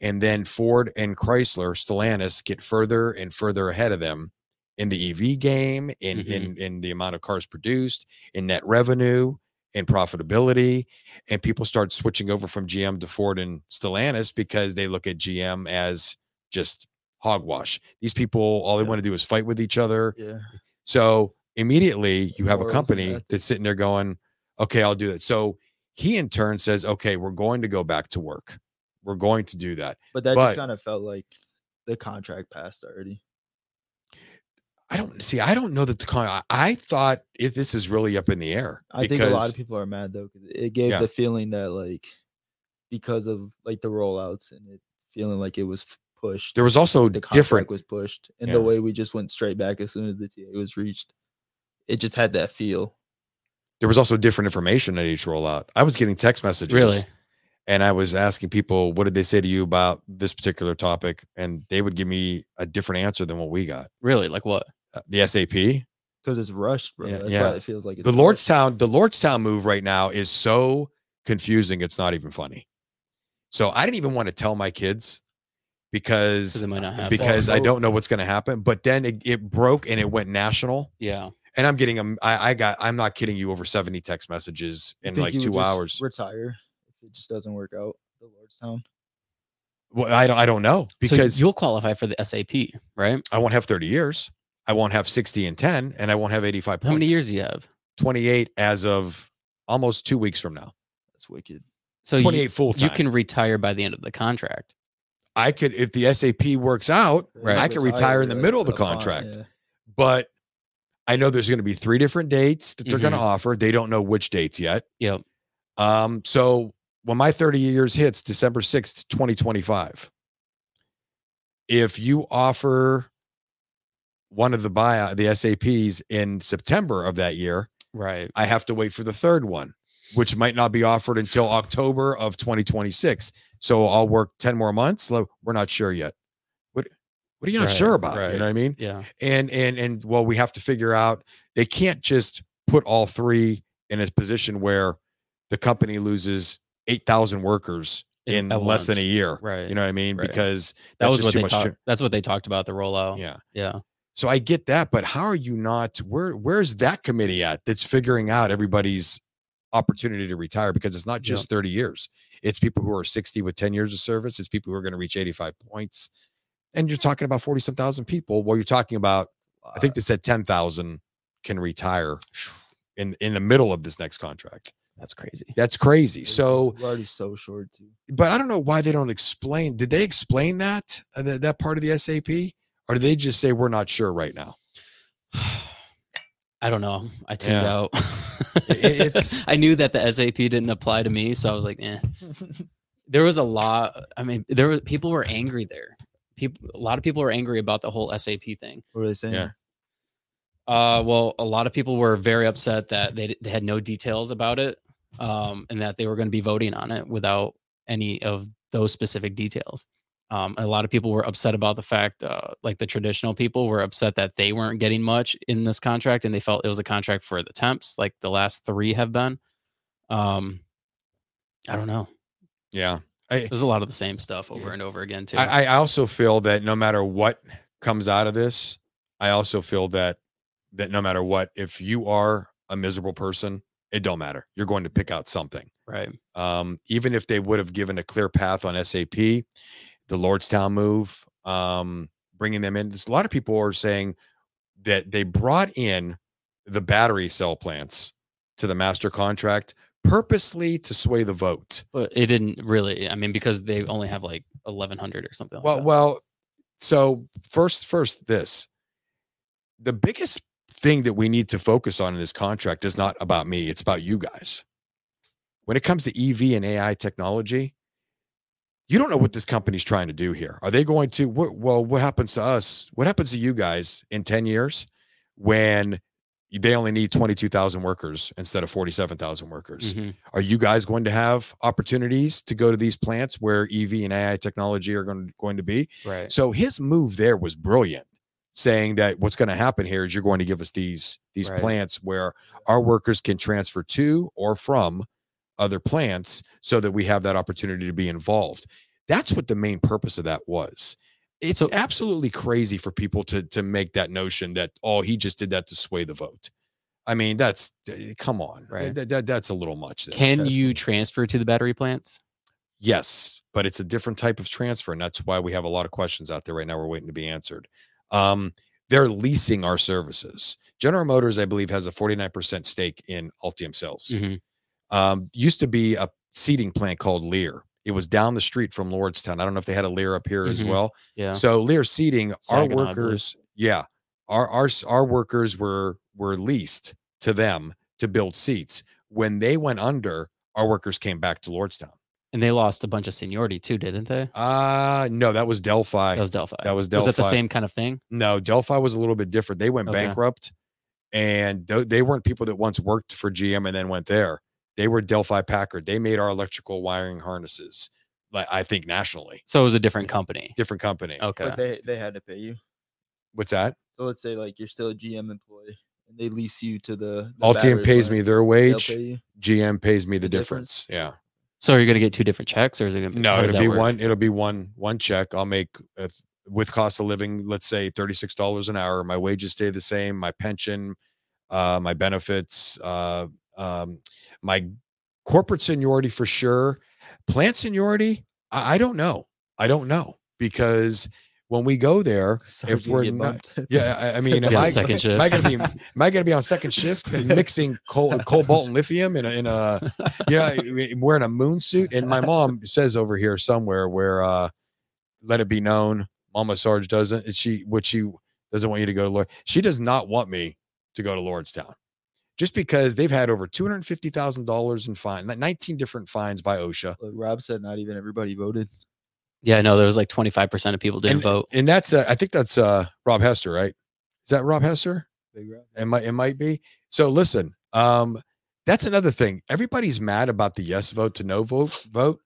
S1: And then Ford and Chrysler, Stellantis get further and further ahead of them in the EV game, in, in, in the amount of cars produced, in net revenue, in profitability. And people start switching over from GM to Ford and Stellantis because they look at GM as just hogwash. These people, all they
S2: Yeah.
S1: want to do is fight with each other.
S2: yeah.
S1: So immediately you have a
S2: Morals and
S1: company
S2: ethics.
S1: that's sitting there going, okay, I'll do that. So he in turn says, okay, we're going to go back to work. We're going to do that.
S2: But that
S1: But-
S2: just kind of felt like the contract passed already.
S1: I don't see. I don't know that the con. I, I thought if this is really up in the air.
S2: I think a lot of people are mad though because it gave
S1: Yeah.
S2: the feeling that like because of like the rollouts and it feeling like it was f- pushed.
S1: There was also
S2: the contract
S1: different.
S2: was pushed, and
S1: Yeah.
S2: the way we just went straight back as soon as the TA was reached, it just had that feel.
S1: There was also different information at each rollout. I was getting text messages.
S3: Really?
S1: and I was asking people, what did they say to you about this particular topic? And they would give me a different answer than what we got.
S3: Really? Like what?
S1: Uh, The SAP,
S2: Because it's rushed, bro.
S1: Yeah,
S2: That's
S1: yeah.
S2: why it feels like it's
S1: the
S2: rushed.
S1: Lordstown, the Lordstown move right now is so confusing. It's not even funny. So I didn't even want to tell my kids
S3: Because
S1: because
S3: they might not have that.
S1: because I
S2: Also-
S1: don't know what's going to happen. But then it, it broke and it went national.
S3: yeah.
S1: And I'm getting them. I, I got. I'm not kidding you. Over 70 text messages
S2: You
S1: in
S2: think
S1: like
S2: you would
S1: two
S2: just
S1: hours.
S2: Retire if it just doesn't work out. The Lordstown.
S1: Well, I don't. I don't know because
S3: so you'll qualify for the SAP, right?
S1: I won't have 30 years. I won't have 60 and 10, and I won't have 85 points.
S3: How many years do you have?
S1: 28 as of almost two weeks from now.
S2: That's wicked.
S3: So you-
S1: 28 full
S3: You
S1: time.
S3: can retire by the end of the contract.
S1: I could, if the SAP works out,
S3: Right.
S1: I could retire in the middle of the contract. But I know there's going to be three different dates that they're going to
S3: Mm-hmm.
S1: offer. They don't know which dates yet.
S3: Yep.
S1: Um, so when my 30 years hits December 6th, 2025, if you offer one of the buyout, the SAPs in September of that year,
S3: Right.
S1: I have to wait for the third one, which might not be offered until October of 2026. So I'll work 10 more months. Lo- We're not sure yet. What what are you not
S3: Right,
S1: sure about? You
S3: right.
S1: know what I mean?
S3: Yeah.
S1: And and and well, we have to figure out they can't just put all three in a position where the company loses 8,000 workers in
S3: at
S1: less than a
S3: once.
S1: year.
S3: Right.
S1: You know what I mean?
S3: right.
S1: Because
S3: that was
S1: that's just
S3: what
S1: too
S3: they
S1: much
S3: talked.
S1: to-
S3: That's what they talked about the rollout.
S1: yeah.
S3: Yeah.
S1: So I get that, but how are you not where where's that committee at that's figuring out everybody's opportunity to retire because it's not
S3: Yeah.
S1: just 30 years. It's people who are 60 with 10 years of service, it's people who are going to reach 85 points. And you're talking about 40 some thousand people. Well, you're talking about I think they said 10,000 can retire in in the middle of this next contract.
S3: That's crazy.
S1: That's crazy. So,
S2: we're already so short too.
S1: but I don't know why they don't explain. Did they explain that uh, that, that part of the SAP or did they just say we're not sure right now?
S3: I don't know. I tuned
S1: Yeah.
S3: out.
S1: It- it's-
S3: I knew that the SAP didn't apply to me, so I was like, eh. There was a lot. I mean, there were people were angry there. People, a lot of people were angry about the whole SAP thing.
S2: What are they saying?
S1: Yeah.
S3: Uh, well, a lot of people were very upset that they, d- they had no details about it, um, and that they were going to be voting on it without any of those specific details. Um, a lot of people were upset about the fact, uh, like the traditional people were upset that they weren't getting much in this contract, and they felt it was a contract for the temps, like the last three have been. Um, I don't know.
S1: Yeah. I,
S3: There's a lot of the same stuff over and over again too.
S1: I, I also feel that no matter what comes out of this, I also feel that that no matter what, if you are a miserable person, it don't matter. You're going to pick out something.
S3: right.
S1: Um, even if they would have given a clear path on SAP, the Lordstown move, um, bringing them in. There's A lot of people are saying that they brought in the battery cell plants to the master contract purposely to sway the vote.
S3: But it didn't really. I mean, because they only have like 1,100 or something. Like
S1: Well,
S3: that.
S1: well, so first, first, this the biggest thing that we need to focus on in this contract is not about me, it's about you guys. When it comes to EV and AI technology, you don't know what this company's trying to do here. Are they going to, wh- well, what happens to us? What happens to you guys in 10 years when they only need 22,000 workers instead of 47,000 workers?
S3: Mhm.
S1: Are you guys going to have opportunities to go to these plants where EV and AI technology are going, going to be?
S3: Right.
S1: So his move there was brilliant, saying that what's going to happen here is you're going to give us these these
S3: Right.
S1: plants where our workers can transfer to or from other plants so that we have that opportunity to be involved. That's what the main purpose of that was. It's
S3: So-
S1: absolutely crazy for people to to make that notion that oh he just did that to sway the vote. I mean that's eh, come on.
S3: Right.
S1: That, that- that's a little much there.
S3: Can
S2: Tesla.
S3: you transfer to the battery plants?
S1: Yes, but it's a different type of transfer, and that's why we have a lot of questions out there right now. We're waiting to be answered. Um, they're leasing our services. General Motors, I believe, has a 49% stake in Altium Cells.
S3: Mhm.
S1: Um, used to be a seating plant called Lear. It was down the street from Lordstown. I don't know if they had a Lear up here as
S3: Mhm.
S1: well.
S3: Yeah.
S1: So Lear Seating,
S3: Saginaw, I
S1: our
S3: believe.
S1: workers, yeah, our our s- our workers were were leased to them to build seats. When they went under, our workers came back to Lordstown.
S3: And they lost a bunch of seniority too, didn't they?
S1: Uh no, that was Delphi.
S3: That was Delphi.
S1: That was
S3: Was that the
S1: Delphi.
S3: same kind of thing?
S1: no, Delphi was a little bit different. They went
S3: Okay.
S1: bankrupt, and tho- they weren't people that once worked for GM and then went there. They were Delphi Packard. They made our electrical wiring harnesses, like I think nationally,
S3: So it was a different company.
S1: different company.
S3: Okay.
S2: But they they had to pay you.
S1: What's that?
S2: So let's say like you're still a GM employee and they lease you to the, the
S1: Altium
S2: battery
S1: pays me
S2: plant,
S1: their
S2: they'll
S1: wage.
S2: pay you.
S1: GM pays me the,
S2: The
S1: difference.
S2: difference?
S1: Yeah.
S3: So are you going to get two different checks or is it going to be
S1: No,
S3: how does
S1: it'll
S3: that
S1: be
S3: work?
S1: one. It'll be one. One check. I'll make if, with cost of living. Let's say thirty six dollars an hour. My wages stay the same. My pension, uh, my benefits, uh, um, my corporate seniority for sure. Plant seniority. I, I don't know. I don't know because when we go there,
S2: So
S1: If
S2: you
S1: we're
S2: get
S1: not-
S2: bumped.
S1: yeah, I, I mean,
S2: Yeah,
S1: am I,
S3: second
S1: am I
S3: shift.
S1: gonna be am I gonna be on second shift mixing coal, cobalt and lithium in a, in a yeah wearing a moon suit? And my mom says over here somewhere where uh, let it be known, Mama Sarge doesn't she what she doesn't want you to go to Lord. She does not want me to go to Lordstown. Just because they've had over two hundred fifty thousand dollars in fine, like nineteen different fines by OSHA,
S2: Like Rob said not even everybody voted.
S3: Yeah, no, there was like 25% of people didn't vote.
S1: and that's uh, I think that's uh, Rob Hester, right? Is that Rob Hester?
S2: Big Rob.
S1: It might it might be. So listen, um, that's another thing. Everybody's mad about the yes vote to no vote vote.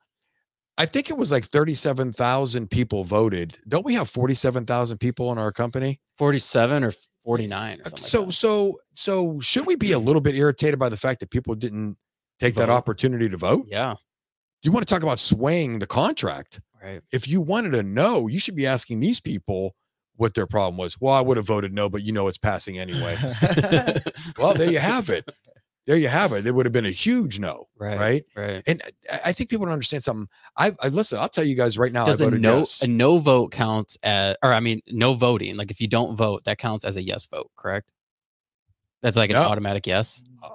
S1: I think it was like thirty-seven thousand people voted. Don't we have forty-seven thousand people in our company? Uh,
S3: 47 or 49 or something.
S1: so
S3: like that.
S1: so so should we be a little bit irritated by the fact that people didn't take that
S3: Vote.
S1: opportunity to vote?
S3: yeah,
S1: Do you want to talk about swaying the contract?
S3: right.
S1: If you wanted to know, you should be asking these people what their problem was. Well, I would have voted no, but you know it's passing anyway. well, there you have it. There you have it. It would have been a huge no,
S3: right.
S1: right?
S3: Right. Right.
S1: And I, I think people don't understand something. I, I listen. I'll tell you guys right now.
S3: Does
S1: I
S3: a
S1: voted
S3: no
S1: yes.
S3: a no vote counts as or I mean no voting. Like if you don't vote, that counts as a yes vote, correct? That's like an
S1: No.
S3: automatic yes.
S1: Uh,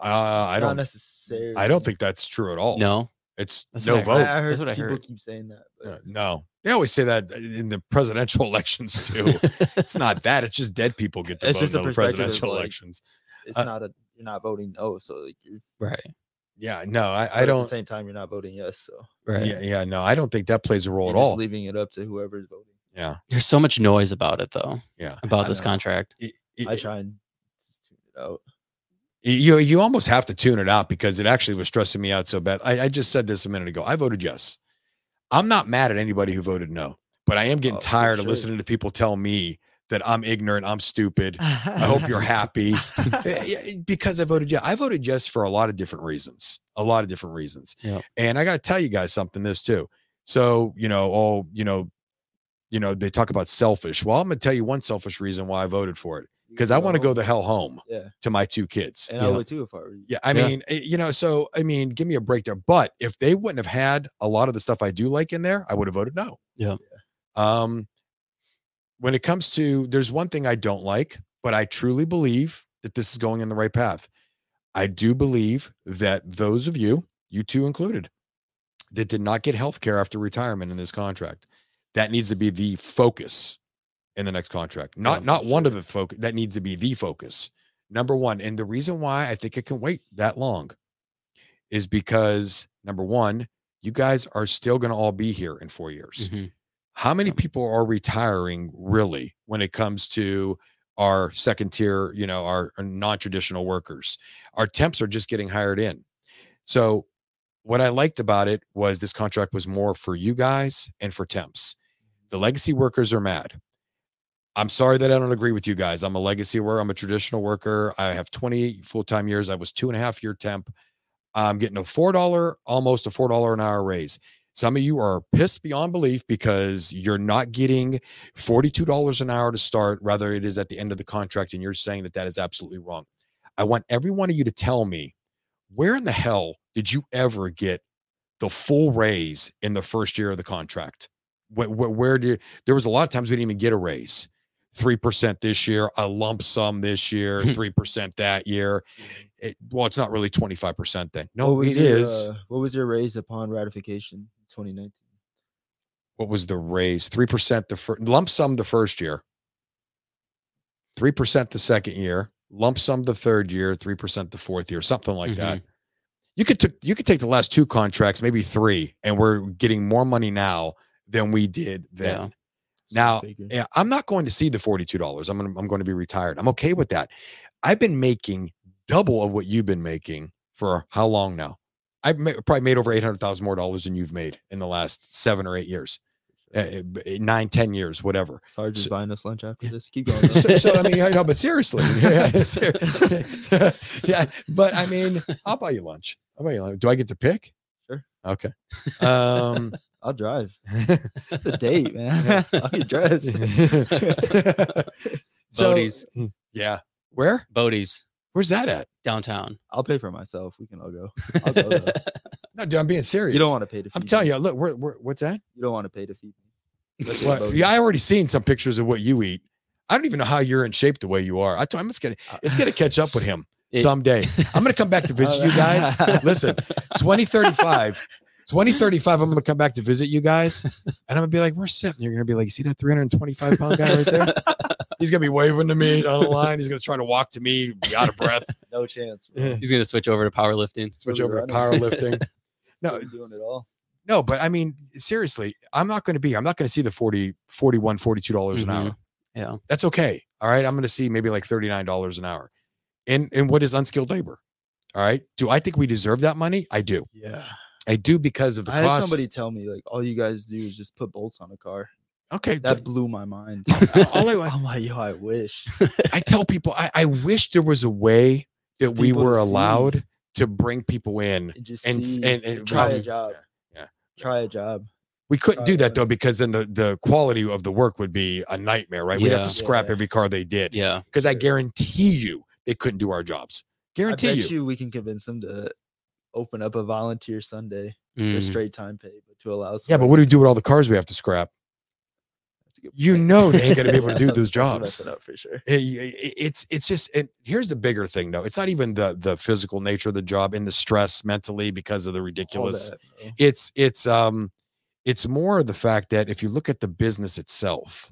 S2: Not
S1: I don't.
S2: necessarily.
S1: I don't think that's true at all.
S3: No.
S1: it's
S3: That's
S1: no
S3: what
S1: vote.
S2: I, I heard
S3: That's what I
S2: people
S3: heard.
S2: keep saying that.
S1: Uh,
S2: But
S1: no, they always say that in the presidential elections too. it's not that. It's just dead people get to
S2: It's
S1: vote
S2: just a
S1: in the
S2: perspective of,
S1: presidential
S2: like-
S1: elections.
S2: it's
S1: uh,
S2: not a you're not voting no, so like you're
S3: right.
S1: Yeah. No, I,
S2: but
S1: I
S2: at the
S1: don't.
S2: same time you're not voting yes. So
S3: Right.
S1: Yeah, yeah. No, I don't think that plays a role
S2: you're
S1: at
S2: just
S1: all.
S2: leaving it up to whoever's voting.
S1: yeah.
S3: There's so much noise about it though,
S1: Yeah.
S3: about
S2: I
S3: this
S2: know.
S3: contract.
S1: It- it-
S2: I try and just tune it out.
S1: you you almost have to tune it out because it actually was stressing me out so bad. I, I just said this a minute ago. I voted yes. I'm not mad at anybody who voted no, but I am getting
S2: Oh, for
S1: tired of
S2: sure.
S1: listening to people tell me that I'm ignorant, I'm stupid. I hope you're happy Eh, yeah, because I voted yes. I voted yes for a lot of different reasons, a lot of different reasons.
S3: Yep.
S1: And I got to tell you guys something this too. So, you know, oh, you know, you know, they talk about selfish. Well, I'm going to tell you one selfish reason why I voted for it
S2: You
S1: because
S2: can
S1: I want to go
S2: home.
S1: the hell home
S2: Yeah.
S1: to my two kids.
S2: And I
S3: Yeah.
S2: would too if I were you.
S1: Yeah, I
S3: Yeah.
S1: mean, eh, you know, so I mean, give me a break there. But if they wouldn't have had a lot of the stuff I do like in there, I would have voted no.
S3: Yeah.
S1: Um, when it comes to, there's one thing I don't like, but I truly believe that this is going in the right path. I do believe that those of you, you two included, that did not get health care after retirement in this contract, that needs to be the focus in the next contract. Not
S2: for
S1: not one of the focus that needs to be the focus. Number one, and the reason why I think it can wait that long is because number one, you guys are still going to all be here in four years
S3: Mhm.
S1: how many
S3: Um,
S1: people are retiring really when it comes to our second tier you know our, our non-traditional workers our temps are just getting hired in so what i liked about it was this contract was more for you guys and for temps the legacy workers are mad i'm sorry that i don't agree with you guys i'm a legacy worker i'm a traditional worker i have 28 full-time years i was two and a half year temp i'm getting a four dollar almost a four dollar an hour raise some of you are pissed beyond belief because you're not getting $42 an hour to start. Rather, it is at the end of the contract, and you're saying that that is absolutely wrong. I want every one of you to tell me where in the hell did you ever get the full raise in the first year of the contract? Where, where, where did there was a lot of times we didn't even get a raise. 3% this year, a lump sum this year, 3% that year. It- well, it's not really 25% then.
S2: Mm-hmm. what
S1: No,
S2: was
S1: it
S2: your,
S1: is.
S2: uh, what was your raise upon ratification in 2019?
S1: what was the raise? Three percent the first lump sum the first year, three percent the second year, lump sum the third year, three percent the fourth year, something like that. You could took you could take the last two contracts, maybe three, and we're getting more money now than we did then.
S3: Yeah.
S1: Now,
S2: Figure.
S1: Yeah, I'm not going to see the $42. I'm going to, I'm going to be retired. I'm okay with that. I've been making double of what you've been making for how long now? I've ma- probably made over 800,000 more dollars than you've made in the last 7 or 8 years. Uh, uh, b- 9 10 years, whatever.
S2: Sarge is
S1: so-
S2: buying us lunch after
S1: yeah.
S2: this. Keep going. though.
S1: So, so I mean, I know, but seriously. Yeah, ser- yeah, but I mean, I'll buy you lunch. I'll buy you lunch. Do I get to pick?
S2: Sure.
S1: Okay. Um
S2: I'll drive. It's a date, man. I'll get dressed.
S1: so-
S3: Bodie's.
S1: Yeah. Where?
S3: Bodie's
S1: Where's that at?
S3: downtown.
S2: I'll pay for myself. We can all go. I'll go. Though.
S1: No, dude, I'm being serious.
S2: You don't want to pay to. Feed
S1: I'm telling
S2: me.
S1: you. Look, we're, we're, what's that?
S2: You don't want to pay to feed me. Let's get
S1: What,
S2: Bodhi.
S1: yeah, I already seen some pictures of what you eat. I don't even know how you're in shape the way you are. I told, I'm just gonna,
S2: Uh,
S1: it's gonna catch up with him
S3: It-
S1: someday. I'm gonna come back to visit you guys. Listen, 2035, 2035, I'm gonna come back to visit you guys, and I'm gonna be like, we're sitting. You're gonna be like, you see that 325 pound guy right there? He's gonna be waving to me on the line. He's gonna try to walk to me, be out of breath.
S2: no chance. bro.
S1: Yeah.
S3: He's gonna switch over to powerlifting.
S1: Switch
S2: We'll be
S1: over to
S2: running.
S1: powerlifting. No,
S2: We'll be doing it all.
S1: No, but I mean, seriously, I'm not going to be, I'm not going to see the 40, 41, 42 dollars an
S2: Mm-hmm.
S1: hour.
S3: Yeah.
S1: That's okay. All right. I'm going to see maybe like $39 an hour. And, and what is unskilled labor? All right. Do I think we deserve that money? I do.
S2: Yeah.
S1: I do because of the
S2: I had
S1: cost.
S2: somebody tell me like all you guys do is just put bolts on a car.
S1: okay.
S2: That
S1: th-
S2: blew my mind.
S1: all I,
S2: I'm like, yo, I wish.
S1: I tell people, I, I wish there was a way that we
S2: People to
S1: were
S2: see.
S1: allowed to bring people in.
S2: And just
S1: And s-
S2: see-
S1: and- and
S2: try a
S1: probably-
S2: job.
S1: yeah, yeah.
S2: Try a job.
S1: We couldn't do that
S2: Probably.
S1: though, because then the, the quality of the work would be a nightmare, right? We'd have
S3: Yeah.
S1: to scrap
S2: Yeah.
S1: every car they did.
S3: Yeah.
S1: because I
S2: Sure.
S1: guarantee you they couldn't do our jobs.
S2: I
S1: Guarantee
S2: bet
S1: you.
S2: you. we can convince them to open up a volunteer Sunday for
S3: Mm.
S2: straight time pay, but to allow.
S1: Mm-hmm. Yeah, but
S2: someone-
S1: what do we do with all the cars we have to scrap?
S2: That's a good
S1: You
S2: point.
S1: know they ain't gonna be able to
S2: That's
S1: do
S2: not-
S1: those
S2: that's what I
S1: jobs.
S2: set up for sure.
S1: It- it- eh, it's it's just and here's the bigger thing though. It's not even the the physical nature of the job and the stress mentally because of the
S2: All
S1: ridiculous. E,
S2: that, bro.
S1: It's it's um it's more the fact that if you look at the business itself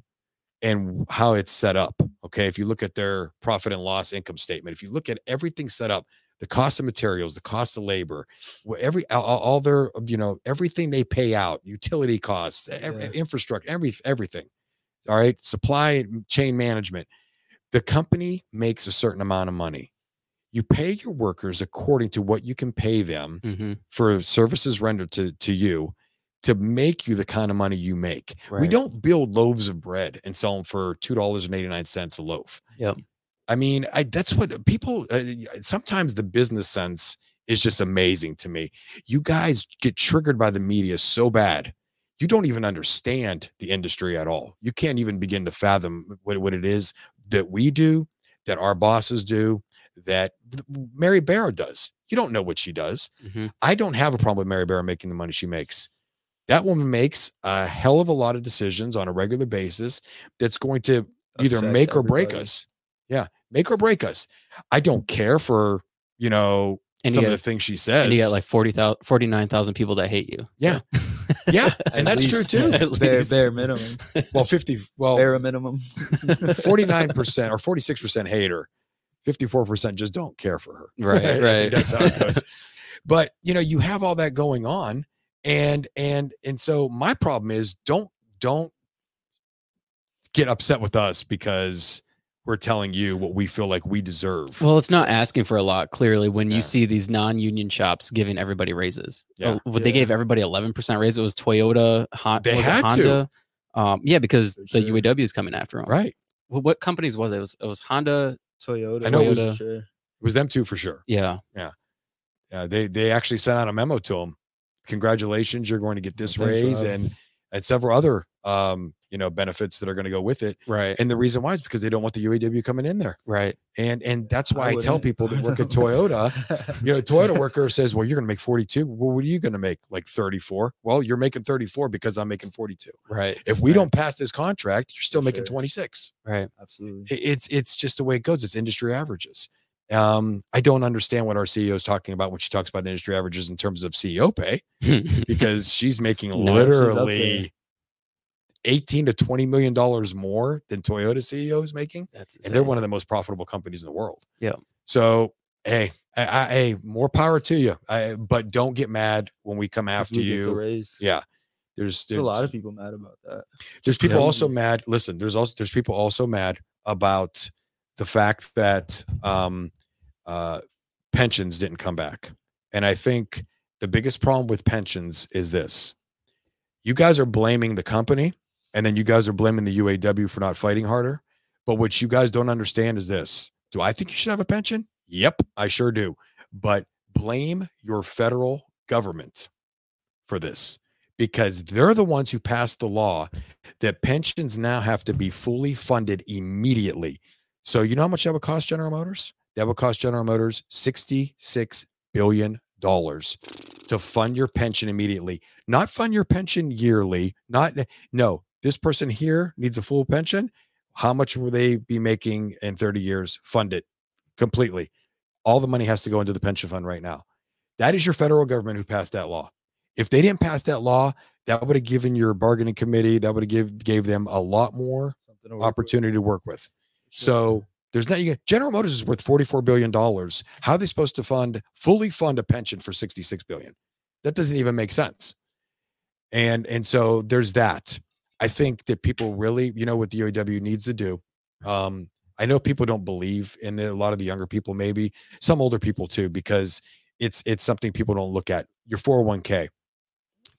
S1: and how it's set up, okay, if you look at their profit and loss income statement, if you look at everything set up, the cost of materials, the cost of labor, wh- every all, all- all their you know everything they pay out, utility costs, ev-
S2: Yeah.
S1: infrastructure, every everything. All right, supply mm, chain management. The company makes a certain amount of money. You pay your workers according to what you can pay them
S3: Mhm.
S1: for services rendered to, to you to make you the kind of money you make. We
S3: Right.
S1: don't build loaves of bread and sell them for $2.89 a loaf.
S3: Yep.
S1: I mean, I, that's what people uh, y- sometimes the business sense is just amazing to me. You guys get triggered by the media so bad. You don't even understand the industry at all. You can't even begin to fathom what, what it is that we do, that our bosses do, that Mary Barra does. You don't know what she does.
S3: Mhm.
S1: I don't have a problem with Mary Barra making the money she makes. That woman makes a hell of a lot of decisions on a regular basis that's going to either
S2: Affect
S1: make or break
S2: everybody.
S1: us. Yeah, make or break us. I don't care for you know,
S3: And you
S1: some
S3: got-
S1: of the things she says.
S3: and you got like 40,000 49,000 people that hate you. So-
S1: Yeah. yeah, and
S2: At
S1: that's true
S2: least-
S1: too. Oh.
S3: At
S2: bare,
S3: least.
S2: bare minimum.
S1: Well, 50 well
S2: Bare minimum.
S1: 49% or 46% hate her. 54% just don't care for her.
S3: Right,
S1: I think
S3: right.
S1: That's how it goes. but, you know, you have all that going on and and and so my problem is don't don't get upset with us because we're telling you what we feel like we deserve.
S3: Well, it's not asking for a lot clearly when
S1: Yeah.
S3: you see these non-union shops giving everybody raises.
S1: Yeah.
S3: Uh, what they
S2: Yeah.
S3: gave everybody 11% raise. It was Toyota, Hon-
S1: They
S3: was it
S1: had to.
S3: Honda. Um, yeah, because
S2: For
S3: the
S2: sure.
S3: UAW is coming after them.
S1: right.
S3: Well, what companies was it? It was, it was Honda.
S2: Toyota.
S1: I know
S2: for
S3: Toyota.
S2: Sure.
S1: It was them too for sure.
S3: Yeah.
S1: Uh, they they actually sent out a memo to them. Congratulations, you're going to get this
S2: thanks,
S1: raise
S2: Rob.
S1: and and several other um, you know, benefits that are going to go with it.
S3: Right.
S1: And the reason why is because they don't want the UAW coming in there.
S3: right.
S1: And and that's why I, tell
S2: wouldn't.
S1: people that work at Toyota, you know, a Toyota worker says, Well, you're gonna make 42. Well, what are you gonna make? Like 34? Well, you're making 34 because I'm making 42.
S3: Right.
S1: If we
S2: Right.
S1: don't pass this contract, you're still
S2: For
S1: making
S2: sure.
S1: 26.
S3: Right.
S1: I-
S2: Absolutely.
S1: It's it's just the way it goes. It's industry averages. Um, I don't understand what our CEO is talking about when she talks about industry averages in terms of CEO pay because she's making
S3: No, she's up
S1: literally 18 to 20 million dollars more than Toyota CEO is making
S3: That's
S1: and they're
S3: insane.
S1: one of the most profitable companies in the world.
S3: Yeah.
S1: So hey, I, I, hey, more power to you. I, but don't get mad when we come after
S2: We get the
S1: you.
S2: raise.
S1: Yeah. There's,
S2: There's
S1: there's
S2: a lot of people mad about that.
S1: there's people
S3: Yeah.
S1: also mad. Listen, there's also there's people also mad about the fact that um, uh, pensions didn't come back, and I think the biggest problem with pensions is this: you guys are blaming the company, and then you guys are blaming the UAW for not fighting harder. But what you guys don't understand is this: Do I think you should have a pension? Yep, I sure do. But blame your federal government for this because they're the ones who passed the law that pensions now have to be fully funded immediately. So you know how much that would cost General Motors? That would cost General Motors $66 billion to fund your pension immediately. Not fund your pension yearly. Not no, this person here needs a full pension. How much will they be making in 30 years? Fund it completely. All the money has to go into the pension fund right now. That is your federal government who passed that law. If they didn't pass that law, that would have given your bargaining committee that would have give gave them a lot more
S2: Something to work with.
S1: opportunity to work with
S2: Sure.
S1: so there's not you get general motors is worth 44 billion dollars how are they supposed to fund fully fund a pension for 66 billion that doesn't even make sense and and so there's that i think that people really you know what the oew needs to do um i know people don't believe in the, a lot of the younger people maybe some older people too because it's it's something people don't look at your 401k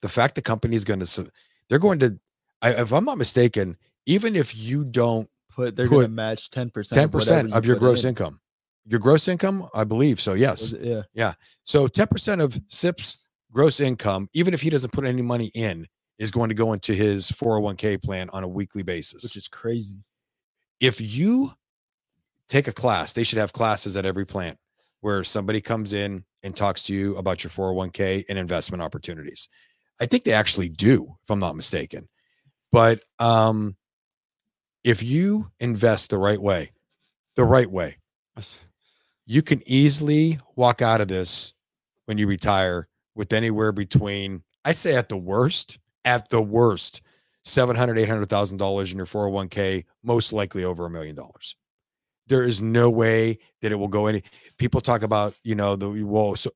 S1: the fact the company is going to they're going to I, if i'm not mistaken even if you don't
S2: put they're
S1: put
S2: gonna match ten percent.
S1: ten percent of your gross income. Your gross income, I believe so. Yes.
S2: Yeah.
S1: So ten percent of Sip's gross income, even if he doesn't put any money in, is going to go into his four hundred one k plan on a weekly basis.
S2: Which is crazy.
S1: If you take a class, they should have classes at every plant where somebody comes in and talks to you about your four hundred one k and investment opportunities. I think they actually do, if I'm not mistaken. But um, if you invest the right way, the right way, you can easily walk out of this when you retire with anywhere between i'd say at the worst at the worst 700 800000 dollars in your 401k most likely over a million dollars there is no way that it will go any people talk about you know the whoa so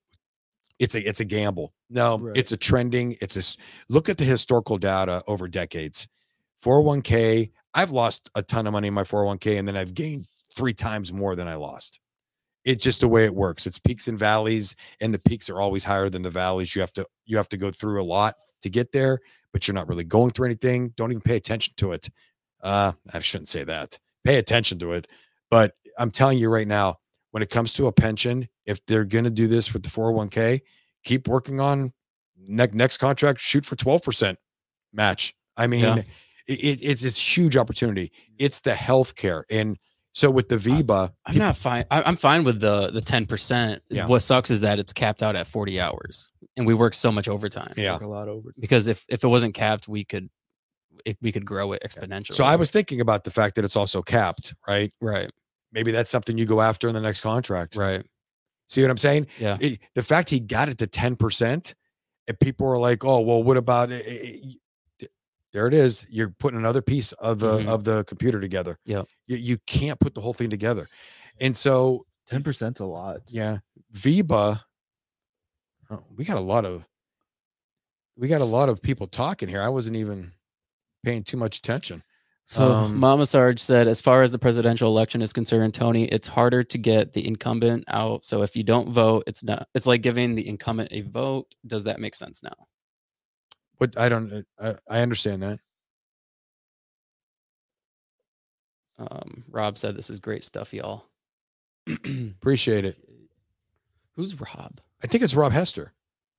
S1: it's a it's a gamble no
S2: Right.
S1: it's a trending it's a s- look at the historical data over decades 401k i've lost a ton of money in my 401k and then i've gained three times more than i lost it's just the way it works it's peaks and valleys and the peaks are always higher than the valleys you have to you have to go through a lot to get there but you're not really going through anything don't even pay attention to it uh i shouldn't say that pay attention to it but i'm telling you right now when it comes to a pension if they're going to do this with the 401k keep working on next next contract shoot for 12% match i mean
S3: Yeah.
S1: i it, it's it's huge opportunity it's the healthcare and so with the viva
S3: I'm not fine. I- I'm fine with the the ten percent.
S1: Yeah.
S3: What sucks is that it's capped out at forty hours, and we work so much overtime.
S1: Yeah.
S2: Work A lot over.
S3: Because if if it wasn't capped, we could it, we could grow it exponentially.
S1: So I was thinking about the fact that it's also capped, right?
S3: right,
S1: Maybe that's something you go after in the next contract.
S3: right.
S1: See what I'm saying?
S3: Yeah.
S1: It- the fact he got it to 10%, and people are like, oh, well, what about it? it- it- it- There it is. You're putting another piece of the
S3: Mhm.
S1: of the computer together.
S3: Yep.
S1: You, you can't put the whole thing together. And so,
S2: Ten percent's a lot.
S1: yeah, Viva, oh, we got a lot of we got a lot of people talking here. I wasn't even paying too much attention.
S3: So
S1: Um,
S3: Mama Sarge said, as far as the presidential election is concerned, Tony, it's harder to get the incumbent out. So if you don't vote, it's not. It's like giving the incumbent a vote. Does that make sense now?
S1: But I don't I, I understand that.
S3: Um, Rob said, "This is great stuff, y'all."
S1: Appreciate it.
S3: Who's Rob?
S1: I think it's Rob Hester.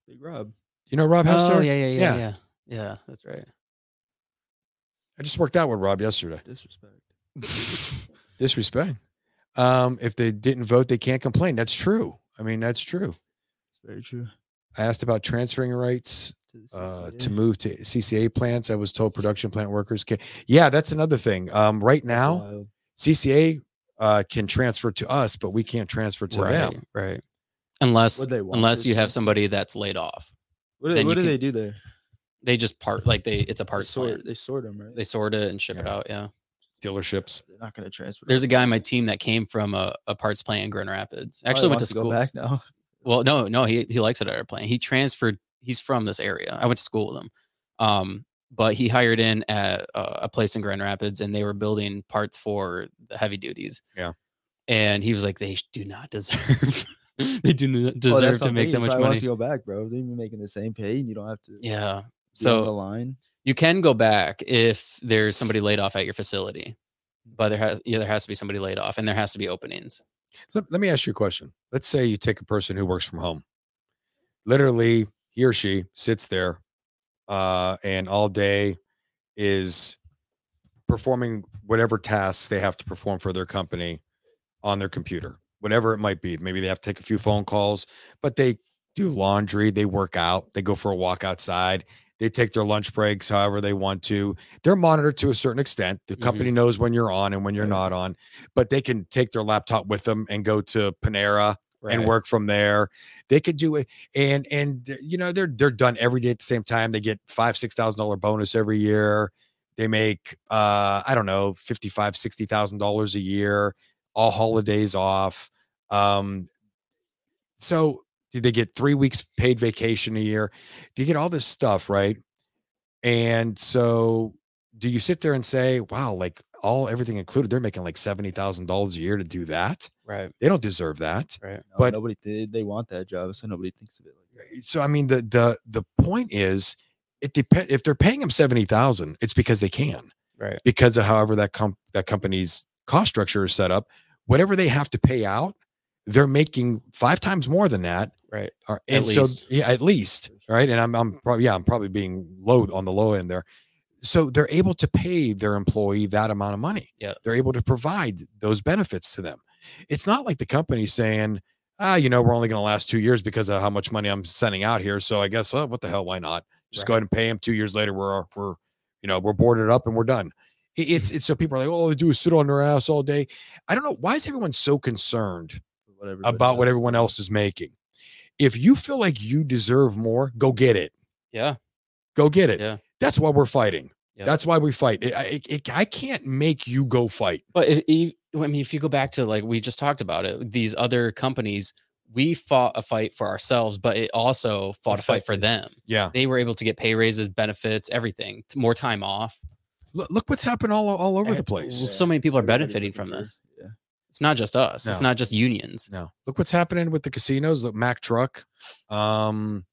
S2: Big Rob.
S1: You know Rob Hester?
S3: Oh yeah, yeah,
S1: Yeah.
S3: yeah, yeah, yeah. that's right.
S1: I just worked out with Rob yesterday.
S2: Disrespect.
S1: Disrespect. Um, if they didn't vote, they can't complain. That's true. I mean, that's true.
S2: It's very true.
S1: I asked about transferring rights
S2: To, the
S1: uh,
S2: CCA.
S1: to move to CCA plants. I was told production plant workers can. Yeah, that's another thing. Um, right
S2: That's
S1: now,
S2: wild.
S1: CCA uh, can transfer to us, but we can't transfer to
S3: right,
S1: them.
S3: right. Unless
S2: Would they want
S3: unless
S2: to
S3: you have
S2: transfer?
S3: somebody that's laid off,
S2: What
S3: then
S2: do, they,
S3: you
S2: what do
S3: can
S2: they do there?
S3: they just part like they it's a
S2: They
S3: part
S2: sort,
S3: plant.
S2: they sort them, right?
S3: They sort it and ship it
S1: Yeah.
S3: out. Yeah.
S1: Dealerships.
S2: They're not going to transfer.
S3: There's a
S2: them.
S3: guy on my team that came from a, a parts plant in Grand Rapids.
S2: Probably
S3: Actually went to
S2: Oh, wants
S3: school.
S2: Go back now.
S3: Well, no, no, he he likes it at our plant. He transferred. He's from this area. I went to school with him. Um, but he hired in at uh, a place in Grand Rapids, and they were building parts for the heavy duties.
S1: Yeah.
S3: And he was like, they sh- do not deserve. they do not
S2: Well,
S3: deserve
S2: Oh, that's
S3: to
S2: something.
S3: make
S2: He
S3: that much
S2: probably
S3: money.
S2: Wants to go back, bro. They've been making the same pay, and you don't have to. be
S3: yeah.
S2: on the
S3: So
S2: line.
S3: you can go back if there's somebody laid off at your facility, but there has yeah there has to be somebody laid off, and there has to be openings.
S1: Let, let me ask you a question. Let's say you take a person who works from home. Literally, he or she sits there uh, and all day is performing whatever tasks they have to perform for their company on their computer, whatever it might be. Maybe they have to take a few phone calls, but they do laundry, they work out, they go for a walk outside, they take their lunch breaks however they want to. They're monitored to a certain extent. The
S3: Mhm.
S1: company knows when you're on and when you're
S2: Right.
S1: not on, but they can take their laptop with them and go to Panera and work from there. They could do it, and and uh, you know they're they're done every day at the same time. They get five six thousand dollar bonus every year. They make uh I don't know fifty five sixty thousand dollars a year. All holidays off. Um, so do they get three weeks paid vacation a year? Do you get all this stuff right? And so do you sit there and say, wow, like all everything included, they're making like seventy thousand dollars a year to do that?
S3: right.
S1: They don't deserve that
S3: Right.
S2: No,
S1: But-
S2: nobody did. They want that job, so nobody thinks of it. Like that.
S1: so I mean the the the point is it depend if they're paying them seventy thousand, it's because they can
S3: Right.
S1: because of however that comp that company's cost structure is set up. Whatever they have to pay out, they're making five times more than that.
S3: Right.
S1: Or,
S3: At
S1: and so
S3: least.
S1: yeah, at least right. And I'm I'm probably yeah I'm probably being low on the low end there. So they're able to pay their employee that amount of money.
S3: Yeah.
S1: they're able to provide those benefits to them. It's not like the company saying, ah, you know, we're only going to last two years because of how much money I'm sending out here. So I guess, oh, what the hell? Why not? Just go ahead and pay them. Two years later, we're we're you know we're boarded up and we're done. It- It's it's so people are like, all they do is sit on their ass all day. I don't know why is everyone so concerned
S2: What everybody
S1: about what
S2: else
S1: everyone
S2: does.
S1: else is making. If you feel like you deserve more, go get it.
S3: Yeah.
S1: Go get it.
S3: Yeah.
S1: That's why we're fighting.
S3: Yeah.
S1: That's why we fight. It, I- it, it, I can't make you go fight.
S3: But if, if, I mean, if you go back to like we just talked about it, these other companies, we fought a fight for ourselves, but it also fought a fight for
S2: Affected.
S3: them.
S1: Yeah.
S3: They were able to get pay raises, benefits, everything, t- more time off.
S1: Look, look what's happened all all over
S3: Eh,
S1: the
S3: Well,
S1: place.
S3: So many people are
S2: Everybody's
S3: benefiting
S2: looking
S3: from
S2: for-
S3: this.
S2: Yeah.
S3: It's not just us. It's
S1: No.
S3: not just unions.
S1: No. Look what's happening with the casinos, the Mack truck. Um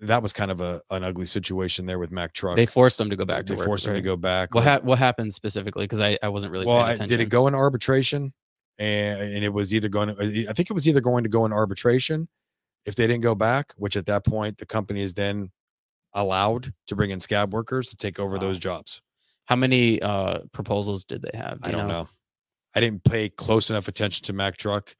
S1: that was kind of a an ugly situation there with Mack truck.
S3: They forced them to go back
S1: they
S3: to work.
S1: forced him to
S3: right?
S1: go back.
S3: What,
S1: or-
S3: ha- what happened specifically? Because I, I wasn't really
S1: well,
S3: paying
S1: I-
S3: attention.
S1: did it go in arbitration? And, and it was either going to, I think it was either going to go in arbitration if they didn't go back, which at that point the company is then allowed to bring in scab workers to take over
S3: Wow.
S1: those jobs.
S3: How many uh, proposals did they have? Do
S1: I
S3: you
S1: don't know. I didn't pay close enough attention to Mack Truck.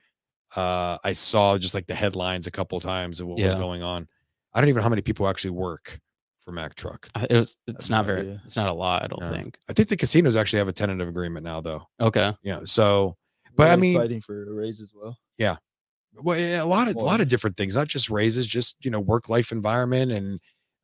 S1: Uh, I saw just like the headlines a couple times of what was
S3: Yeah.
S1: going on. I don't even know how many people actually work for Mack Truck.
S3: I- It was,
S2: have
S3: it's
S2: no
S3: not very,
S2: idea.
S3: it's not a lot, I don't
S1: No.
S3: think.
S1: I think the casinos actually have a tentative agreement now, though.
S3: Okay.
S1: Yeah. So,
S2: Were
S1: But I
S2: they
S1: mean-
S2: fighting for a raise as well.
S1: well, yeah, a lot of a lot
S2: Well-
S1: of different things, not just raises, just you know, work life environment and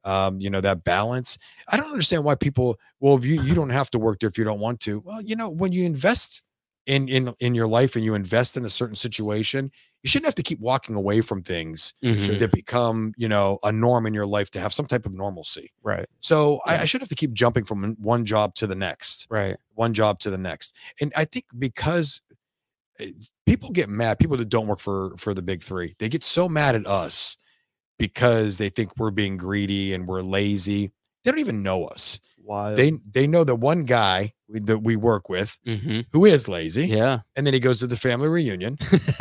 S1: um, you know, that balance. I don't understand why people. Well, if you you don't have to work there if you don't want to. Well, you know, when you invest in in in your life and you invest in a certain situation, you shouldn't have to keep walking away from things
S3: Mhm.
S1: that become you know a norm in your life to have some type of normalcy.
S3: Right.
S1: So I,
S3: Yeah.
S1: I should have to keep jumping from one job to the next
S3: Right.
S1: one job to the next. And I think because uh, people get mad, people that don't work for for the big three, they get so mad at us because they think we're being greedy and we're lazy. They don't even know us.
S2: Why
S1: They they know the one guy we- that we work with
S3: hmm
S1: who is lazy,
S3: Yeah.
S1: and then he goes to the family reunion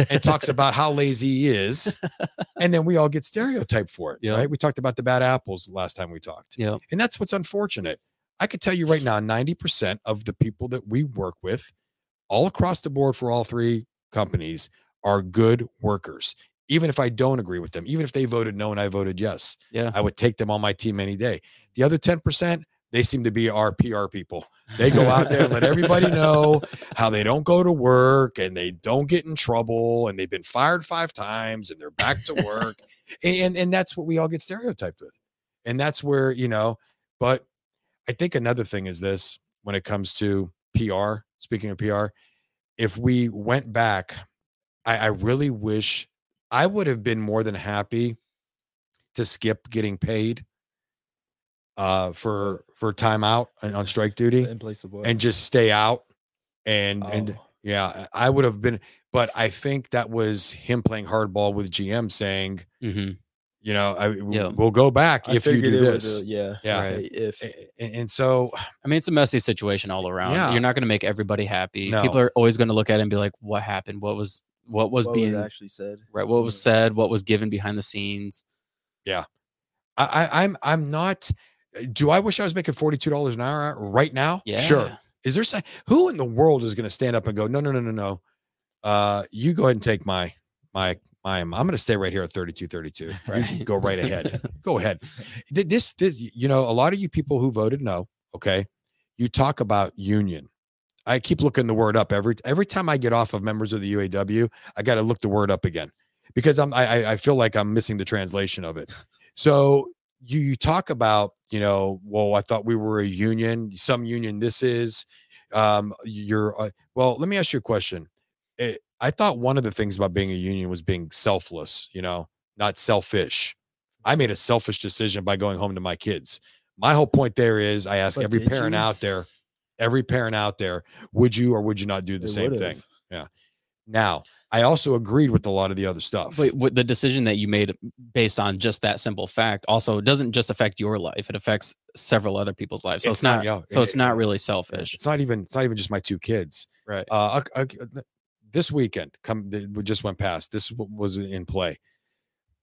S1: and talks about how lazy he is, and then we all get stereotyped for it.
S3: Yeah.
S1: Right? We talked about the bad apples last time we talked.
S3: Yeah.
S1: And that's what's unfortunate. I could tell you right now 90% of the people that we work with, all across the board for all three companies, are good workers. Even if I don't agree with them, even if they voted no and I voted yes,
S3: Yeah.
S1: I would take them on my team any day. The other 10%, they seem to be our PR people. They go out there and let everybody know how they don't go to work and they don't get in trouble and they've been fired five times and they're back to work. and, and and that's what we all get stereotyped with. And that's where, you know, but I think another thing is this when it comes to PR, speaking of PR, if we went back, I, I really wish I would have been more than happy to skip getting paid uh for for time out and on strike duty
S2: in place of what?
S1: and just stay out and and
S2: Oh,
S1: yeah i I would have been but i think that was him playing hardball with gm saying
S3: hmm
S1: you know I, w-
S3: Yeah.
S1: we'll go back
S2: I
S1: if you
S2: figured
S1: do
S2: it was
S1: this
S2: a- yeah.
S1: yeah
S3: Right.
S2: like, If
S1: A- a- and so
S3: I mean, it's a messy situation all around.
S1: Yeah.
S3: You're not going to make everybody happy.
S1: No.
S3: People are always going to look at it and be like, "What happened? What was what was
S2: what was Mm.
S3: being
S2: actually said.
S3: right? What was said? What was given behind the scenes?"
S1: I, I i'm i'm not do i wish i was making $42 an hour right now
S3: Yeah.
S1: sure is there some, who in the world is going to stand up and go no no no no no uh you go ahead and take my my my i'm going to stay right here at 3232
S3: Right.
S1: go right ahead go ahead Th- this this you know a lot of you people who voted no okay you talk about union i keep looking the word up every every time i get off of members of the uaw i got to look the word up again because i'm I, I- I feel like i'm missing the translation of it so you you talk about you know well i thought we were a union some union this is um you're uh, well let me ask you a question Eh, i thought one of the things about being a union was being selfless you know not selfish i made a selfish decision by going home to my kids my whole point there is i ask
S2: But
S1: every
S2: did
S1: parent
S2: you?
S1: out there every parent out there would you or would you not do
S2: They
S1: the same
S2: would've.
S1: thing now i also agreed with a lot of the other stuff
S3: But what the decision that you made based on just that simple fact also doesn't just affect your life; it affects several other people's lives. So it's, not.
S1: yeah,
S3: so
S1: it-
S3: it's not really
S1: yeah,
S3: selfish,
S1: eh, it's not even it's not even just my two kids
S3: right?
S1: Uh, ok- ok- th- this weekend, come th- we just went past. This w- was in play.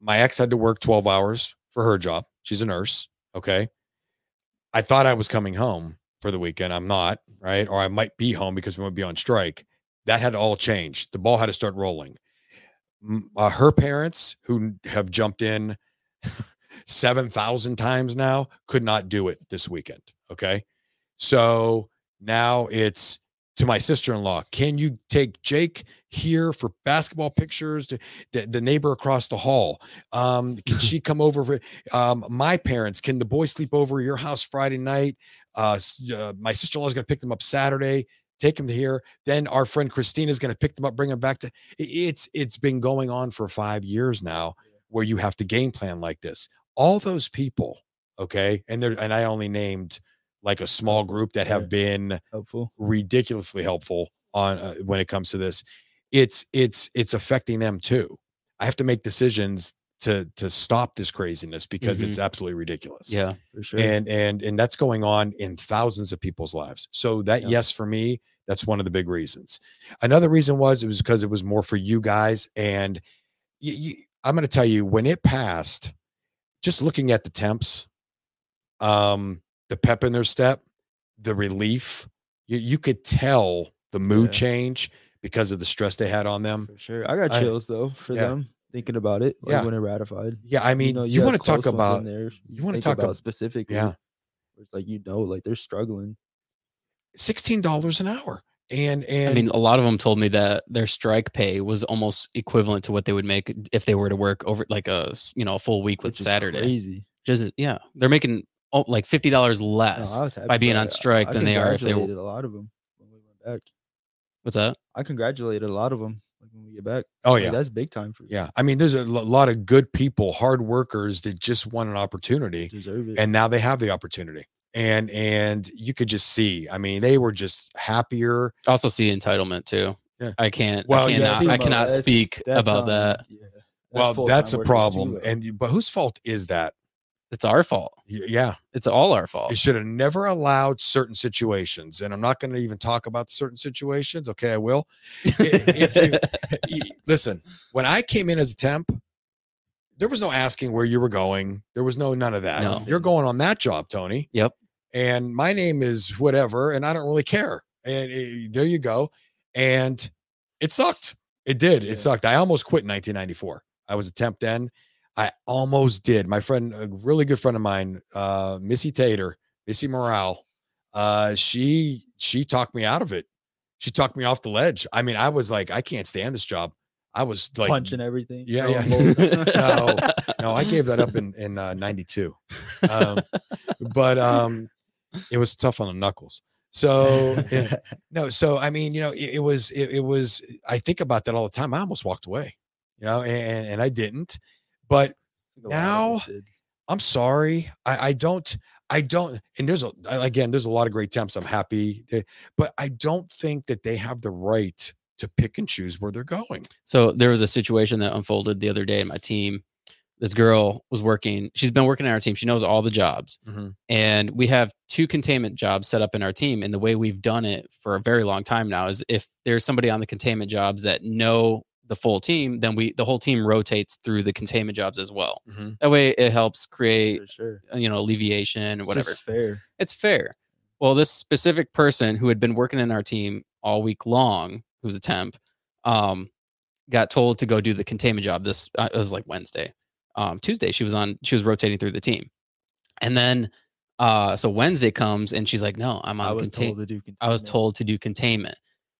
S1: My ex had to work 12 hours for her job. She's a nurse. Okay. I thought I was coming home for the weekend. I'm not, right? Or I might be home because we might be on strike. That had all changed. The ball had to start rolling. M- Uh, her parents, who n- have jumped in 7,000 times now, could not do it this weekend. Okay. So now it's to my sister-in-law can you take jake here for basketball pictures to the, the neighbor across the hall um can she come over for, um my parents can the boys sleep over at your house friday night uh, s- uh, my sister-in-law is going to pick them up saturday take them to here then our friend christina is going to pick them up bring them back to i- it's it's been going on for five years now where you have to game plan like this all those people okay and there and i only named like a small group that have
S2: Yeah.
S1: been
S2: Helpful.
S1: ridiculously helpful on uh, when it comes to this it's it's it's affecting them too i have to make decisions to to stop this craziness because it's absolutely ridiculous
S3: Yeah.
S2: For sure.
S1: and and and that's going on in thousands of people's lives so that
S2: Yeah.
S1: yes for me that's one of the big reasons another reason was it was because it was more for you guys and you, you, i'm going to tell you when it passed just looking at the temps um the pep in their step the relief you, you could tell the mood
S2: Yeah.
S1: change because of the stress they had on them
S2: for sure. I got
S1: I-
S2: chills though for
S1: yeah.
S2: them thinking about it. Like
S1: Yeah.
S2: when it ratified.
S1: yeah i mean you,
S2: know, have
S1: want to talk
S2: close ones in
S1: about
S2: there.
S1: you want to
S2: think
S1: talk
S2: about
S1: about
S2: specifically.
S1: yeah.
S2: where It's like you know, like they're struggling.
S1: $16 an hour And and
S3: I mean, a lot of them told me that their strike pay was almost equivalent to what they would make if they were to work over like a s- you know a full week with
S2: which is
S3: Saturday.
S2: Crazy.
S3: Just yeah, they're making oh, like fifty dollars
S2: No,
S3: less
S2: I was happy
S3: by being
S2: about
S3: on
S2: it. I-
S3: strike
S2: I
S3: than they are if they were.
S2: congratulated a lot of them when we went back.
S3: What's that?
S2: I congratulated a lot of them when we get back.
S1: oh
S2: Like,
S1: yeah.
S2: that's big time for you.
S1: Yeah. I mean, there's a lo- lot of good people, hard workers that just want an opportunity
S2: Deserve it.
S1: and now they have the opportunity. And and you could just see, I mean, they were just happier.
S3: Also, see entitlement too.
S1: Yeah.
S3: I can't.
S1: Well,
S3: I
S1: yeah,
S3: cannot,
S1: see,
S3: oh, I
S1: but
S3: cannot
S2: that's-
S3: speak
S2: that's um
S3: about
S2: on-
S3: that.
S2: yeah, that's
S1: well,
S2: full-time
S1: that's a
S2: work too,
S1: problem.
S2: though.
S1: And you- but whose fault is that?
S3: It's our fault.
S1: Y- Yeah.
S3: It's all our fault.
S1: It should have never allowed certain situations. And I'm not going to even talk about certain situations. Okay, I will. if you- y- listen, when I came in as a temp, there was no asking where you were going. There was no none of that.
S3: No.
S1: You're going on that job, Tony.
S3: Yep.
S1: And my name is whatever, and I don't really care. And eh, there you go. And it sucked. It did.
S2: Yeah.
S1: It sucked. I almost quit in 1994. I was a temp then. I almost did. My friend, a really good friend of mine, uh, Missy Tater, Missy Morale, uh, she she talked me out of it. She talked me off the ledge. I mean, I was like, I can't stand this job. I was like,
S2: punching everything.
S1: Yeah,
S2: throwing
S1: yeah.
S2: bolts.
S1: No, no, I gave that up in in uh, '92, um, but um, it was tough on the knuckles. So Oh, yeah, no, so I mean, you know, it, it was it, it was. I think about that all the time. I almost walked away, you know, and and I didn't. But
S2: A lot of us
S1: Now-
S2: did.
S1: I'm sorry. I, I don't, I don't, and there's a, I- again, there's a lot of great temps. I'm happy, they- but I don't think that they have the right to pick and choose where they're going.
S3: So there was a situation that unfolded the other day in my team. This girl was working. She's been working on our team. She knows all the jobs. And we have two containment jobs set up in our team. And the way we've done it for a very long time now is if there's somebody on the containment jobs that know the full team, then we the whole team rotates through the containment jobs as well.
S1: Mm.
S3: That way it helps create,
S2: for sure.
S3: uh, you know, alleviation or
S2: It's
S3: whatever.
S2: just fair.
S3: It's fair. Well, this specific person who had been working in our team all week long, who's a temp, um, got told to go do the containment job. This uh, it was like Wednesday, um, Tuesday. She was on. She was rotating through the team, and then uh, so Wednesday comes and she's like, "No, I'm
S2: I
S3: on
S2: was
S3: contain-
S2: told to do.
S3: I was
S2: containment.
S3: told to do containment.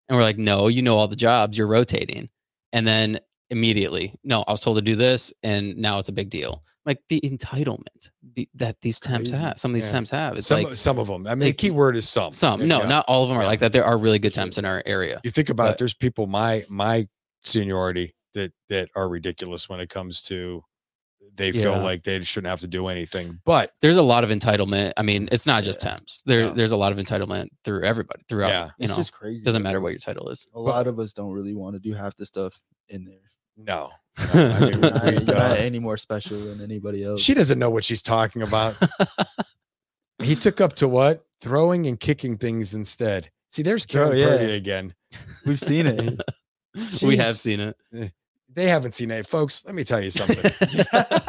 S3: And we're like, no, you know all the jobs, you're rotating. And then immediately, no, I was told to do this, and now it's a big deal. Like the entitlement be- that these temps
S2: Crazy.
S3: have, some of these
S1: Yeah.
S3: temps have. It's
S1: Some,
S3: like
S1: some of them. I mean, the
S3: like,
S1: key word is some.
S3: some,
S1: Yeah,
S3: no,
S1: yeah.
S3: not all of them are
S1: Yeah.
S3: like that. There are really good
S2: For sure.
S3: temps in our area.
S1: You think about it,
S3: but-
S1: there's people my my seniority that that are ridiculous when it comes to they feel
S3: Yeah.
S1: like they shouldn't have to do anything. But
S3: There's a lot of entitlement. I mean, it's not just
S2: Yeah.
S3: temps. There,
S1: No.
S3: there's a lot of entitlement through everybody throughout.
S1: Yeah.
S3: You
S2: It's
S3: know,
S2: just crazy.
S3: doesn't
S2: though.
S3: matter what your title is.
S2: A lot of us don't really want to do half the stuff in there.
S1: no, no,
S3: Oh
S1: I mean,
S2: You're not,
S1: we,
S2: you're
S1: uh,
S2: not any more special than anybody else.
S1: She doesn't know what she's talking about. he took up to what? Throwing and kicking things instead. See, there's
S2: Oh,
S1: Karen
S2: yeah.
S1: Purdy again.
S2: We've seen it.
S3: we have
S1: She's-
S3: seen it.
S1: They haven't seen it, folks. Let me tell you something.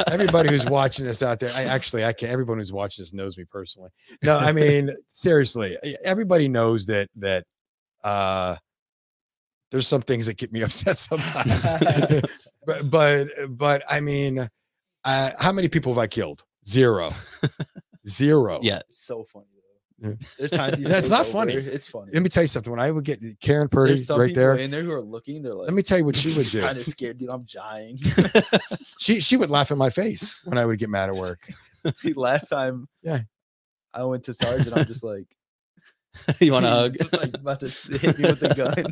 S1: Everybody who's watching this out there, I actually, I can. Everyone who's watching this knows me personally. No, I mean seriously, e- everybody knows that that uh, there's some things that get me upset sometimes. but but but I mean, uh, how many people have I killed? Zero. Zero.
S3: yeah.
S2: It's so funny
S1: Yeah.
S2: though. There's times you
S1: That's
S2: flip
S1: not
S2: over,
S1: funny.
S2: It's funny.
S1: let me tell you something. When I would get Karen
S2: There's
S1: Purdy
S2: some
S1: right
S2: people
S1: there,
S2: in there who are looking. They're like,
S1: let me tell you what she would do.
S2: Kind of scared, dude. I'm dying.
S1: She she would laugh in my face when I would get mad at work.
S2: The Last time,
S1: Yeah.
S2: I went to Sarge and I'm just like,
S3: you want to
S2: he
S3: hug?
S2: was just, Like about to hit me with a gun.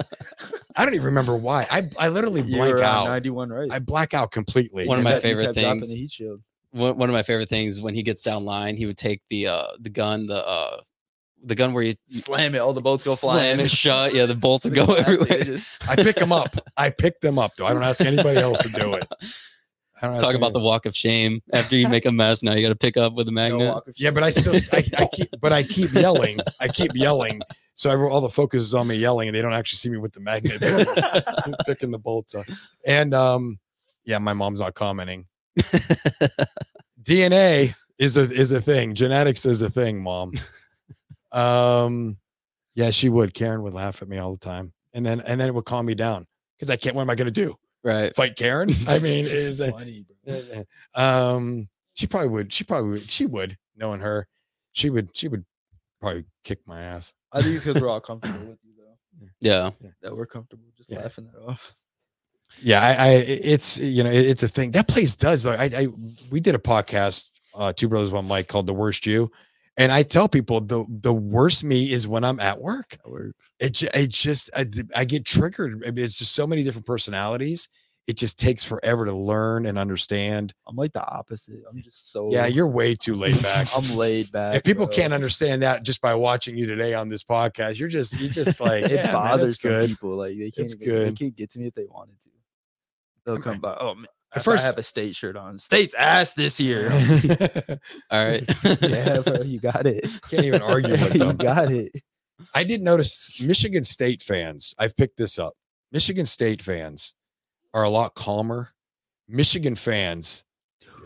S1: I don't even remember why. I I literally
S2: You
S1: blank
S2: were on
S1: out.
S2: 91 right.
S1: I black out completely.
S3: One of
S1: and
S3: my
S1: that-
S2: bet you
S3: favorite
S2: kept dropping
S3: things-
S2: the heat shield.
S3: one, one of my favorite things when he gets down line, he would take the uh the gun, the uh the gun where you you
S2: Slam it. All the bolts go flying.
S3: slam it shut. Yeah, the bolts would go
S2: Exactly, they
S3: everywhere.
S2: just-
S1: I pick them up. I pick them up though. I don't ask anybody else to do it. I don't ask
S3: Talk about the
S1: anybody.
S3: walk of shame after you make a mess. Now you got to pick up with a
S2: no
S3: magnet.
S2: walk of
S1: yeah,
S2: shame.
S1: but I still I, I keep but I keep yelling. I keep yelling. So everyone, all the focus is on me yelling, and they don't actually see me with the magnet picking the bolts up. And um, yeah, my mom's not commenting. DNA is a is a thing. Genetics is a thing, mom. Um, yeah, she would. Karen would laugh at me all the time, and then and then it would calm me down because I can't. What am I going to do?
S3: right.
S1: Fight Karen? I mean, is a,
S2: Funny, bro.
S1: uh, uh, um she probably would she probably would she would knowing her she would she would probably kick my ass
S2: I think it's because we're all comfortable with you though.
S3: Yeah.
S2: that we're comfortable just
S1: Yeah.
S2: laughing that off.
S1: Yeah, I, I it's you know it- it's a thing that place does. though. I, I we did a podcast, uh, two brothers one mic called the worst you, and I tell people the the worst me is when I'm at work.
S2: That work.
S1: It ju- it just I, d- I get triggered. I mean, it's just so many different personalities. It just takes forever to learn and understand.
S2: I'm like the opposite. I'm just so
S1: Yeah, you're way too laid back.
S2: Oh. I'm laid back.
S1: if people
S2: bro.
S1: can't understand that just by watching you today on this podcast, you're just you just like
S2: it
S1: yeah, man,
S2: bothers
S1: that's
S2: some
S1: good.
S2: people. Like they can't
S1: It's
S2: even-
S1: good.
S2: they can't get to me if they wanted to. They'll
S1: Okay.
S2: come by. Oh man,
S1: At
S2: first,
S1: first,
S2: I have a state shirt on. State's ass this year.
S3: All right.
S2: yeah, bro, you got it.
S1: can't even argue with
S2: you
S1: them.
S2: got it.
S1: I did notice Michigan State fans. I've picked this up. Michigan State fans are a lot calmer. Michigan fans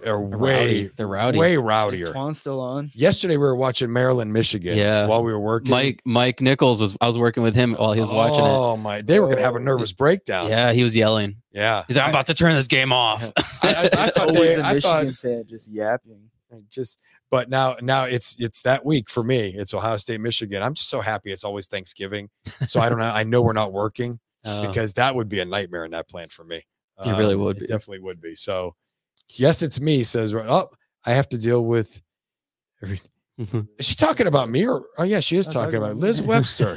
S1: are
S3: They're
S1: way,
S3: rowdy. They're rowdy.
S1: way
S2: Is
S1: rowdier.
S2: Twan still on?
S1: Yesterday we were watching Maryland, Michigan.
S3: Yeah.
S1: While we were working,
S3: Mike Mike Nichols was I was working with him while he was watching it.
S1: Oh my! They were gonna have a
S2: Oh.
S1: nervous breakdown.
S3: Yeah, he was yelling.
S1: Yeah.
S3: He's like, I'm
S1: I-
S3: about to turn this game off.
S1: I, I, I
S2: It's
S1: thought
S2: always
S1: they,
S2: a
S1: I
S2: Michigan
S1: thought
S2: fan just yapping.
S1: I just but now now it's it's that week for me it's ohio state michigan i'm just so happy it's always thanksgiving so i don't know i know we're not working
S3: Oh.
S1: because that would be a nightmare in that plan for me um,
S3: It really would
S1: it
S3: be.
S1: definitely would be so yes it's me says oh i have to deal with every is she talking about me or oh yeah she is
S2: I'm
S1: talking
S2: talking
S1: about
S2: about
S1: liz
S2: me.
S1: webster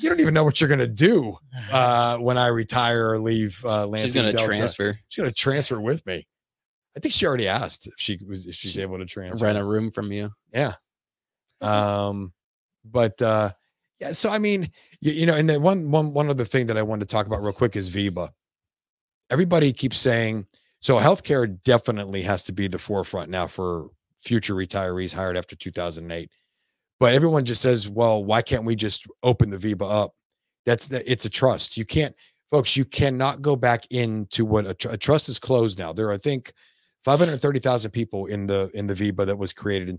S1: you don't even know what you're gonna do uh when i retire or leave uh Lansing
S3: She's gonna
S1: Delta.
S3: transfer.
S1: she's gonna transfer with me i think she already asked if she was if she's able to transfer
S3: Rent a room from you.
S1: yeah. Um, but uh, yeah. So I mean, you, you know, and then one one one other thing that I wanted to talk about real quick is Viva. Everybody keeps saying so. Healthcare definitely has to be the forefront now for future retirees hired after 2008. But everyone just says, "Well, why can't we just open the Viva up?" That's the, it's a trust. You can't, folks. You cannot go back into what a, tr- a trust is closed now. There, are, I think, 530,000 people in the in the Viva that was created in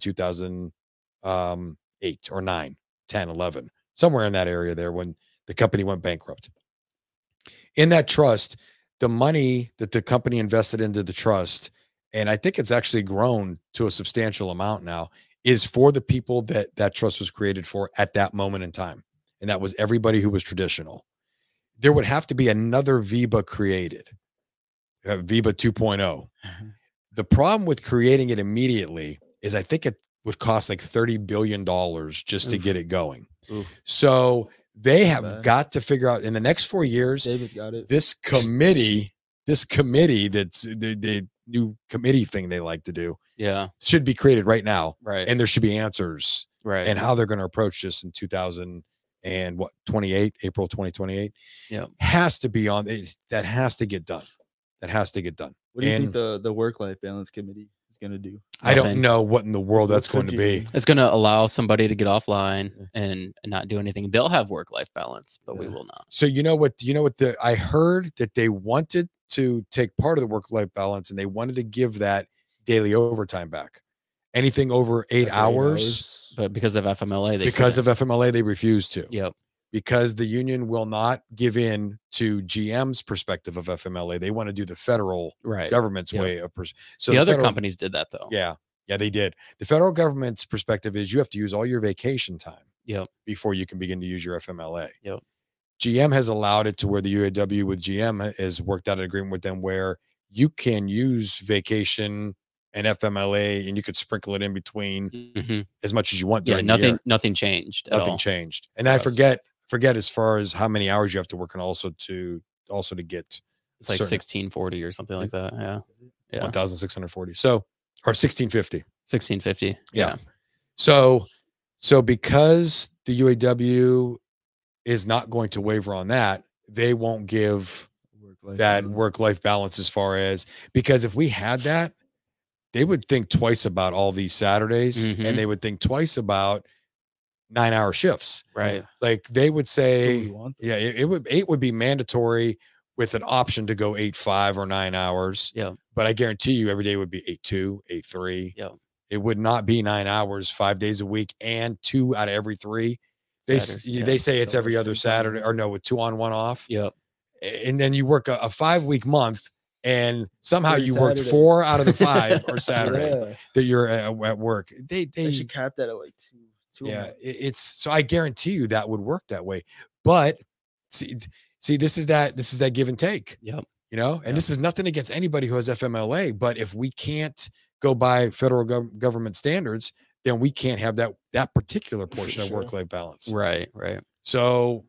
S1: 2008 or 9, 10, 11, somewhere in that area there when the company went bankrupt. In that trust, the money that the company invested into the trust, and I think it's actually grown to a substantial amount now, is for the people that that trust was created for at that moment in time. And that was everybody who was traditional. There would have to be another Viva created, uh, Viva 2.0 the problem with creating it immediately is I think it would cost like thirty billion dollars just to
S3: Oof.
S1: get it going.
S3: Oof.
S1: So they have
S2: bad.
S1: got to figure out in the next four years.
S2: David's got it.
S1: This committee, this committee that's uh, the, the new committee thing they like to do
S3: Yeah.
S1: should be created right now,
S3: Right.
S1: and there should be answers
S3: right.
S1: and how they're going to approach this in 2000 and what 28 April 2028
S3: Yep.
S1: has to be on it, that has to get done that has to get done
S2: What do you
S1: and-
S2: think the, the work life balance committee is gonna do?
S1: I don't
S3: Nothing.
S1: know what in the world Oh, that's going to be
S3: it's going to allow somebody to get offline and not do anything. They'll have work life balance, but we
S1: Yeah.
S3: will not.
S1: So you know what? You know what? The I heard that they wanted to take part of the work-life balance, and they wanted to give that daily overtime back. Anything over eight, hours,
S3: But because of FMLA, they
S1: because of FMLA, they refused to.
S3: yep.
S1: Because the union will not give in to GM's perspective of FMLA. They want to do the federal
S3: Right.
S1: government's
S3: Yep.
S1: way of pers- so
S3: the, other
S1: federal-
S3: companies did that though.
S1: Yeah, yeah, they did. The federal government's perspective is you have to use all your vacation time
S3: Yep.
S1: before you can begin to use your FMLA.
S3: Yep.
S1: GM has allowed it to where the UAW with GM has worked out an agreement with them where you can use vacation and FMLA and you could sprinkle it in between
S3: Mhm.
S1: as much as you want.
S3: Yeah.
S1: during the
S3: Nothing.
S1: year.
S3: Nothing changed. At
S1: Nothing
S3: all.
S1: changed. And I
S3: Yes.
S1: forget forget as far as how many hours you have to work and also to also to get
S3: It's like
S1: certain-
S3: sixteen forty or something like that. Yeah. Yeah.
S1: 1640. So or 1650.
S3: Sixteen fifty.
S1: Yeah. So, so because the UAW is not going to waver on that, they won't give
S2: Work-life
S1: that
S2: balance.
S1: work life balance as far as because if we had that, they would think twice about all these Saturdays
S3: Mhm.
S1: and they would think twice about nine hour shifts.
S3: Right.
S1: Like they would
S2: That's what we
S1: say,
S2: want.
S1: yeah, it, it would eight would be mandatory with an option to go eight five or nine hours.
S3: Yeah.
S1: But I guarantee you every day would be eight two, eight three.
S3: Yeah.
S1: It would not be nine hours, five days a week, and two out of every three. They s-
S3: Saturdays,
S1: y-
S3: yeah.
S1: they say it's
S2: So
S1: every
S2: much
S1: other
S2: free time.
S1: Saturday or no, with two on one off.
S3: Yep.
S1: A- And then you work a, a five week month and somehow
S2: Three
S1: you worked
S2: Saturdays.
S1: four out of the five or Saturday
S2: Yeah.
S1: that you're at, at work. They
S2: They
S1: they
S2: should cap that at like two. two a
S1: yeah,
S2: month.
S1: it- it's so I guarantee you that would work that way. But see, see, this is that this is that give and take.
S3: Yep.
S1: You know, and this is nothing against anybody who has FMLA, but if we can't go by federal gov- government standards, then we can't have that that particular
S2: For
S1: portion of
S2: sure.
S1: work life balance.
S3: Right, right.
S1: So,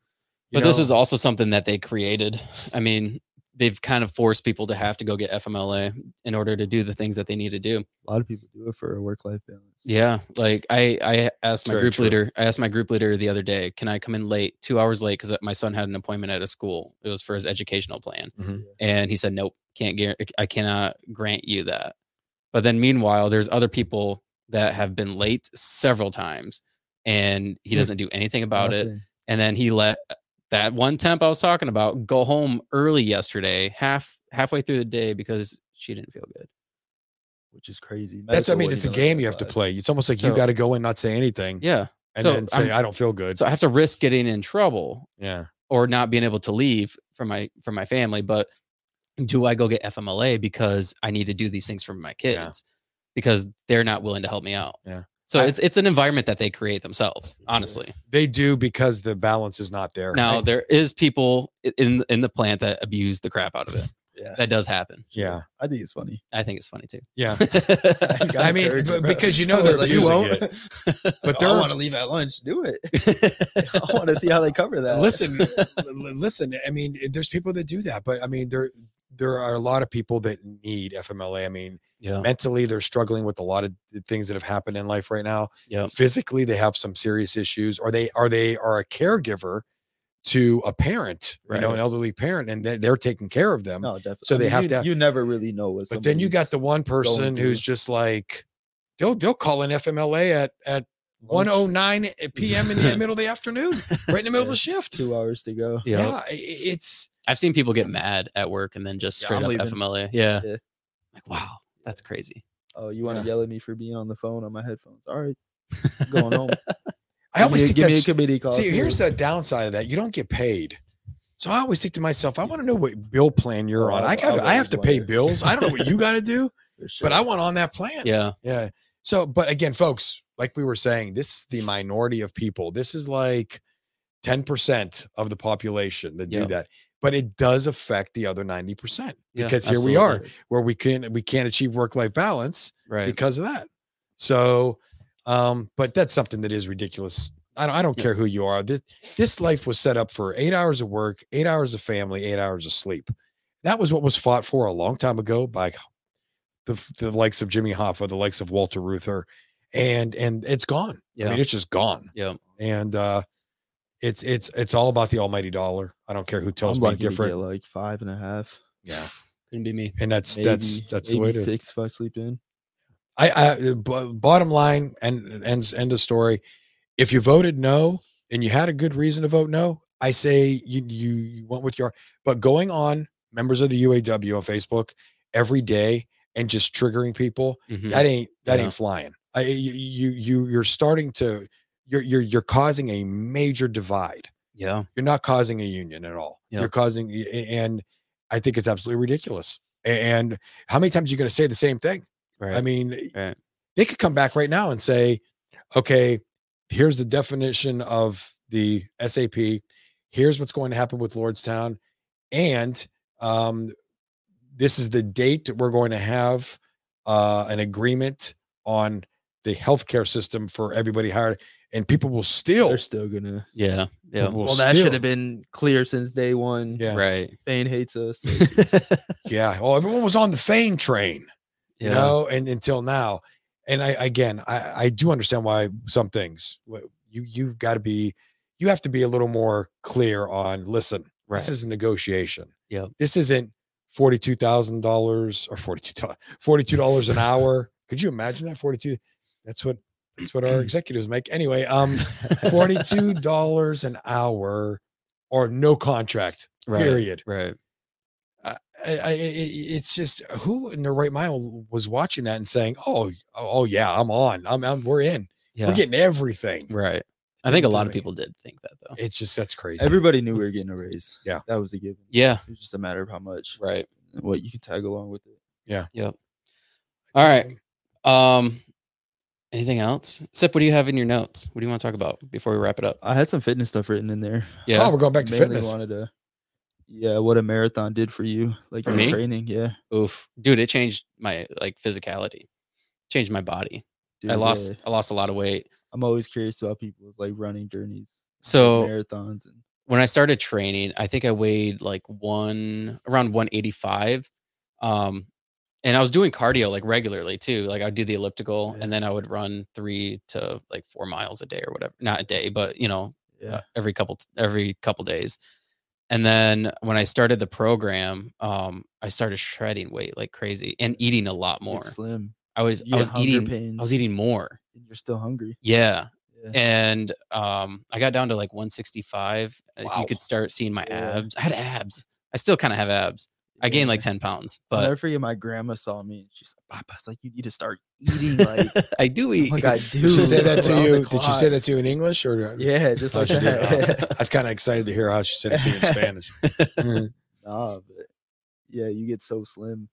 S1: you
S3: But this
S1: know,
S3: is also something that they created. I mean, they've kind of forced people to have to go get FMLA in order to do the things that they need to do.
S2: A lot of people do it for a work life balance.
S3: Yeah, like I I asked my
S1: Very
S3: group
S1: true.
S3: leader. I asked my group leader the other day, "Can I come in late, two hours late, because my son had an appointment at a school? It was for his educational plan."
S1: Mhm.
S3: And he said, "Nope, can't guarantee. I cannot grant you that." But then, meanwhile, there's other people that have been late several times, and he
S2: Hmm.
S3: doesn't do anything about it.
S2: Nothing.
S3: and then he let uh, that one temp I was talking about go home early yesterday, half halfway through the day because she didn't feel good.
S2: which is crazy.
S1: that's I
S2: Medical
S1: mean,
S2: wouldn't
S1: it's a
S2: even let
S1: game
S2: that
S1: you have to
S2: slide.
S1: play. It's almost like you
S3: So-
S1: got to go in, not say anything,
S3: Yeah,
S1: and
S3: so
S1: then say,
S3: I'm-
S1: I don't feel Hmm. good.
S3: so I have to risk getting in trouble
S1: yeah.
S3: or not being able to leave from my from my family. But do I go get FMLA because I need to do these things for my kids
S1: Yeah.
S3: because they're not willing to help me out?
S1: Yeah.
S3: So
S1: I-
S3: it's it's an environment that they create themselves, honestly.
S1: They do because the balance is not there.
S3: Now
S1: right?
S3: there is people i- in in the plant that abuse the crap out of it.
S2: Yeah,
S3: That does happen.
S1: yeah,
S2: I think it's funny.
S3: I think it's funny too.
S1: yeah.
S2: You gotta
S1: I mean,
S2: encourage
S1: b-
S2: it, bro.
S1: because you know they're
S2: Like,
S1: using
S2: won't?
S1: it, but
S2: I
S1: they're
S2: want to leave at lunch. Do it. I want to see how they cover that.
S1: listen, l- l- listen. I mean, there's people that do that, but I mean, there there are a lot of people that need FMLA. I mean,
S3: yeah.
S1: mentally they're struggling with a lot of th- things that have happened in life right now.
S3: Yeah.
S1: Physically, they have some serious issues, or they are they are a caregiver to a parent, you know,
S3: Right.
S1: an elderly parent, and they they're taking care of them.
S2: No, definitely.
S1: Um, So they
S2: you,
S1: have to-
S2: You never really know what.
S1: But then you got the
S2: somebody's
S1: one person who's just like, they'll they'll call an FMLA at oh at
S2: lunch,
S1: 109 p.m. in the middle of the afternoon, right in the middle of the shift.
S2: two hours to go.
S1: Yeah,
S3: Yeah.
S1: i- i- it's
S3: I've seen people get mad at work and then just
S2: Yeah,
S3: straight
S2: I'm
S3: up
S2: leaving.
S3: FMLA. Yeah.
S2: Yeah.
S3: Like, wow, that's crazy.
S2: Oh, you want to
S1: Yeah.
S2: yell at me for being on the phone on my headphones? All right, going home.
S1: I always
S2: give me, give me
S1: think
S2: a
S1: that's
S2: committee call.
S1: see.
S2: too.
S1: Here's the downside of that: you don't get paid. So I always think to myself, I want to know what bill plan you're
S2: Oh,
S1: on.
S2: I've-
S1: I got
S2: I've
S1: I have
S2: always
S1: to pay
S2: wondered.
S1: bills. I don't know what you got to do,
S2: For sure.
S1: but I want on that plan.
S3: Yeah.
S1: Yeah. So, but again, folks, like we were saying, this is the minority of people. This is like 10% of the population that
S3: Yeah.
S1: do that. But it does affect the other 90%
S3: Yeah,
S1: because here we are
S3: absolutely.
S1: where we can we can't achieve work-life balance
S3: Right.
S1: because of that. So um, but that's something that is ridiculous. I don't I don't
S3: Yeah.
S1: care who you are. This this life was set up for eight hours of work, eight hours of family, eight hours of sleep. That was what was fought for a long time ago by the, the likes of Jimmy Hoffa, the likes of Walter Reuther, and and it's gone. I
S3: yeah.
S1: mean, it's just gone.
S3: Yeah.
S1: And uh, it's it's it's all about the almighty dollar. I don't care who tells
S2: I'm
S1: me
S2: lucky to get
S1: different.
S2: like five and a half.
S1: Yeah,
S3: Couldn't be me.
S1: and that's
S2: Maybe,
S1: that's that's the
S2: maybe
S1: way it is.
S2: six if I sleep in.
S1: I, I b- bottom line and ends end of story. If you voted no and you had a good reason to vote no, I say you you, you went with your. But going on members of the UAW on Facebook every day and just triggering people
S3: Mhm.
S1: that ain't that
S3: Yeah.
S1: ain't flying. I you you you- you're starting to you're you're you're causing a major divide.
S3: Yeah.
S1: You're not causing a union at all.
S3: Yeah.
S1: You're causing a- a- and I think it's absolutely ridiculous. A- And how many times are you going to say the same thing?
S3: Right.
S1: I mean,
S3: Right.
S1: they could come back right now and say, okay, here's the definition of the SAP. Here's what's going to happen with Lordstown. And um, this is the date that we're going to have uh, an agreement on the healthcare system for everybody hired. And people will still,
S2: They're still gonna.
S3: yeah. Yeah.
S1: people will
S2: well, that should
S1: still-
S2: have been clear since day one.
S1: Yeah.
S3: Right.
S2: Fane hates us. like,
S1: Yeah. Well, everyone was on the Fane train.
S3: yeah.
S1: you know and until now and i again i i do understand why some things wh- you you've got to be you have to be a little more clear on listen
S3: right.
S1: this is a negotiation
S3: Yep.
S1: this isn't $42000 or 42 $42 an hour could you imagine that 42 that's what that's what our executives make anyway um $42 an hour or no contract
S3: right.
S1: period
S3: Right.
S1: I, I, i- i- it's just who in their right mind w- was watching that and saying, "Oh, y- oh oh, yeah, I'm on. I'm, I'm we're in.
S3: Yeah.
S1: We're getting everything."
S3: right. I think a
S1: didn't
S3: lot
S1: do
S3: of
S1: me.
S3: people did think that though.
S1: It's just that's crazy.
S2: Everybody knew we were getting a raise.
S1: Yeah.
S2: that was a given.
S3: Yeah.
S2: It was just a matter of how much,
S3: Right.
S2: and what you could tag along with it.
S3: Yep. All right. Um, Anything else? Sip, what do you have in your notes? What do you want to talk about before we wrap it up?
S2: I had some fitness stuff written in there.
S3: Yeah.
S4: Oh, we're going back to
S2: Mainly
S4: fitness.
S2: wanted to, yeah, what a marathon did for you, like
S3: For
S2: your
S3: me?
S2: training. Yeah,
S3: Oof. Dude, it changed my like physicality. Changed my body. I
S2: dude,
S3: lost
S2: yeah.
S3: I lost a lot of weight.
S2: I'm always curious about people's like running journeys,
S3: So
S2: marathons, and
S3: when I started training, I think I weighed like one around 185. Um, and I was doing cardio like regularly too. Like I'd do the elliptical
S2: Yeah.
S3: and then I would run three to like four miles a day or whatever. Not a day, but you know,
S2: yeah,
S3: uh, every couple t- every couple days. And then when I started the program, um, I started shredding weight like crazy and eating a lot more.
S2: It's slim.
S3: I was
S2: You
S3: I
S2: had
S3: was
S2: hunger
S3: eating
S2: pains.
S3: I was eating more.
S2: and You're still hungry.
S3: Yeah.
S2: Yeah.
S3: And um I got down to like 165. Uh,
S4: Wow.
S3: You could start seeing my
S2: Yeah.
S3: abs. I had abs. I still kind of have abs. I gained like
S2: Yeah.
S3: 10 pounds,
S2: I'll
S3: but
S2: never forget my grandma saw me and she's like, Papa's like, you need to start eating like Oh
S3: I do eat.
S2: like I
S4: Did
S2: do.
S4: she say that to
S2: around the
S4: you? Did she say
S2: clock."
S4: that to you in English
S1: uh,
S4: or?
S2: Yeah, just
S4: Oh,
S2: like
S4: she did.
S2: that.
S4: I was kind of excited to hear how she said it to you in Spanish.
S1: Mm-hmm.
S4: Mhm.
S2: nah, but yeah, you get so slim.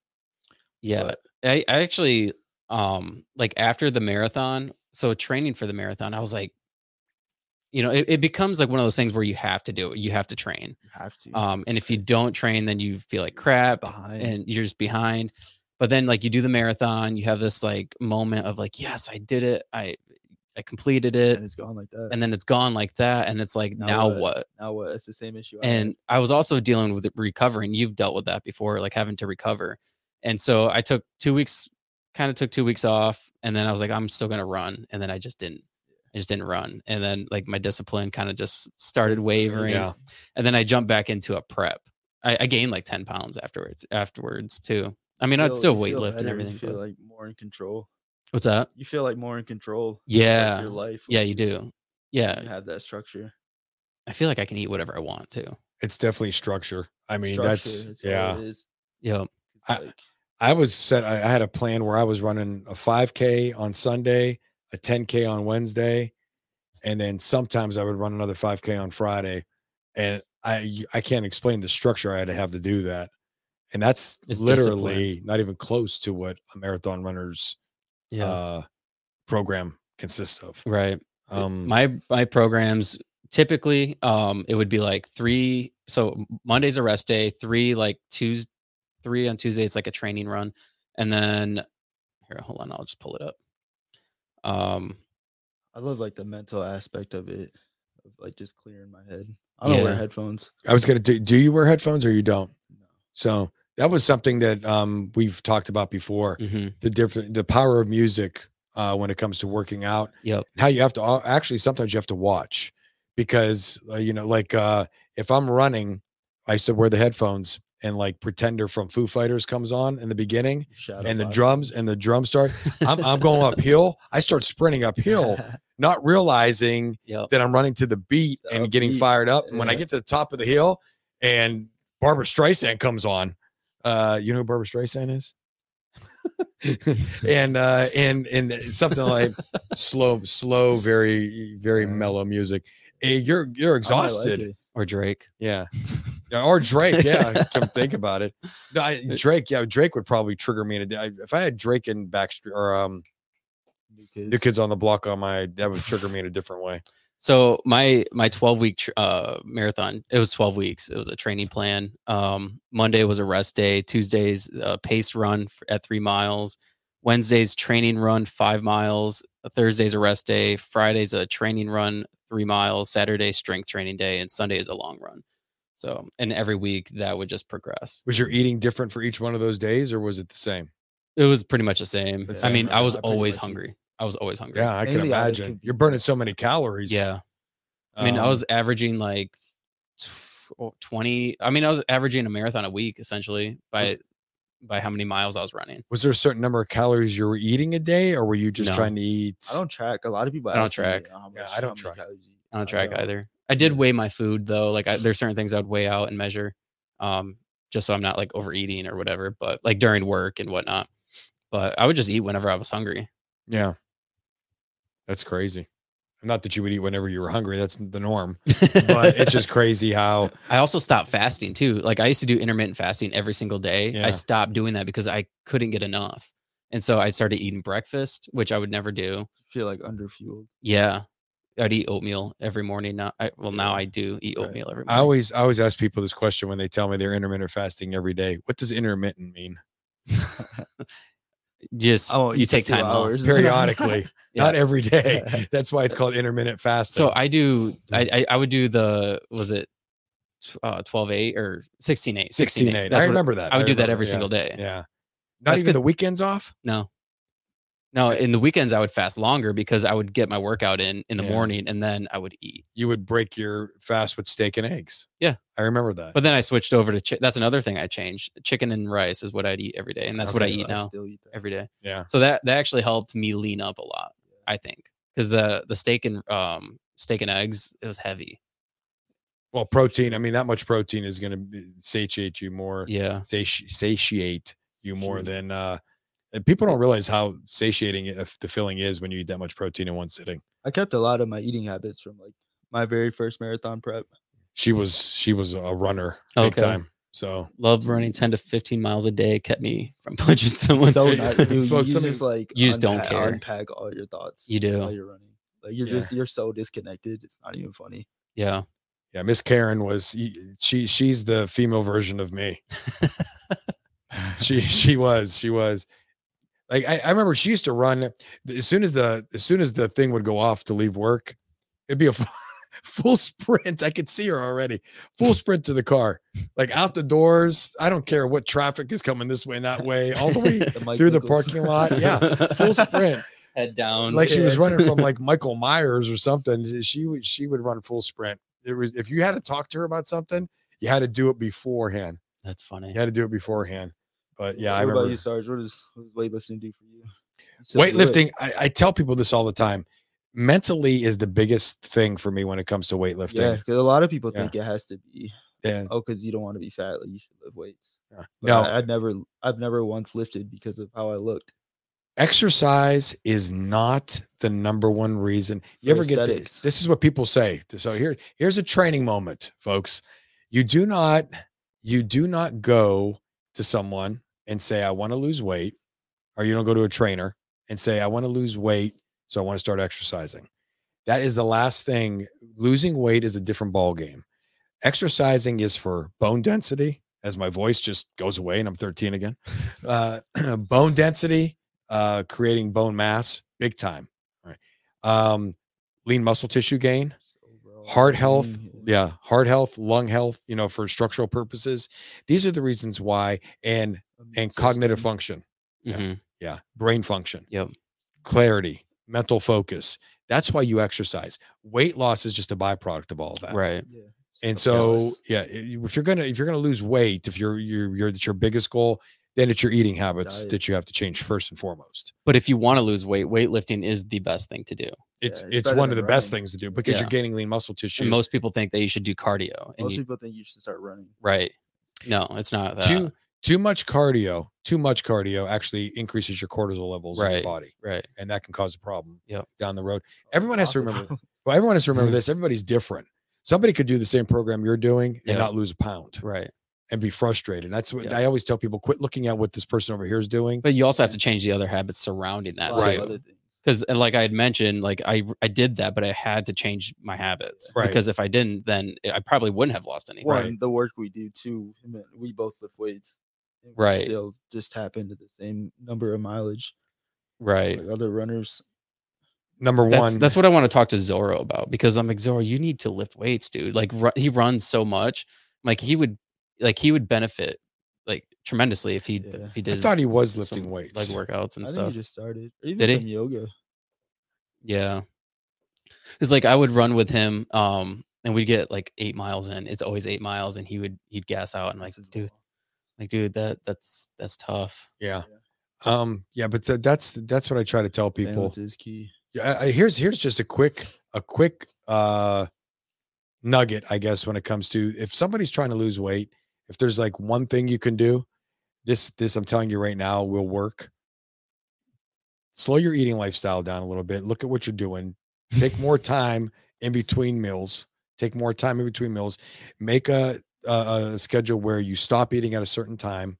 S3: Yeah,
S2: but-
S3: I, I actually um like after the marathon, so training for the marathon, I was like, you know, it, it becomes like one of those things where you have to do it, you have to train.
S2: You have to.
S3: Um, and if you don't train, then you feel like crap
S2: behind
S3: and you're just behind. But then like you do the marathon, you have this like moment of like, yes, I did it, I I completed
S2: and
S3: it,
S2: it's gone like that.
S3: and then it's gone like that, and it's like
S2: Now
S3: now
S2: what?
S3: what?
S2: now what? It's the same issue. I had.
S3: and I was also dealing with it recovering. You've dealt with that before, like having to recover. And so I took two weeks, kind of took two weeks off, and then I was like, I'm still gonna run, and then I just didn't. I just didn't run, and then like my discipline kind of just started wavering.
S1: Yeah.
S3: And then I jumped back into a prep. I, I gained like 10 pounds afterwards. Afterwards too. I mean, I'd
S2: feel-
S3: still
S2: you
S3: weight
S2: feel
S3: lift and
S2: better,
S3: everything.
S2: You feel
S3: but-
S2: like more in control.
S3: what's that?
S2: You feel like more in control. of
S3: Yeah,
S2: your life.
S3: yeah,
S2: like,
S3: you do.
S2: You
S3: Yeah,
S2: have that structure.
S3: I feel like I can eat whatever I want to.
S1: It's definitely structure. I mean,
S2: Structure,
S1: that's
S2: it's all
S1: yeah.
S2: It is.
S3: Yeah,
S2: It's
S1: I-
S2: like,
S1: I was set. I, I had a plan where I was running a 5K on Sunday, a 10K on Wednesday, and then sometimes I would run another 5K on Friday. And I you- I can't explain the structure I had to have to do that. And that's
S3: It's
S1: literally not even close to what a marathon runner's
S3: yeah,
S1: uh, program consists of.
S3: right. it-
S2: hmm.
S1: Um,
S3: my my programs typically um it would be like three so M- monday's a rest day three like tues three on tuesday it's like a training run and then here hold on i'll just pull it up um
S2: I love like the mental aspect of it, of like just clearing my head. I don't wear
S3: Yeah.
S2: headphones.
S1: I was gonna do. Do you wear headphones or you don't?
S2: No.
S1: So that was something that um, we've talked about before.
S3: mhm,
S1: The different, the power of music uh, when it comes to working out.
S3: yep
S1: and how you have to au- actually sometimes you have to watch because uh, you know like uh if i'm running i used to wear the headphones and like pretender from foo fighters comes on in the beginning
S2: Shadow
S1: and the
S2: boxing.
S1: drums and the drum start I'm, I'm going uphill i start sprinting uphill not realizing
S3: yep
S1: that i'm running to the beat
S2: The
S1: and getting
S2: upbeat,
S1: fired up and when i
S2: yeah.
S1: get to the top of the hill and barbara streisand comes on uh you know who barbara streisand is and uh and and something like slow slow very very
S2: Wow.
S1: mellow music Eh, you're
S2: Oh, I
S1: you're
S2: might like
S1: exhausted
S2: it.
S3: or drake
S1: yeah Yeah, or drake yeah come think about it No, I- drake yeah drake would probably trigger me in a day. I- if i had drake and backstreet or um
S2: New kids.
S1: new kids on the block on my that would trigger me in a different way
S3: so my my 12 week tr- uh marathon it was 12 weeks it was a training plan um monday was a rest day tuesday's uh, pace run f- at three miles wednesday's training run five miles thursday's a rest day friday's a training run three miles saturday strength training day and sunday is a long run so and every week that would just progress
S1: was your eating different for each one of those days or was it the same
S3: it was pretty much the same
S1: That's
S3: i
S1: it.
S3: mean i was
S2: I pretty
S3: always
S2: much-
S3: hungry i was always hungry
S1: yeah i can
S2: Mainly I was
S1: imagine you're burning so many calories
S3: yeah I mean, I
S1: Um,
S3: was averaging like tw- oh, 20. I mean, I was averaging a marathon a week essentially by by how many miles I was running.
S1: was there a certain number of calories you were eating a day or were you just
S3: No.
S1: trying to eat
S2: I don't track. A lot of people.
S3: I don't
S2: ask me, you
S3: track.
S2: know, how
S1: Yeah,
S2: much-
S1: I don't
S2: how many
S1: track.
S2: calories you eat.
S3: I don't track
S2: don't.
S3: either. I did weigh my food though. Like I, there's certain things I'd weigh out and measure um just so I'm not like overeating or whatever, but like during work and whatnot. But I would just eat whenever I was hungry.
S1: Yeah. That's crazy. Not that you would eat whenever you were hungry. That's the norm. But it's just crazy how
S3: I also stopped fasting too. Like I used to do intermittent fasting every single day.
S1: Yeah.
S3: I stopped doing that because I couldn't get enough. And so I started eating breakfast, which I would never do.
S2: feel like underfueled.
S3: Yeah. I'd eat oatmeal every morning. Now, I, well, now I do eat
S2: Right.
S3: oatmeal every
S1: I
S3: morning.
S1: always I always ask people this question when they tell me they're intermittent fasting every day. What does intermittent mean?
S3: Just
S2: I won't
S3: you
S2: eat for
S3: take
S2: two
S3: time off.
S2: hours.
S1: Periodically,
S3: Yeah.
S1: not every day. That's why it's called intermittent fasting.
S3: So I do. I I, I would do the was it tw- uh 12 8 or 16 8
S1: sixteen eight.
S3: That's
S1: I
S3: what-
S1: remember that.
S3: I would do that
S1: remember,
S3: every
S1: yeah,
S3: single day.
S1: Yeah. Not
S3: That's
S1: even
S3: good.
S1: the weekends off.
S3: No. No, in the weekends I would fast longer because I would get my workout in in the
S1: Yeah.
S3: morning and then I would eat.
S1: You would break your fast with steak and eggs.
S3: Yeah.
S1: I remember that.
S3: But then I switched over to chi- that's another thing I changed. Chicken and rice is what I'd eat every day, and that's
S2: I'll
S3: what I
S2: tell you
S3: eat
S2: what,
S3: now
S2: Still eat that.
S3: every day.
S1: yeah.
S3: So that that actually helped me lean up a lot, I think, because the the steak and um steak and eggs it was heavy.
S1: Well, protein. I mean, that much protein is going to satiate you more.
S3: Yeah,
S1: sati- satiate you more
S2: Satiate.
S1: than uh and people don't realize how satiating it- if the filling is when you eat that much protein in one sitting.
S2: I kept a lot of my eating habits from like my very first marathon prep.
S1: She was she was a runner big
S3: Okay.
S1: time. So
S3: loved
S1: Mm.
S3: running ten to fifteen miles a day kept me from punching someone.
S2: So
S1: Hey,
S2: nice, dude.
S1: folks,
S2: you
S1: let me-
S2: just like
S3: You just don't
S2: unpack-
S3: care.
S2: Unpack all your thoughts.
S3: You
S2: While
S3: do,
S2: you're running, like you're
S1: Yeah.
S2: just you're so disconnected. It's not even funny.
S3: yeah.
S1: yeah, Miss Karen was y- she she's the female version of me. she she was she was like I, I remember she used to run as soon as the as soon as the thing would go off to leave work, it'd be a full, full sprint. I could see her already. Full sprint to the car. Like out the doors. I don't care what traffic is coming this way, that way, all the way
S2: The Mike
S1: through the
S2: Nichols-
S1: parking lot. Yeah. Full sprint.
S3: head down.
S1: Like she was
S2: Yeah.
S1: running from like Michael Myers or something. eh, She would she would run full sprint. It was if you had to talk to her about something, you had to do it beforehand.
S3: that's funny.
S1: You had to do it beforehand. But yeah,
S2: what
S1: I remember
S2: about you, Sarge? What does what does weightlifting do for you? You still do it.
S1: weightlifting I, I tell people this all the time mentally is the biggest thing for me when it comes to
S2: Yeah,
S1: weightlifting
S2: because a lot of people
S1: Yeah.
S2: think it has to be
S1: yeah,
S2: oh, because you don't want to be fat, like you should lift weights.
S1: yeah.
S2: But
S1: no
S2: I, I'd never, I've never once lifted because of how I looked.
S1: exercise is not the number one reason you
S2: For
S1: ever get this
S2: aesthetics.
S1: this is what people say so here here's a training moment folks you do not you do not go to someone and say i want to lose weight or you don't go to a trainer and say i want to lose weight so i want to start exercising that is the last thing losing weight is a different ball game exercising is for bone density as my voice just goes away and i'm 13 again uh, bone density uh, creating bone mass big time all right um, lean muscle tissue gain
S2: Just overall
S1: heart health
S2: lean,
S1: yeah heart health lung health you know for structural purposes these are the reasons why and
S2: immune
S1: and cognitive
S2: system.
S1: function Yeah.
S3: Mhm.
S1: yeah brain function
S3: Yep.
S1: clarity mental focus that's why you exercise weight loss is just a byproduct of all of that
S3: Right.
S2: Yeah.
S1: and
S2: Of
S1: so,
S2: course.
S1: yeah, i- you- if you're gonna if you're gonna lose weight, if you're you're, you're that's your biggest goal, then it's your eating habits
S2: Diet.
S1: that you have to change first and foremost.
S3: But if you want to lose weight, weightlifting is the best thing to do.
S1: It's
S2: it's
S1: it's,
S2: better
S1: one of
S2: than
S1: the best
S2: running.
S1: things to do because
S3: Yeah.
S1: you're gaining lean muscle tissue.
S3: And most people think that you should do cardio. And
S2: most
S3: you,
S2: people think you should start running.
S3: right. No, it's not that.
S1: too too much cardio, too much cardio actually increases your cortisol levels in your
S3: Right.
S1: body,
S3: right.
S1: and that can cause a problem
S3: Yep.
S1: down the road. Everyone has to
S2: Lots of
S1: remember
S2: problems.
S1: Well, everyone has to
S3: Mm-hmm.
S1: remember this. Everybody's different. Somebody could do the same program you're doing
S3: Yeah.
S1: and not lose a pound
S3: Right.
S1: and be frustrated. That's what
S3: Yeah.
S1: I always tell people: quit looking at what this person over here is doing.
S3: But you also have to change the other habits surrounding that.
S2: Lots of
S1: Right.
S3: Right.
S2: other things.
S3: Because like I had mentioned, like I I did that, but I had to change my habits.
S1: Right.
S3: Because if I didn't, then I probably wouldn't have lost any.
S2: One,
S1: Right.
S2: the work we do. Two, I mean, we both lift weights. and we
S3: Right.
S2: Still, just tap into the same number of mileage
S3: Right.
S2: like other runners.
S1: Number
S3: That's,
S1: one,
S3: that's what I want to talk to Zorro about because I'm like Zorro, you need to lift weights, dude. Like ru- he runs so much, like he would, like he would benefit like tremendously if he
S2: Yeah.
S3: if he
S1: I
S3: did.
S1: thought he was
S3: some
S1: lifting weights.
S3: leg workouts
S2: I
S3: and
S2: think
S3: stuff.
S2: he just started. Or even
S3: Did he?
S2: some yoga.
S3: Yeah. It's like I would run with him um and we'd get like 8 miles in. It's always 8 miles and he would he'd gas out and like
S2: This is
S3: dude
S2: all.
S3: like dude that that's that's tough.
S1: Yeah. Um. Yeah, but th- that's that's what I try to tell people.
S2: Balance is key.
S1: Yeah. I, I- here's here's just a quick a quick uh nugget, I guess, when it comes to if somebody's trying to lose weight, if there's like one thing you can do, this this I'm telling you right now will work. Slow your eating lifestyle down a little bit. Look at what you're doing. Take more time in between meals. Take more time in between meals. Make a, a, a schedule where you stop eating at a certain time,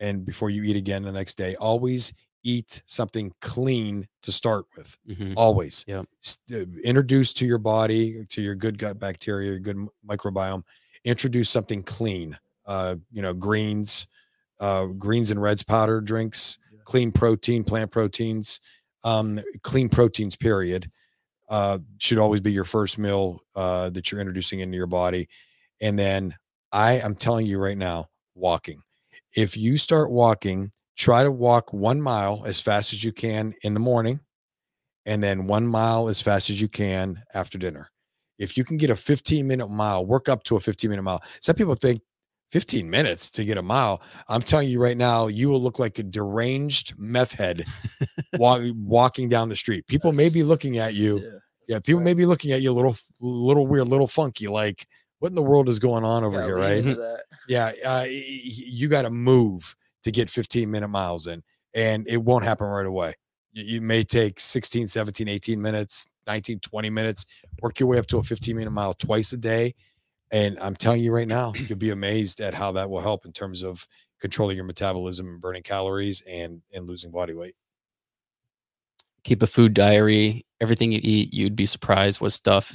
S1: and before you eat again the next day. Always eat something clean to start with.
S3: Mhm.
S1: Always.
S3: Yep.
S1: S- uh, Introduce to your body, to your good gut bacteria, your good m- microbiome, introduce something clean. Uh, you know, greens, uh, greens and reds powder drinks, clean protein, plant proteins, um, clean proteins, period. Uh, should always be your first meal uh, that you're introducing into your body. And then I am telling you right now, walking. If you start walking, try to walk one mile as fast as you can in the morning and then one mile as fast as you can after dinner. If you can get a 15 minute mile, work up to a 15 minute mile. Some people think 15 minutes to get a mile. I'm telling you right now, you will look like a deranged meth head wa- walking down the street. People may be looking at you.
S2: Yeah.
S1: Yeah, people may be looking at you a little, little weird, little funky. Like, what in the world is going on over
S2: Gotta
S1: here,
S2: lean
S1: right?
S2: into that.
S1: Yeah, uh, y- y- you got to move to get 15 minute miles in, and it won't happen right away. You, you may take 16, 17, 18 minutes, 19, 20 minutes, work your way up to a 15 minute mile twice a day. And I'm telling you right now, you'll be amazed at how that will help in terms of controlling your metabolism and burning calories and and losing body weight.
S3: Keep a food diary. Everything you eat, you'd be surprised what stuff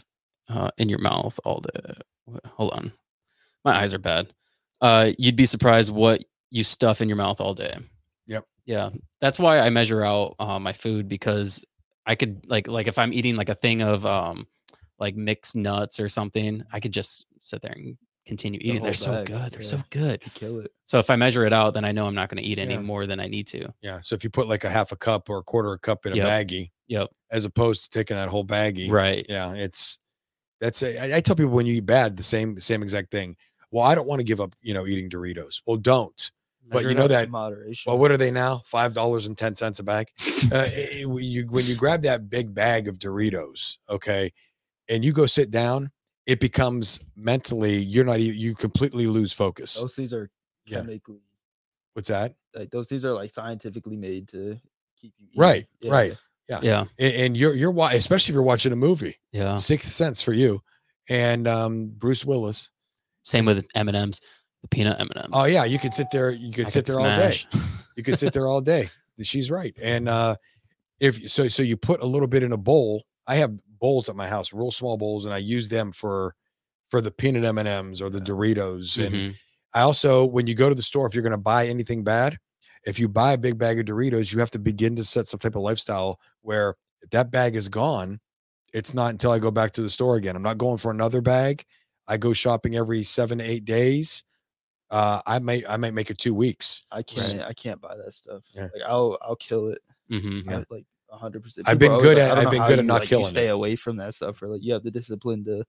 S3: uh, in your mouth. All the wh- hold on, my eyes are bad. Uh, you'd be surprised what you stuff in your mouth all day.
S1: Yep.
S3: Yeah, that's why I measure out uh, my food because I could like like if I'm eating like a thing of um like mixed nuts or something, I could just sit there and continue eating.
S2: whole
S3: They're so
S2: bag,
S3: good. They're
S2: yeah.
S3: so good.
S2: You kill it.
S3: So if I measure it out, then I know I'm not going to eat any
S1: Yeah.
S3: more than I need to.
S1: Yeah. So if you put like a half a cup or a quarter a cup in a
S3: Yep.
S1: baggie,
S3: Yep.
S1: as opposed to taking that whole baggie,
S3: Right.
S1: Yeah, it's that's a, I, I tell people when you eat bad the same same exact thing. Well, I don't want to give up, you know, eating Doritos. Well, don't. But
S2: Measure
S1: you
S2: it
S1: know
S2: out in
S1: that-
S2: moderation.
S1: Well, what are they now? Five dollars and ten cents a bag. Uh, eh, when you when you grab that big bag of Doritos, okay, and you go sit down, it becomes mentally you're not e- you completely lose focus.
S2: those things are
S1: Yeah.
S2: chemically
S1: What's that?
S2: like those things are like scientifically made to keep you eating.
S1: Right,
S2: Yeah.
S1: right.
S3: Yeah.
S1: And, and you're you're wa- especially if you're watching a movie,
S3: Yeah.
S1: Sixth Sense for you, and um, Bruce Willis.
S3: Same with M and M's, the peanut M and M's.
S1: Oh yeah, you could sit there. You could sit there all day. you could sit there all day she's right and uh if so so you put a little bit in a bowl i have bowls at my house real small bowls and i use them for for the peanut m&ms or the doritos
S2: Mm-hmm.
S1: and
S3: Mm-hmm,
S1: i also when you go to the store if you're going to buy anything bad if you buy a big bag of doritos you have to begin to set some type of lifestyle where if that bag is gone it's not until i go back to the store again i'm not going for another bag i go shopping every seven to eight days uh, I may I might make it two weeks.
S2: I can't. I can't buy that stuff.
S1: Yeah.
S2: Like I'll I'll kill it.
S3: Mm-hmm.
S1: Yeah.
S2: I, like hundred percent.
S1: I've been good at- I've been good at not killing it.
S2: Stay away from that stuff. Or like you have the discipline to.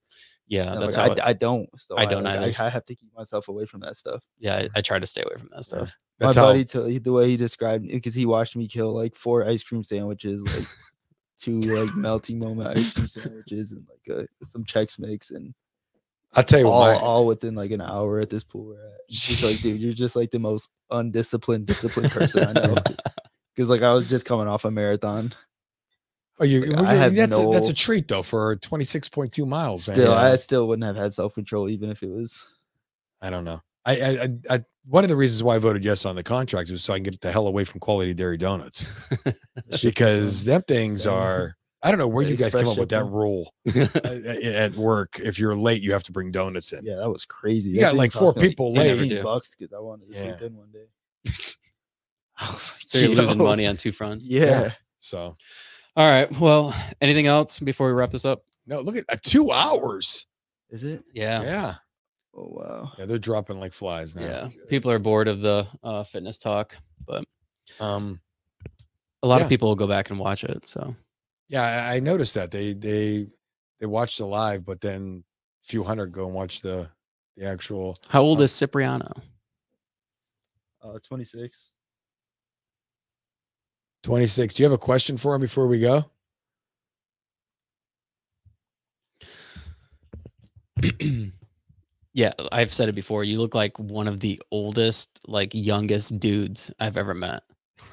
S3: Yeah.
S2: and,
S3: That's
S2: like,
S3: how. I,
S2: I, I don't. So
S3: I don't
S2: like,
S3: either.
S2: I, I have to keep myself away from that stuff.
S3: yeah. I, I try to stay away from that stuff.
S1: That's
S2: My
S1: how
S2: buddy, t- the way he described it, because he watched me kill like four ice cream sandwiches, like two like melting moment ice cream sandwiches, and like uh, some Chex Mix, and
S1: I'll tell you
S2: all
S1: what. my-
S2: all within like an hour at this pool we're at. He's Oh, like, dude, you're just like the most undisciplined, disciplined person I know. Because like I was just coming off a marathon.
S1: oh, you,
S2: like,
S1: well,
S2: I
S1: you-
S2: have
S1: that's a, that's a
S2: no-
S1: treat though for 26.2 miles. man.
S2: Still,
S1: It's-
S2: I still wouldn't have had self control even if it was.
S1: I don't know. I, I, I, I, one of the reasons why I voted yes on the contract was so I can get the hell away from quality dairy donuts because them things
S2: Same.
S1: are. I don't know where
S2: The
S1: you guys came up with that
S2: express
S1: rule uh, at work. If you're late, you have to bring donuts in.
S2: Yeah, that was crazy.
S1: You
S2: That
S1: got,
S2: thing
S1: like,
S2: cost
S1: four
S2: me, like,
S1: people
S3: late. Never
S2: 18
S3: do.
S2: bucks because I wanted to sleep
S1: Yeah.
S2: in one day. I was like,
S3: So you're losing
S2: "Yo."
S3: money on two fronts.
S2: Yeah.
S1: So
S3: All right. Well, anything else before we wrap this up?
S1: no, look at uh, two hours.
S2: Is it?
S3: Yeah.
S1: Yeah.
S3: Yeah.
S1: yeah,
S2: Oh wow.
S1: they're dropping like flies now.
S3: People are bored of the uh, fitness talk, but
S1: Um.
S3: a lot
S1: Yeah.
S3: of people will go back and watch it. So
S1: Yeah, I, I noticed that they they they watched the live, but then a few hundred go and watch the the actual
S3: how old
S1: Uh,
S3: is Cipriano?
S2: Uh, 26.
S1: 26. Do you have a question for him before we go?
S3: yeah, I've said it before. You look like one of the oldest, like youngest dudes I've ever met.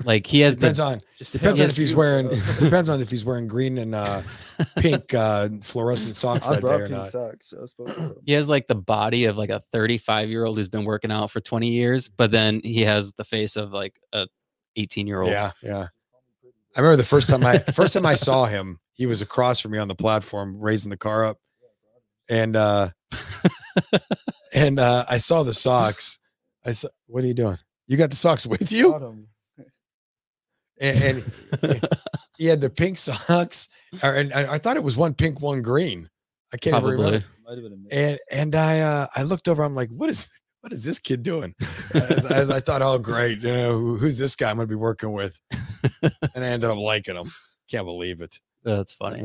S3: Like he has
S1: Depends
S3: the
S1: on
S2: Just
S1: depends on
S3: Yes,
S1: if he's
S2: you-
S1: wearing
S2: uh,
S1: depends on if he's wearing green and uh pink uh fluorescent socks
S2: I
S1: that day
S2: brought
S1: or
S2: pink
S1: not.
S2: socks. I was supposed to.
S3: he has like the body of like a 35 year old who's been working out for 20 years, but then he has the face of like a 18 year old.
S1: Yeah, yeah. I remember the first time I first time I saw him, he was across from me on the platform raising the car up. And uh and uh I saw the socks. I saw what are you doing? You got the socks with you? And, and he had the pink socks. Or, and I, I thought it was one pink, one green. I can't ever remember
S3: Probably.
S2: Might have been a mix.
S1: and and I uh, I looked over. I'm like, what is what is this kid doing? As, as I thought, oh great, you know, who- who's this guy I'm gonna be working with? and I ended up liking him. Can't believe it.
S3: That's funny.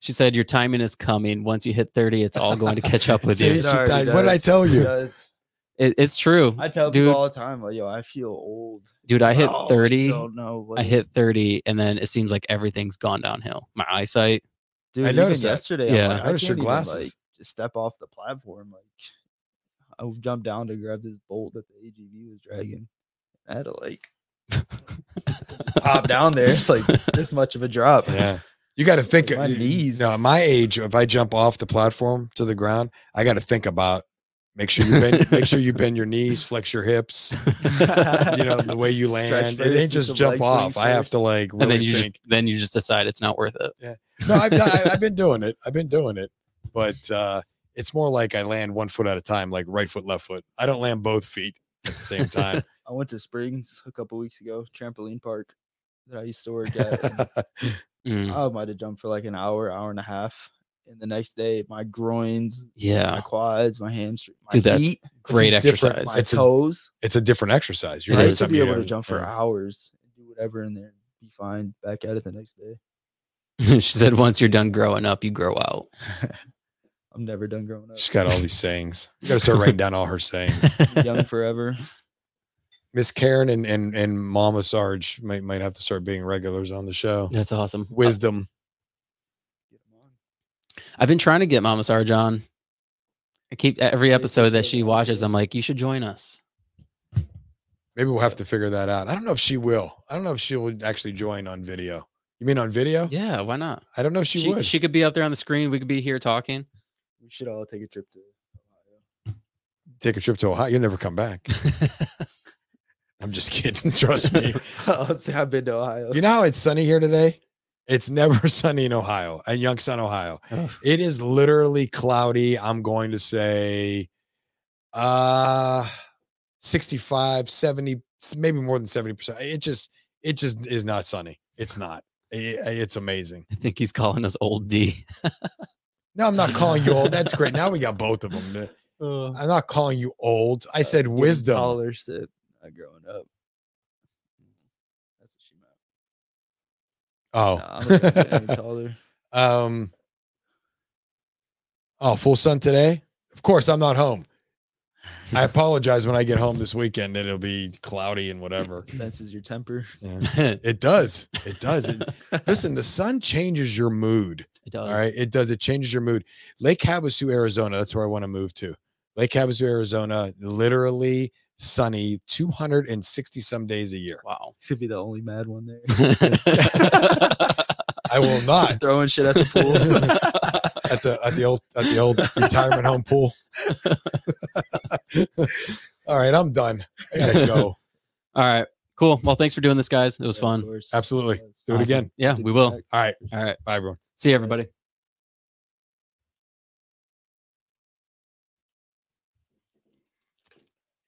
S3: She said, Your timing is coming. Once you hit 30, it's all going to catch up with
S1: See,
S3: you.
S1: she died. What did I tell
S2: It
S1: you?
S2: does.
S3: It, it's true.
S2: I tell
S3: Dude.
S2: people all the time, like, yo, I feel old.
S3: Dude, I hit
S2: Oh, I
S3: 30.
S2: don't know what
S3: I
S2: it-
S3: hit 30, and then it seems like everything's gone downhill. My eyesight.
S2: Dude,
S1: I
S2: even
S1: noticed that.
S2: yesterday.
S3: Yeah.
S2: Yeah,
S3: I
S2: i
S1: noticed your
S2: can't even,
S1: glasses.
S2: like, just step off the platform. Like, I jumped down to grab this bolt that the AGV was dragging. I had to like pop down there. It's like this much of a drop.
S1: Yeah. You got to think.
S2: My
S1: you-
S2: knees.
S1: No, at my age, if I jump off the platform to the ground, I got to think about. Make sure you bend. make sure you bend your knees, flex your hips. You know the way you
S2: Stretch
S1: land. It
S2: first,
S1: ain't
S2: do
S1: just
S2: some
S1: jump
S2: leg
S1: off.
S2: swings
S1: I have
S2: first.
S1: to like really
S3: and then you
S1: think.
S3: just then you just decide it's not worth it.
S1: No, I've, done, I- I've been doing it. I've been doing it, but uh, it's more like I land one foot at a time, like right foot, left foot. I don't land both feet at the same time.
S2: I went to Springs a couple weeks ago, trampoline park that I used to work at. and
S1: Hmm.
S3: Mm,
S2: I might have jumped for like an hour, hour and a half. And the next day, my groins, my
S3: yeah,
S2: quads, my hamstring, my
S3: Dude, that's
S2: feet,
S3: great
S1: a different
S3: exercise.
S2: my
S1: it's a-
S2: toes.
S1: it's a different exercise.
S3: It
S2: I
S3: is
S1: right,
S2: used to
S1: something
S2: be
S1: you
S2: able to
S1: gotta-
S2: jump for
S1: yeah.
S2: hours and do whatever in there, be fine, back at it the next day.
S3: she said once you're done growing up, you grow out.
S2: I'm never done growing
S1: She's got all these sayings. You got to start writing down all her sayings.
S2: up. Young forever.
S1: Miss Karen and and and Mama Sarge might might have to start being regulars on the show.
S3: That's awesome.
S1: Wisdom.
S2: Get 'em on.
S3: I've been trying to get Mama Sarge on. I keep e, every
S2: Yeah, you
S3: episode that
S2: should.
S3: she watches. I'm like, you should join us.
S1: Maybe we'll have to figure that out. I don't know if she will. I don't know if she will actually join on video. You mean on video?
S3: Yeah, why not?
S1: I don't know if Oh. she, would.
S3: She could be up there on the screen. We could be here talking.
S2: We should all take a trip to Ohio.
S1: Take a trip to Ohio. You'll never come back. I'm just kidding. Trust me.
S2: I'll say I've been to Ohio.
S1: You know how it's sunny here today? It's never sunny in Ohio, in Youngstown, Ohio.
S3: Ugh.
S1: It is literally cloudy. I'm going to say uh 65, 70, s- maybe more than 70%. It just it just is not sunny. It's not. I- I- it's amazing.
S3: I think he's calling us old D.
S1: No, I'm not calling you old. That's great. Now we got both of them. I'm not calling you old. I said
S2: Uh, Getting
S1: wisdom.
S2: Taller, said not growing up. That's what she meant.
S1: Oh.
S2: Nah, I'm not gonna get any taller.
S1: Um. Oh, full sun today. Of course, I'm not home. I apologize when I get home this weekend. that It'll be cloudy and whatever.
S2: Senses your temper.
S3: it
S1: It does. It does. It, listen, the sun changes your mood.
S3: does.
S1: All right, it does. It changes your mood. Lake Havasu, Arizona. That's where I want to move to. Lake Havasu, Arizona. Literally sunny, 260 some days a year.
S3: Wow.
S2: He's gonna be the only mad one there.
S1: I will not
S2: Throwing shit at the pool.
S1: at the at the old at the old retirement home pool. All right, I'm done. I gotta go.
S3: All right. Cool. Well, thanks for doing this, guys. It was
S2: Yeah, of
S3: fun.
S2: course.
S1: Absolutely.
S2: Yeah, it's
S1: Do it
S2: awesome.
S1: again.
S3: Yeah,
S2: Good
S3: we will.
S2: back.
S1: All right.
S3: All right.
S1: Bye, everyone.
S3: See you, everybody.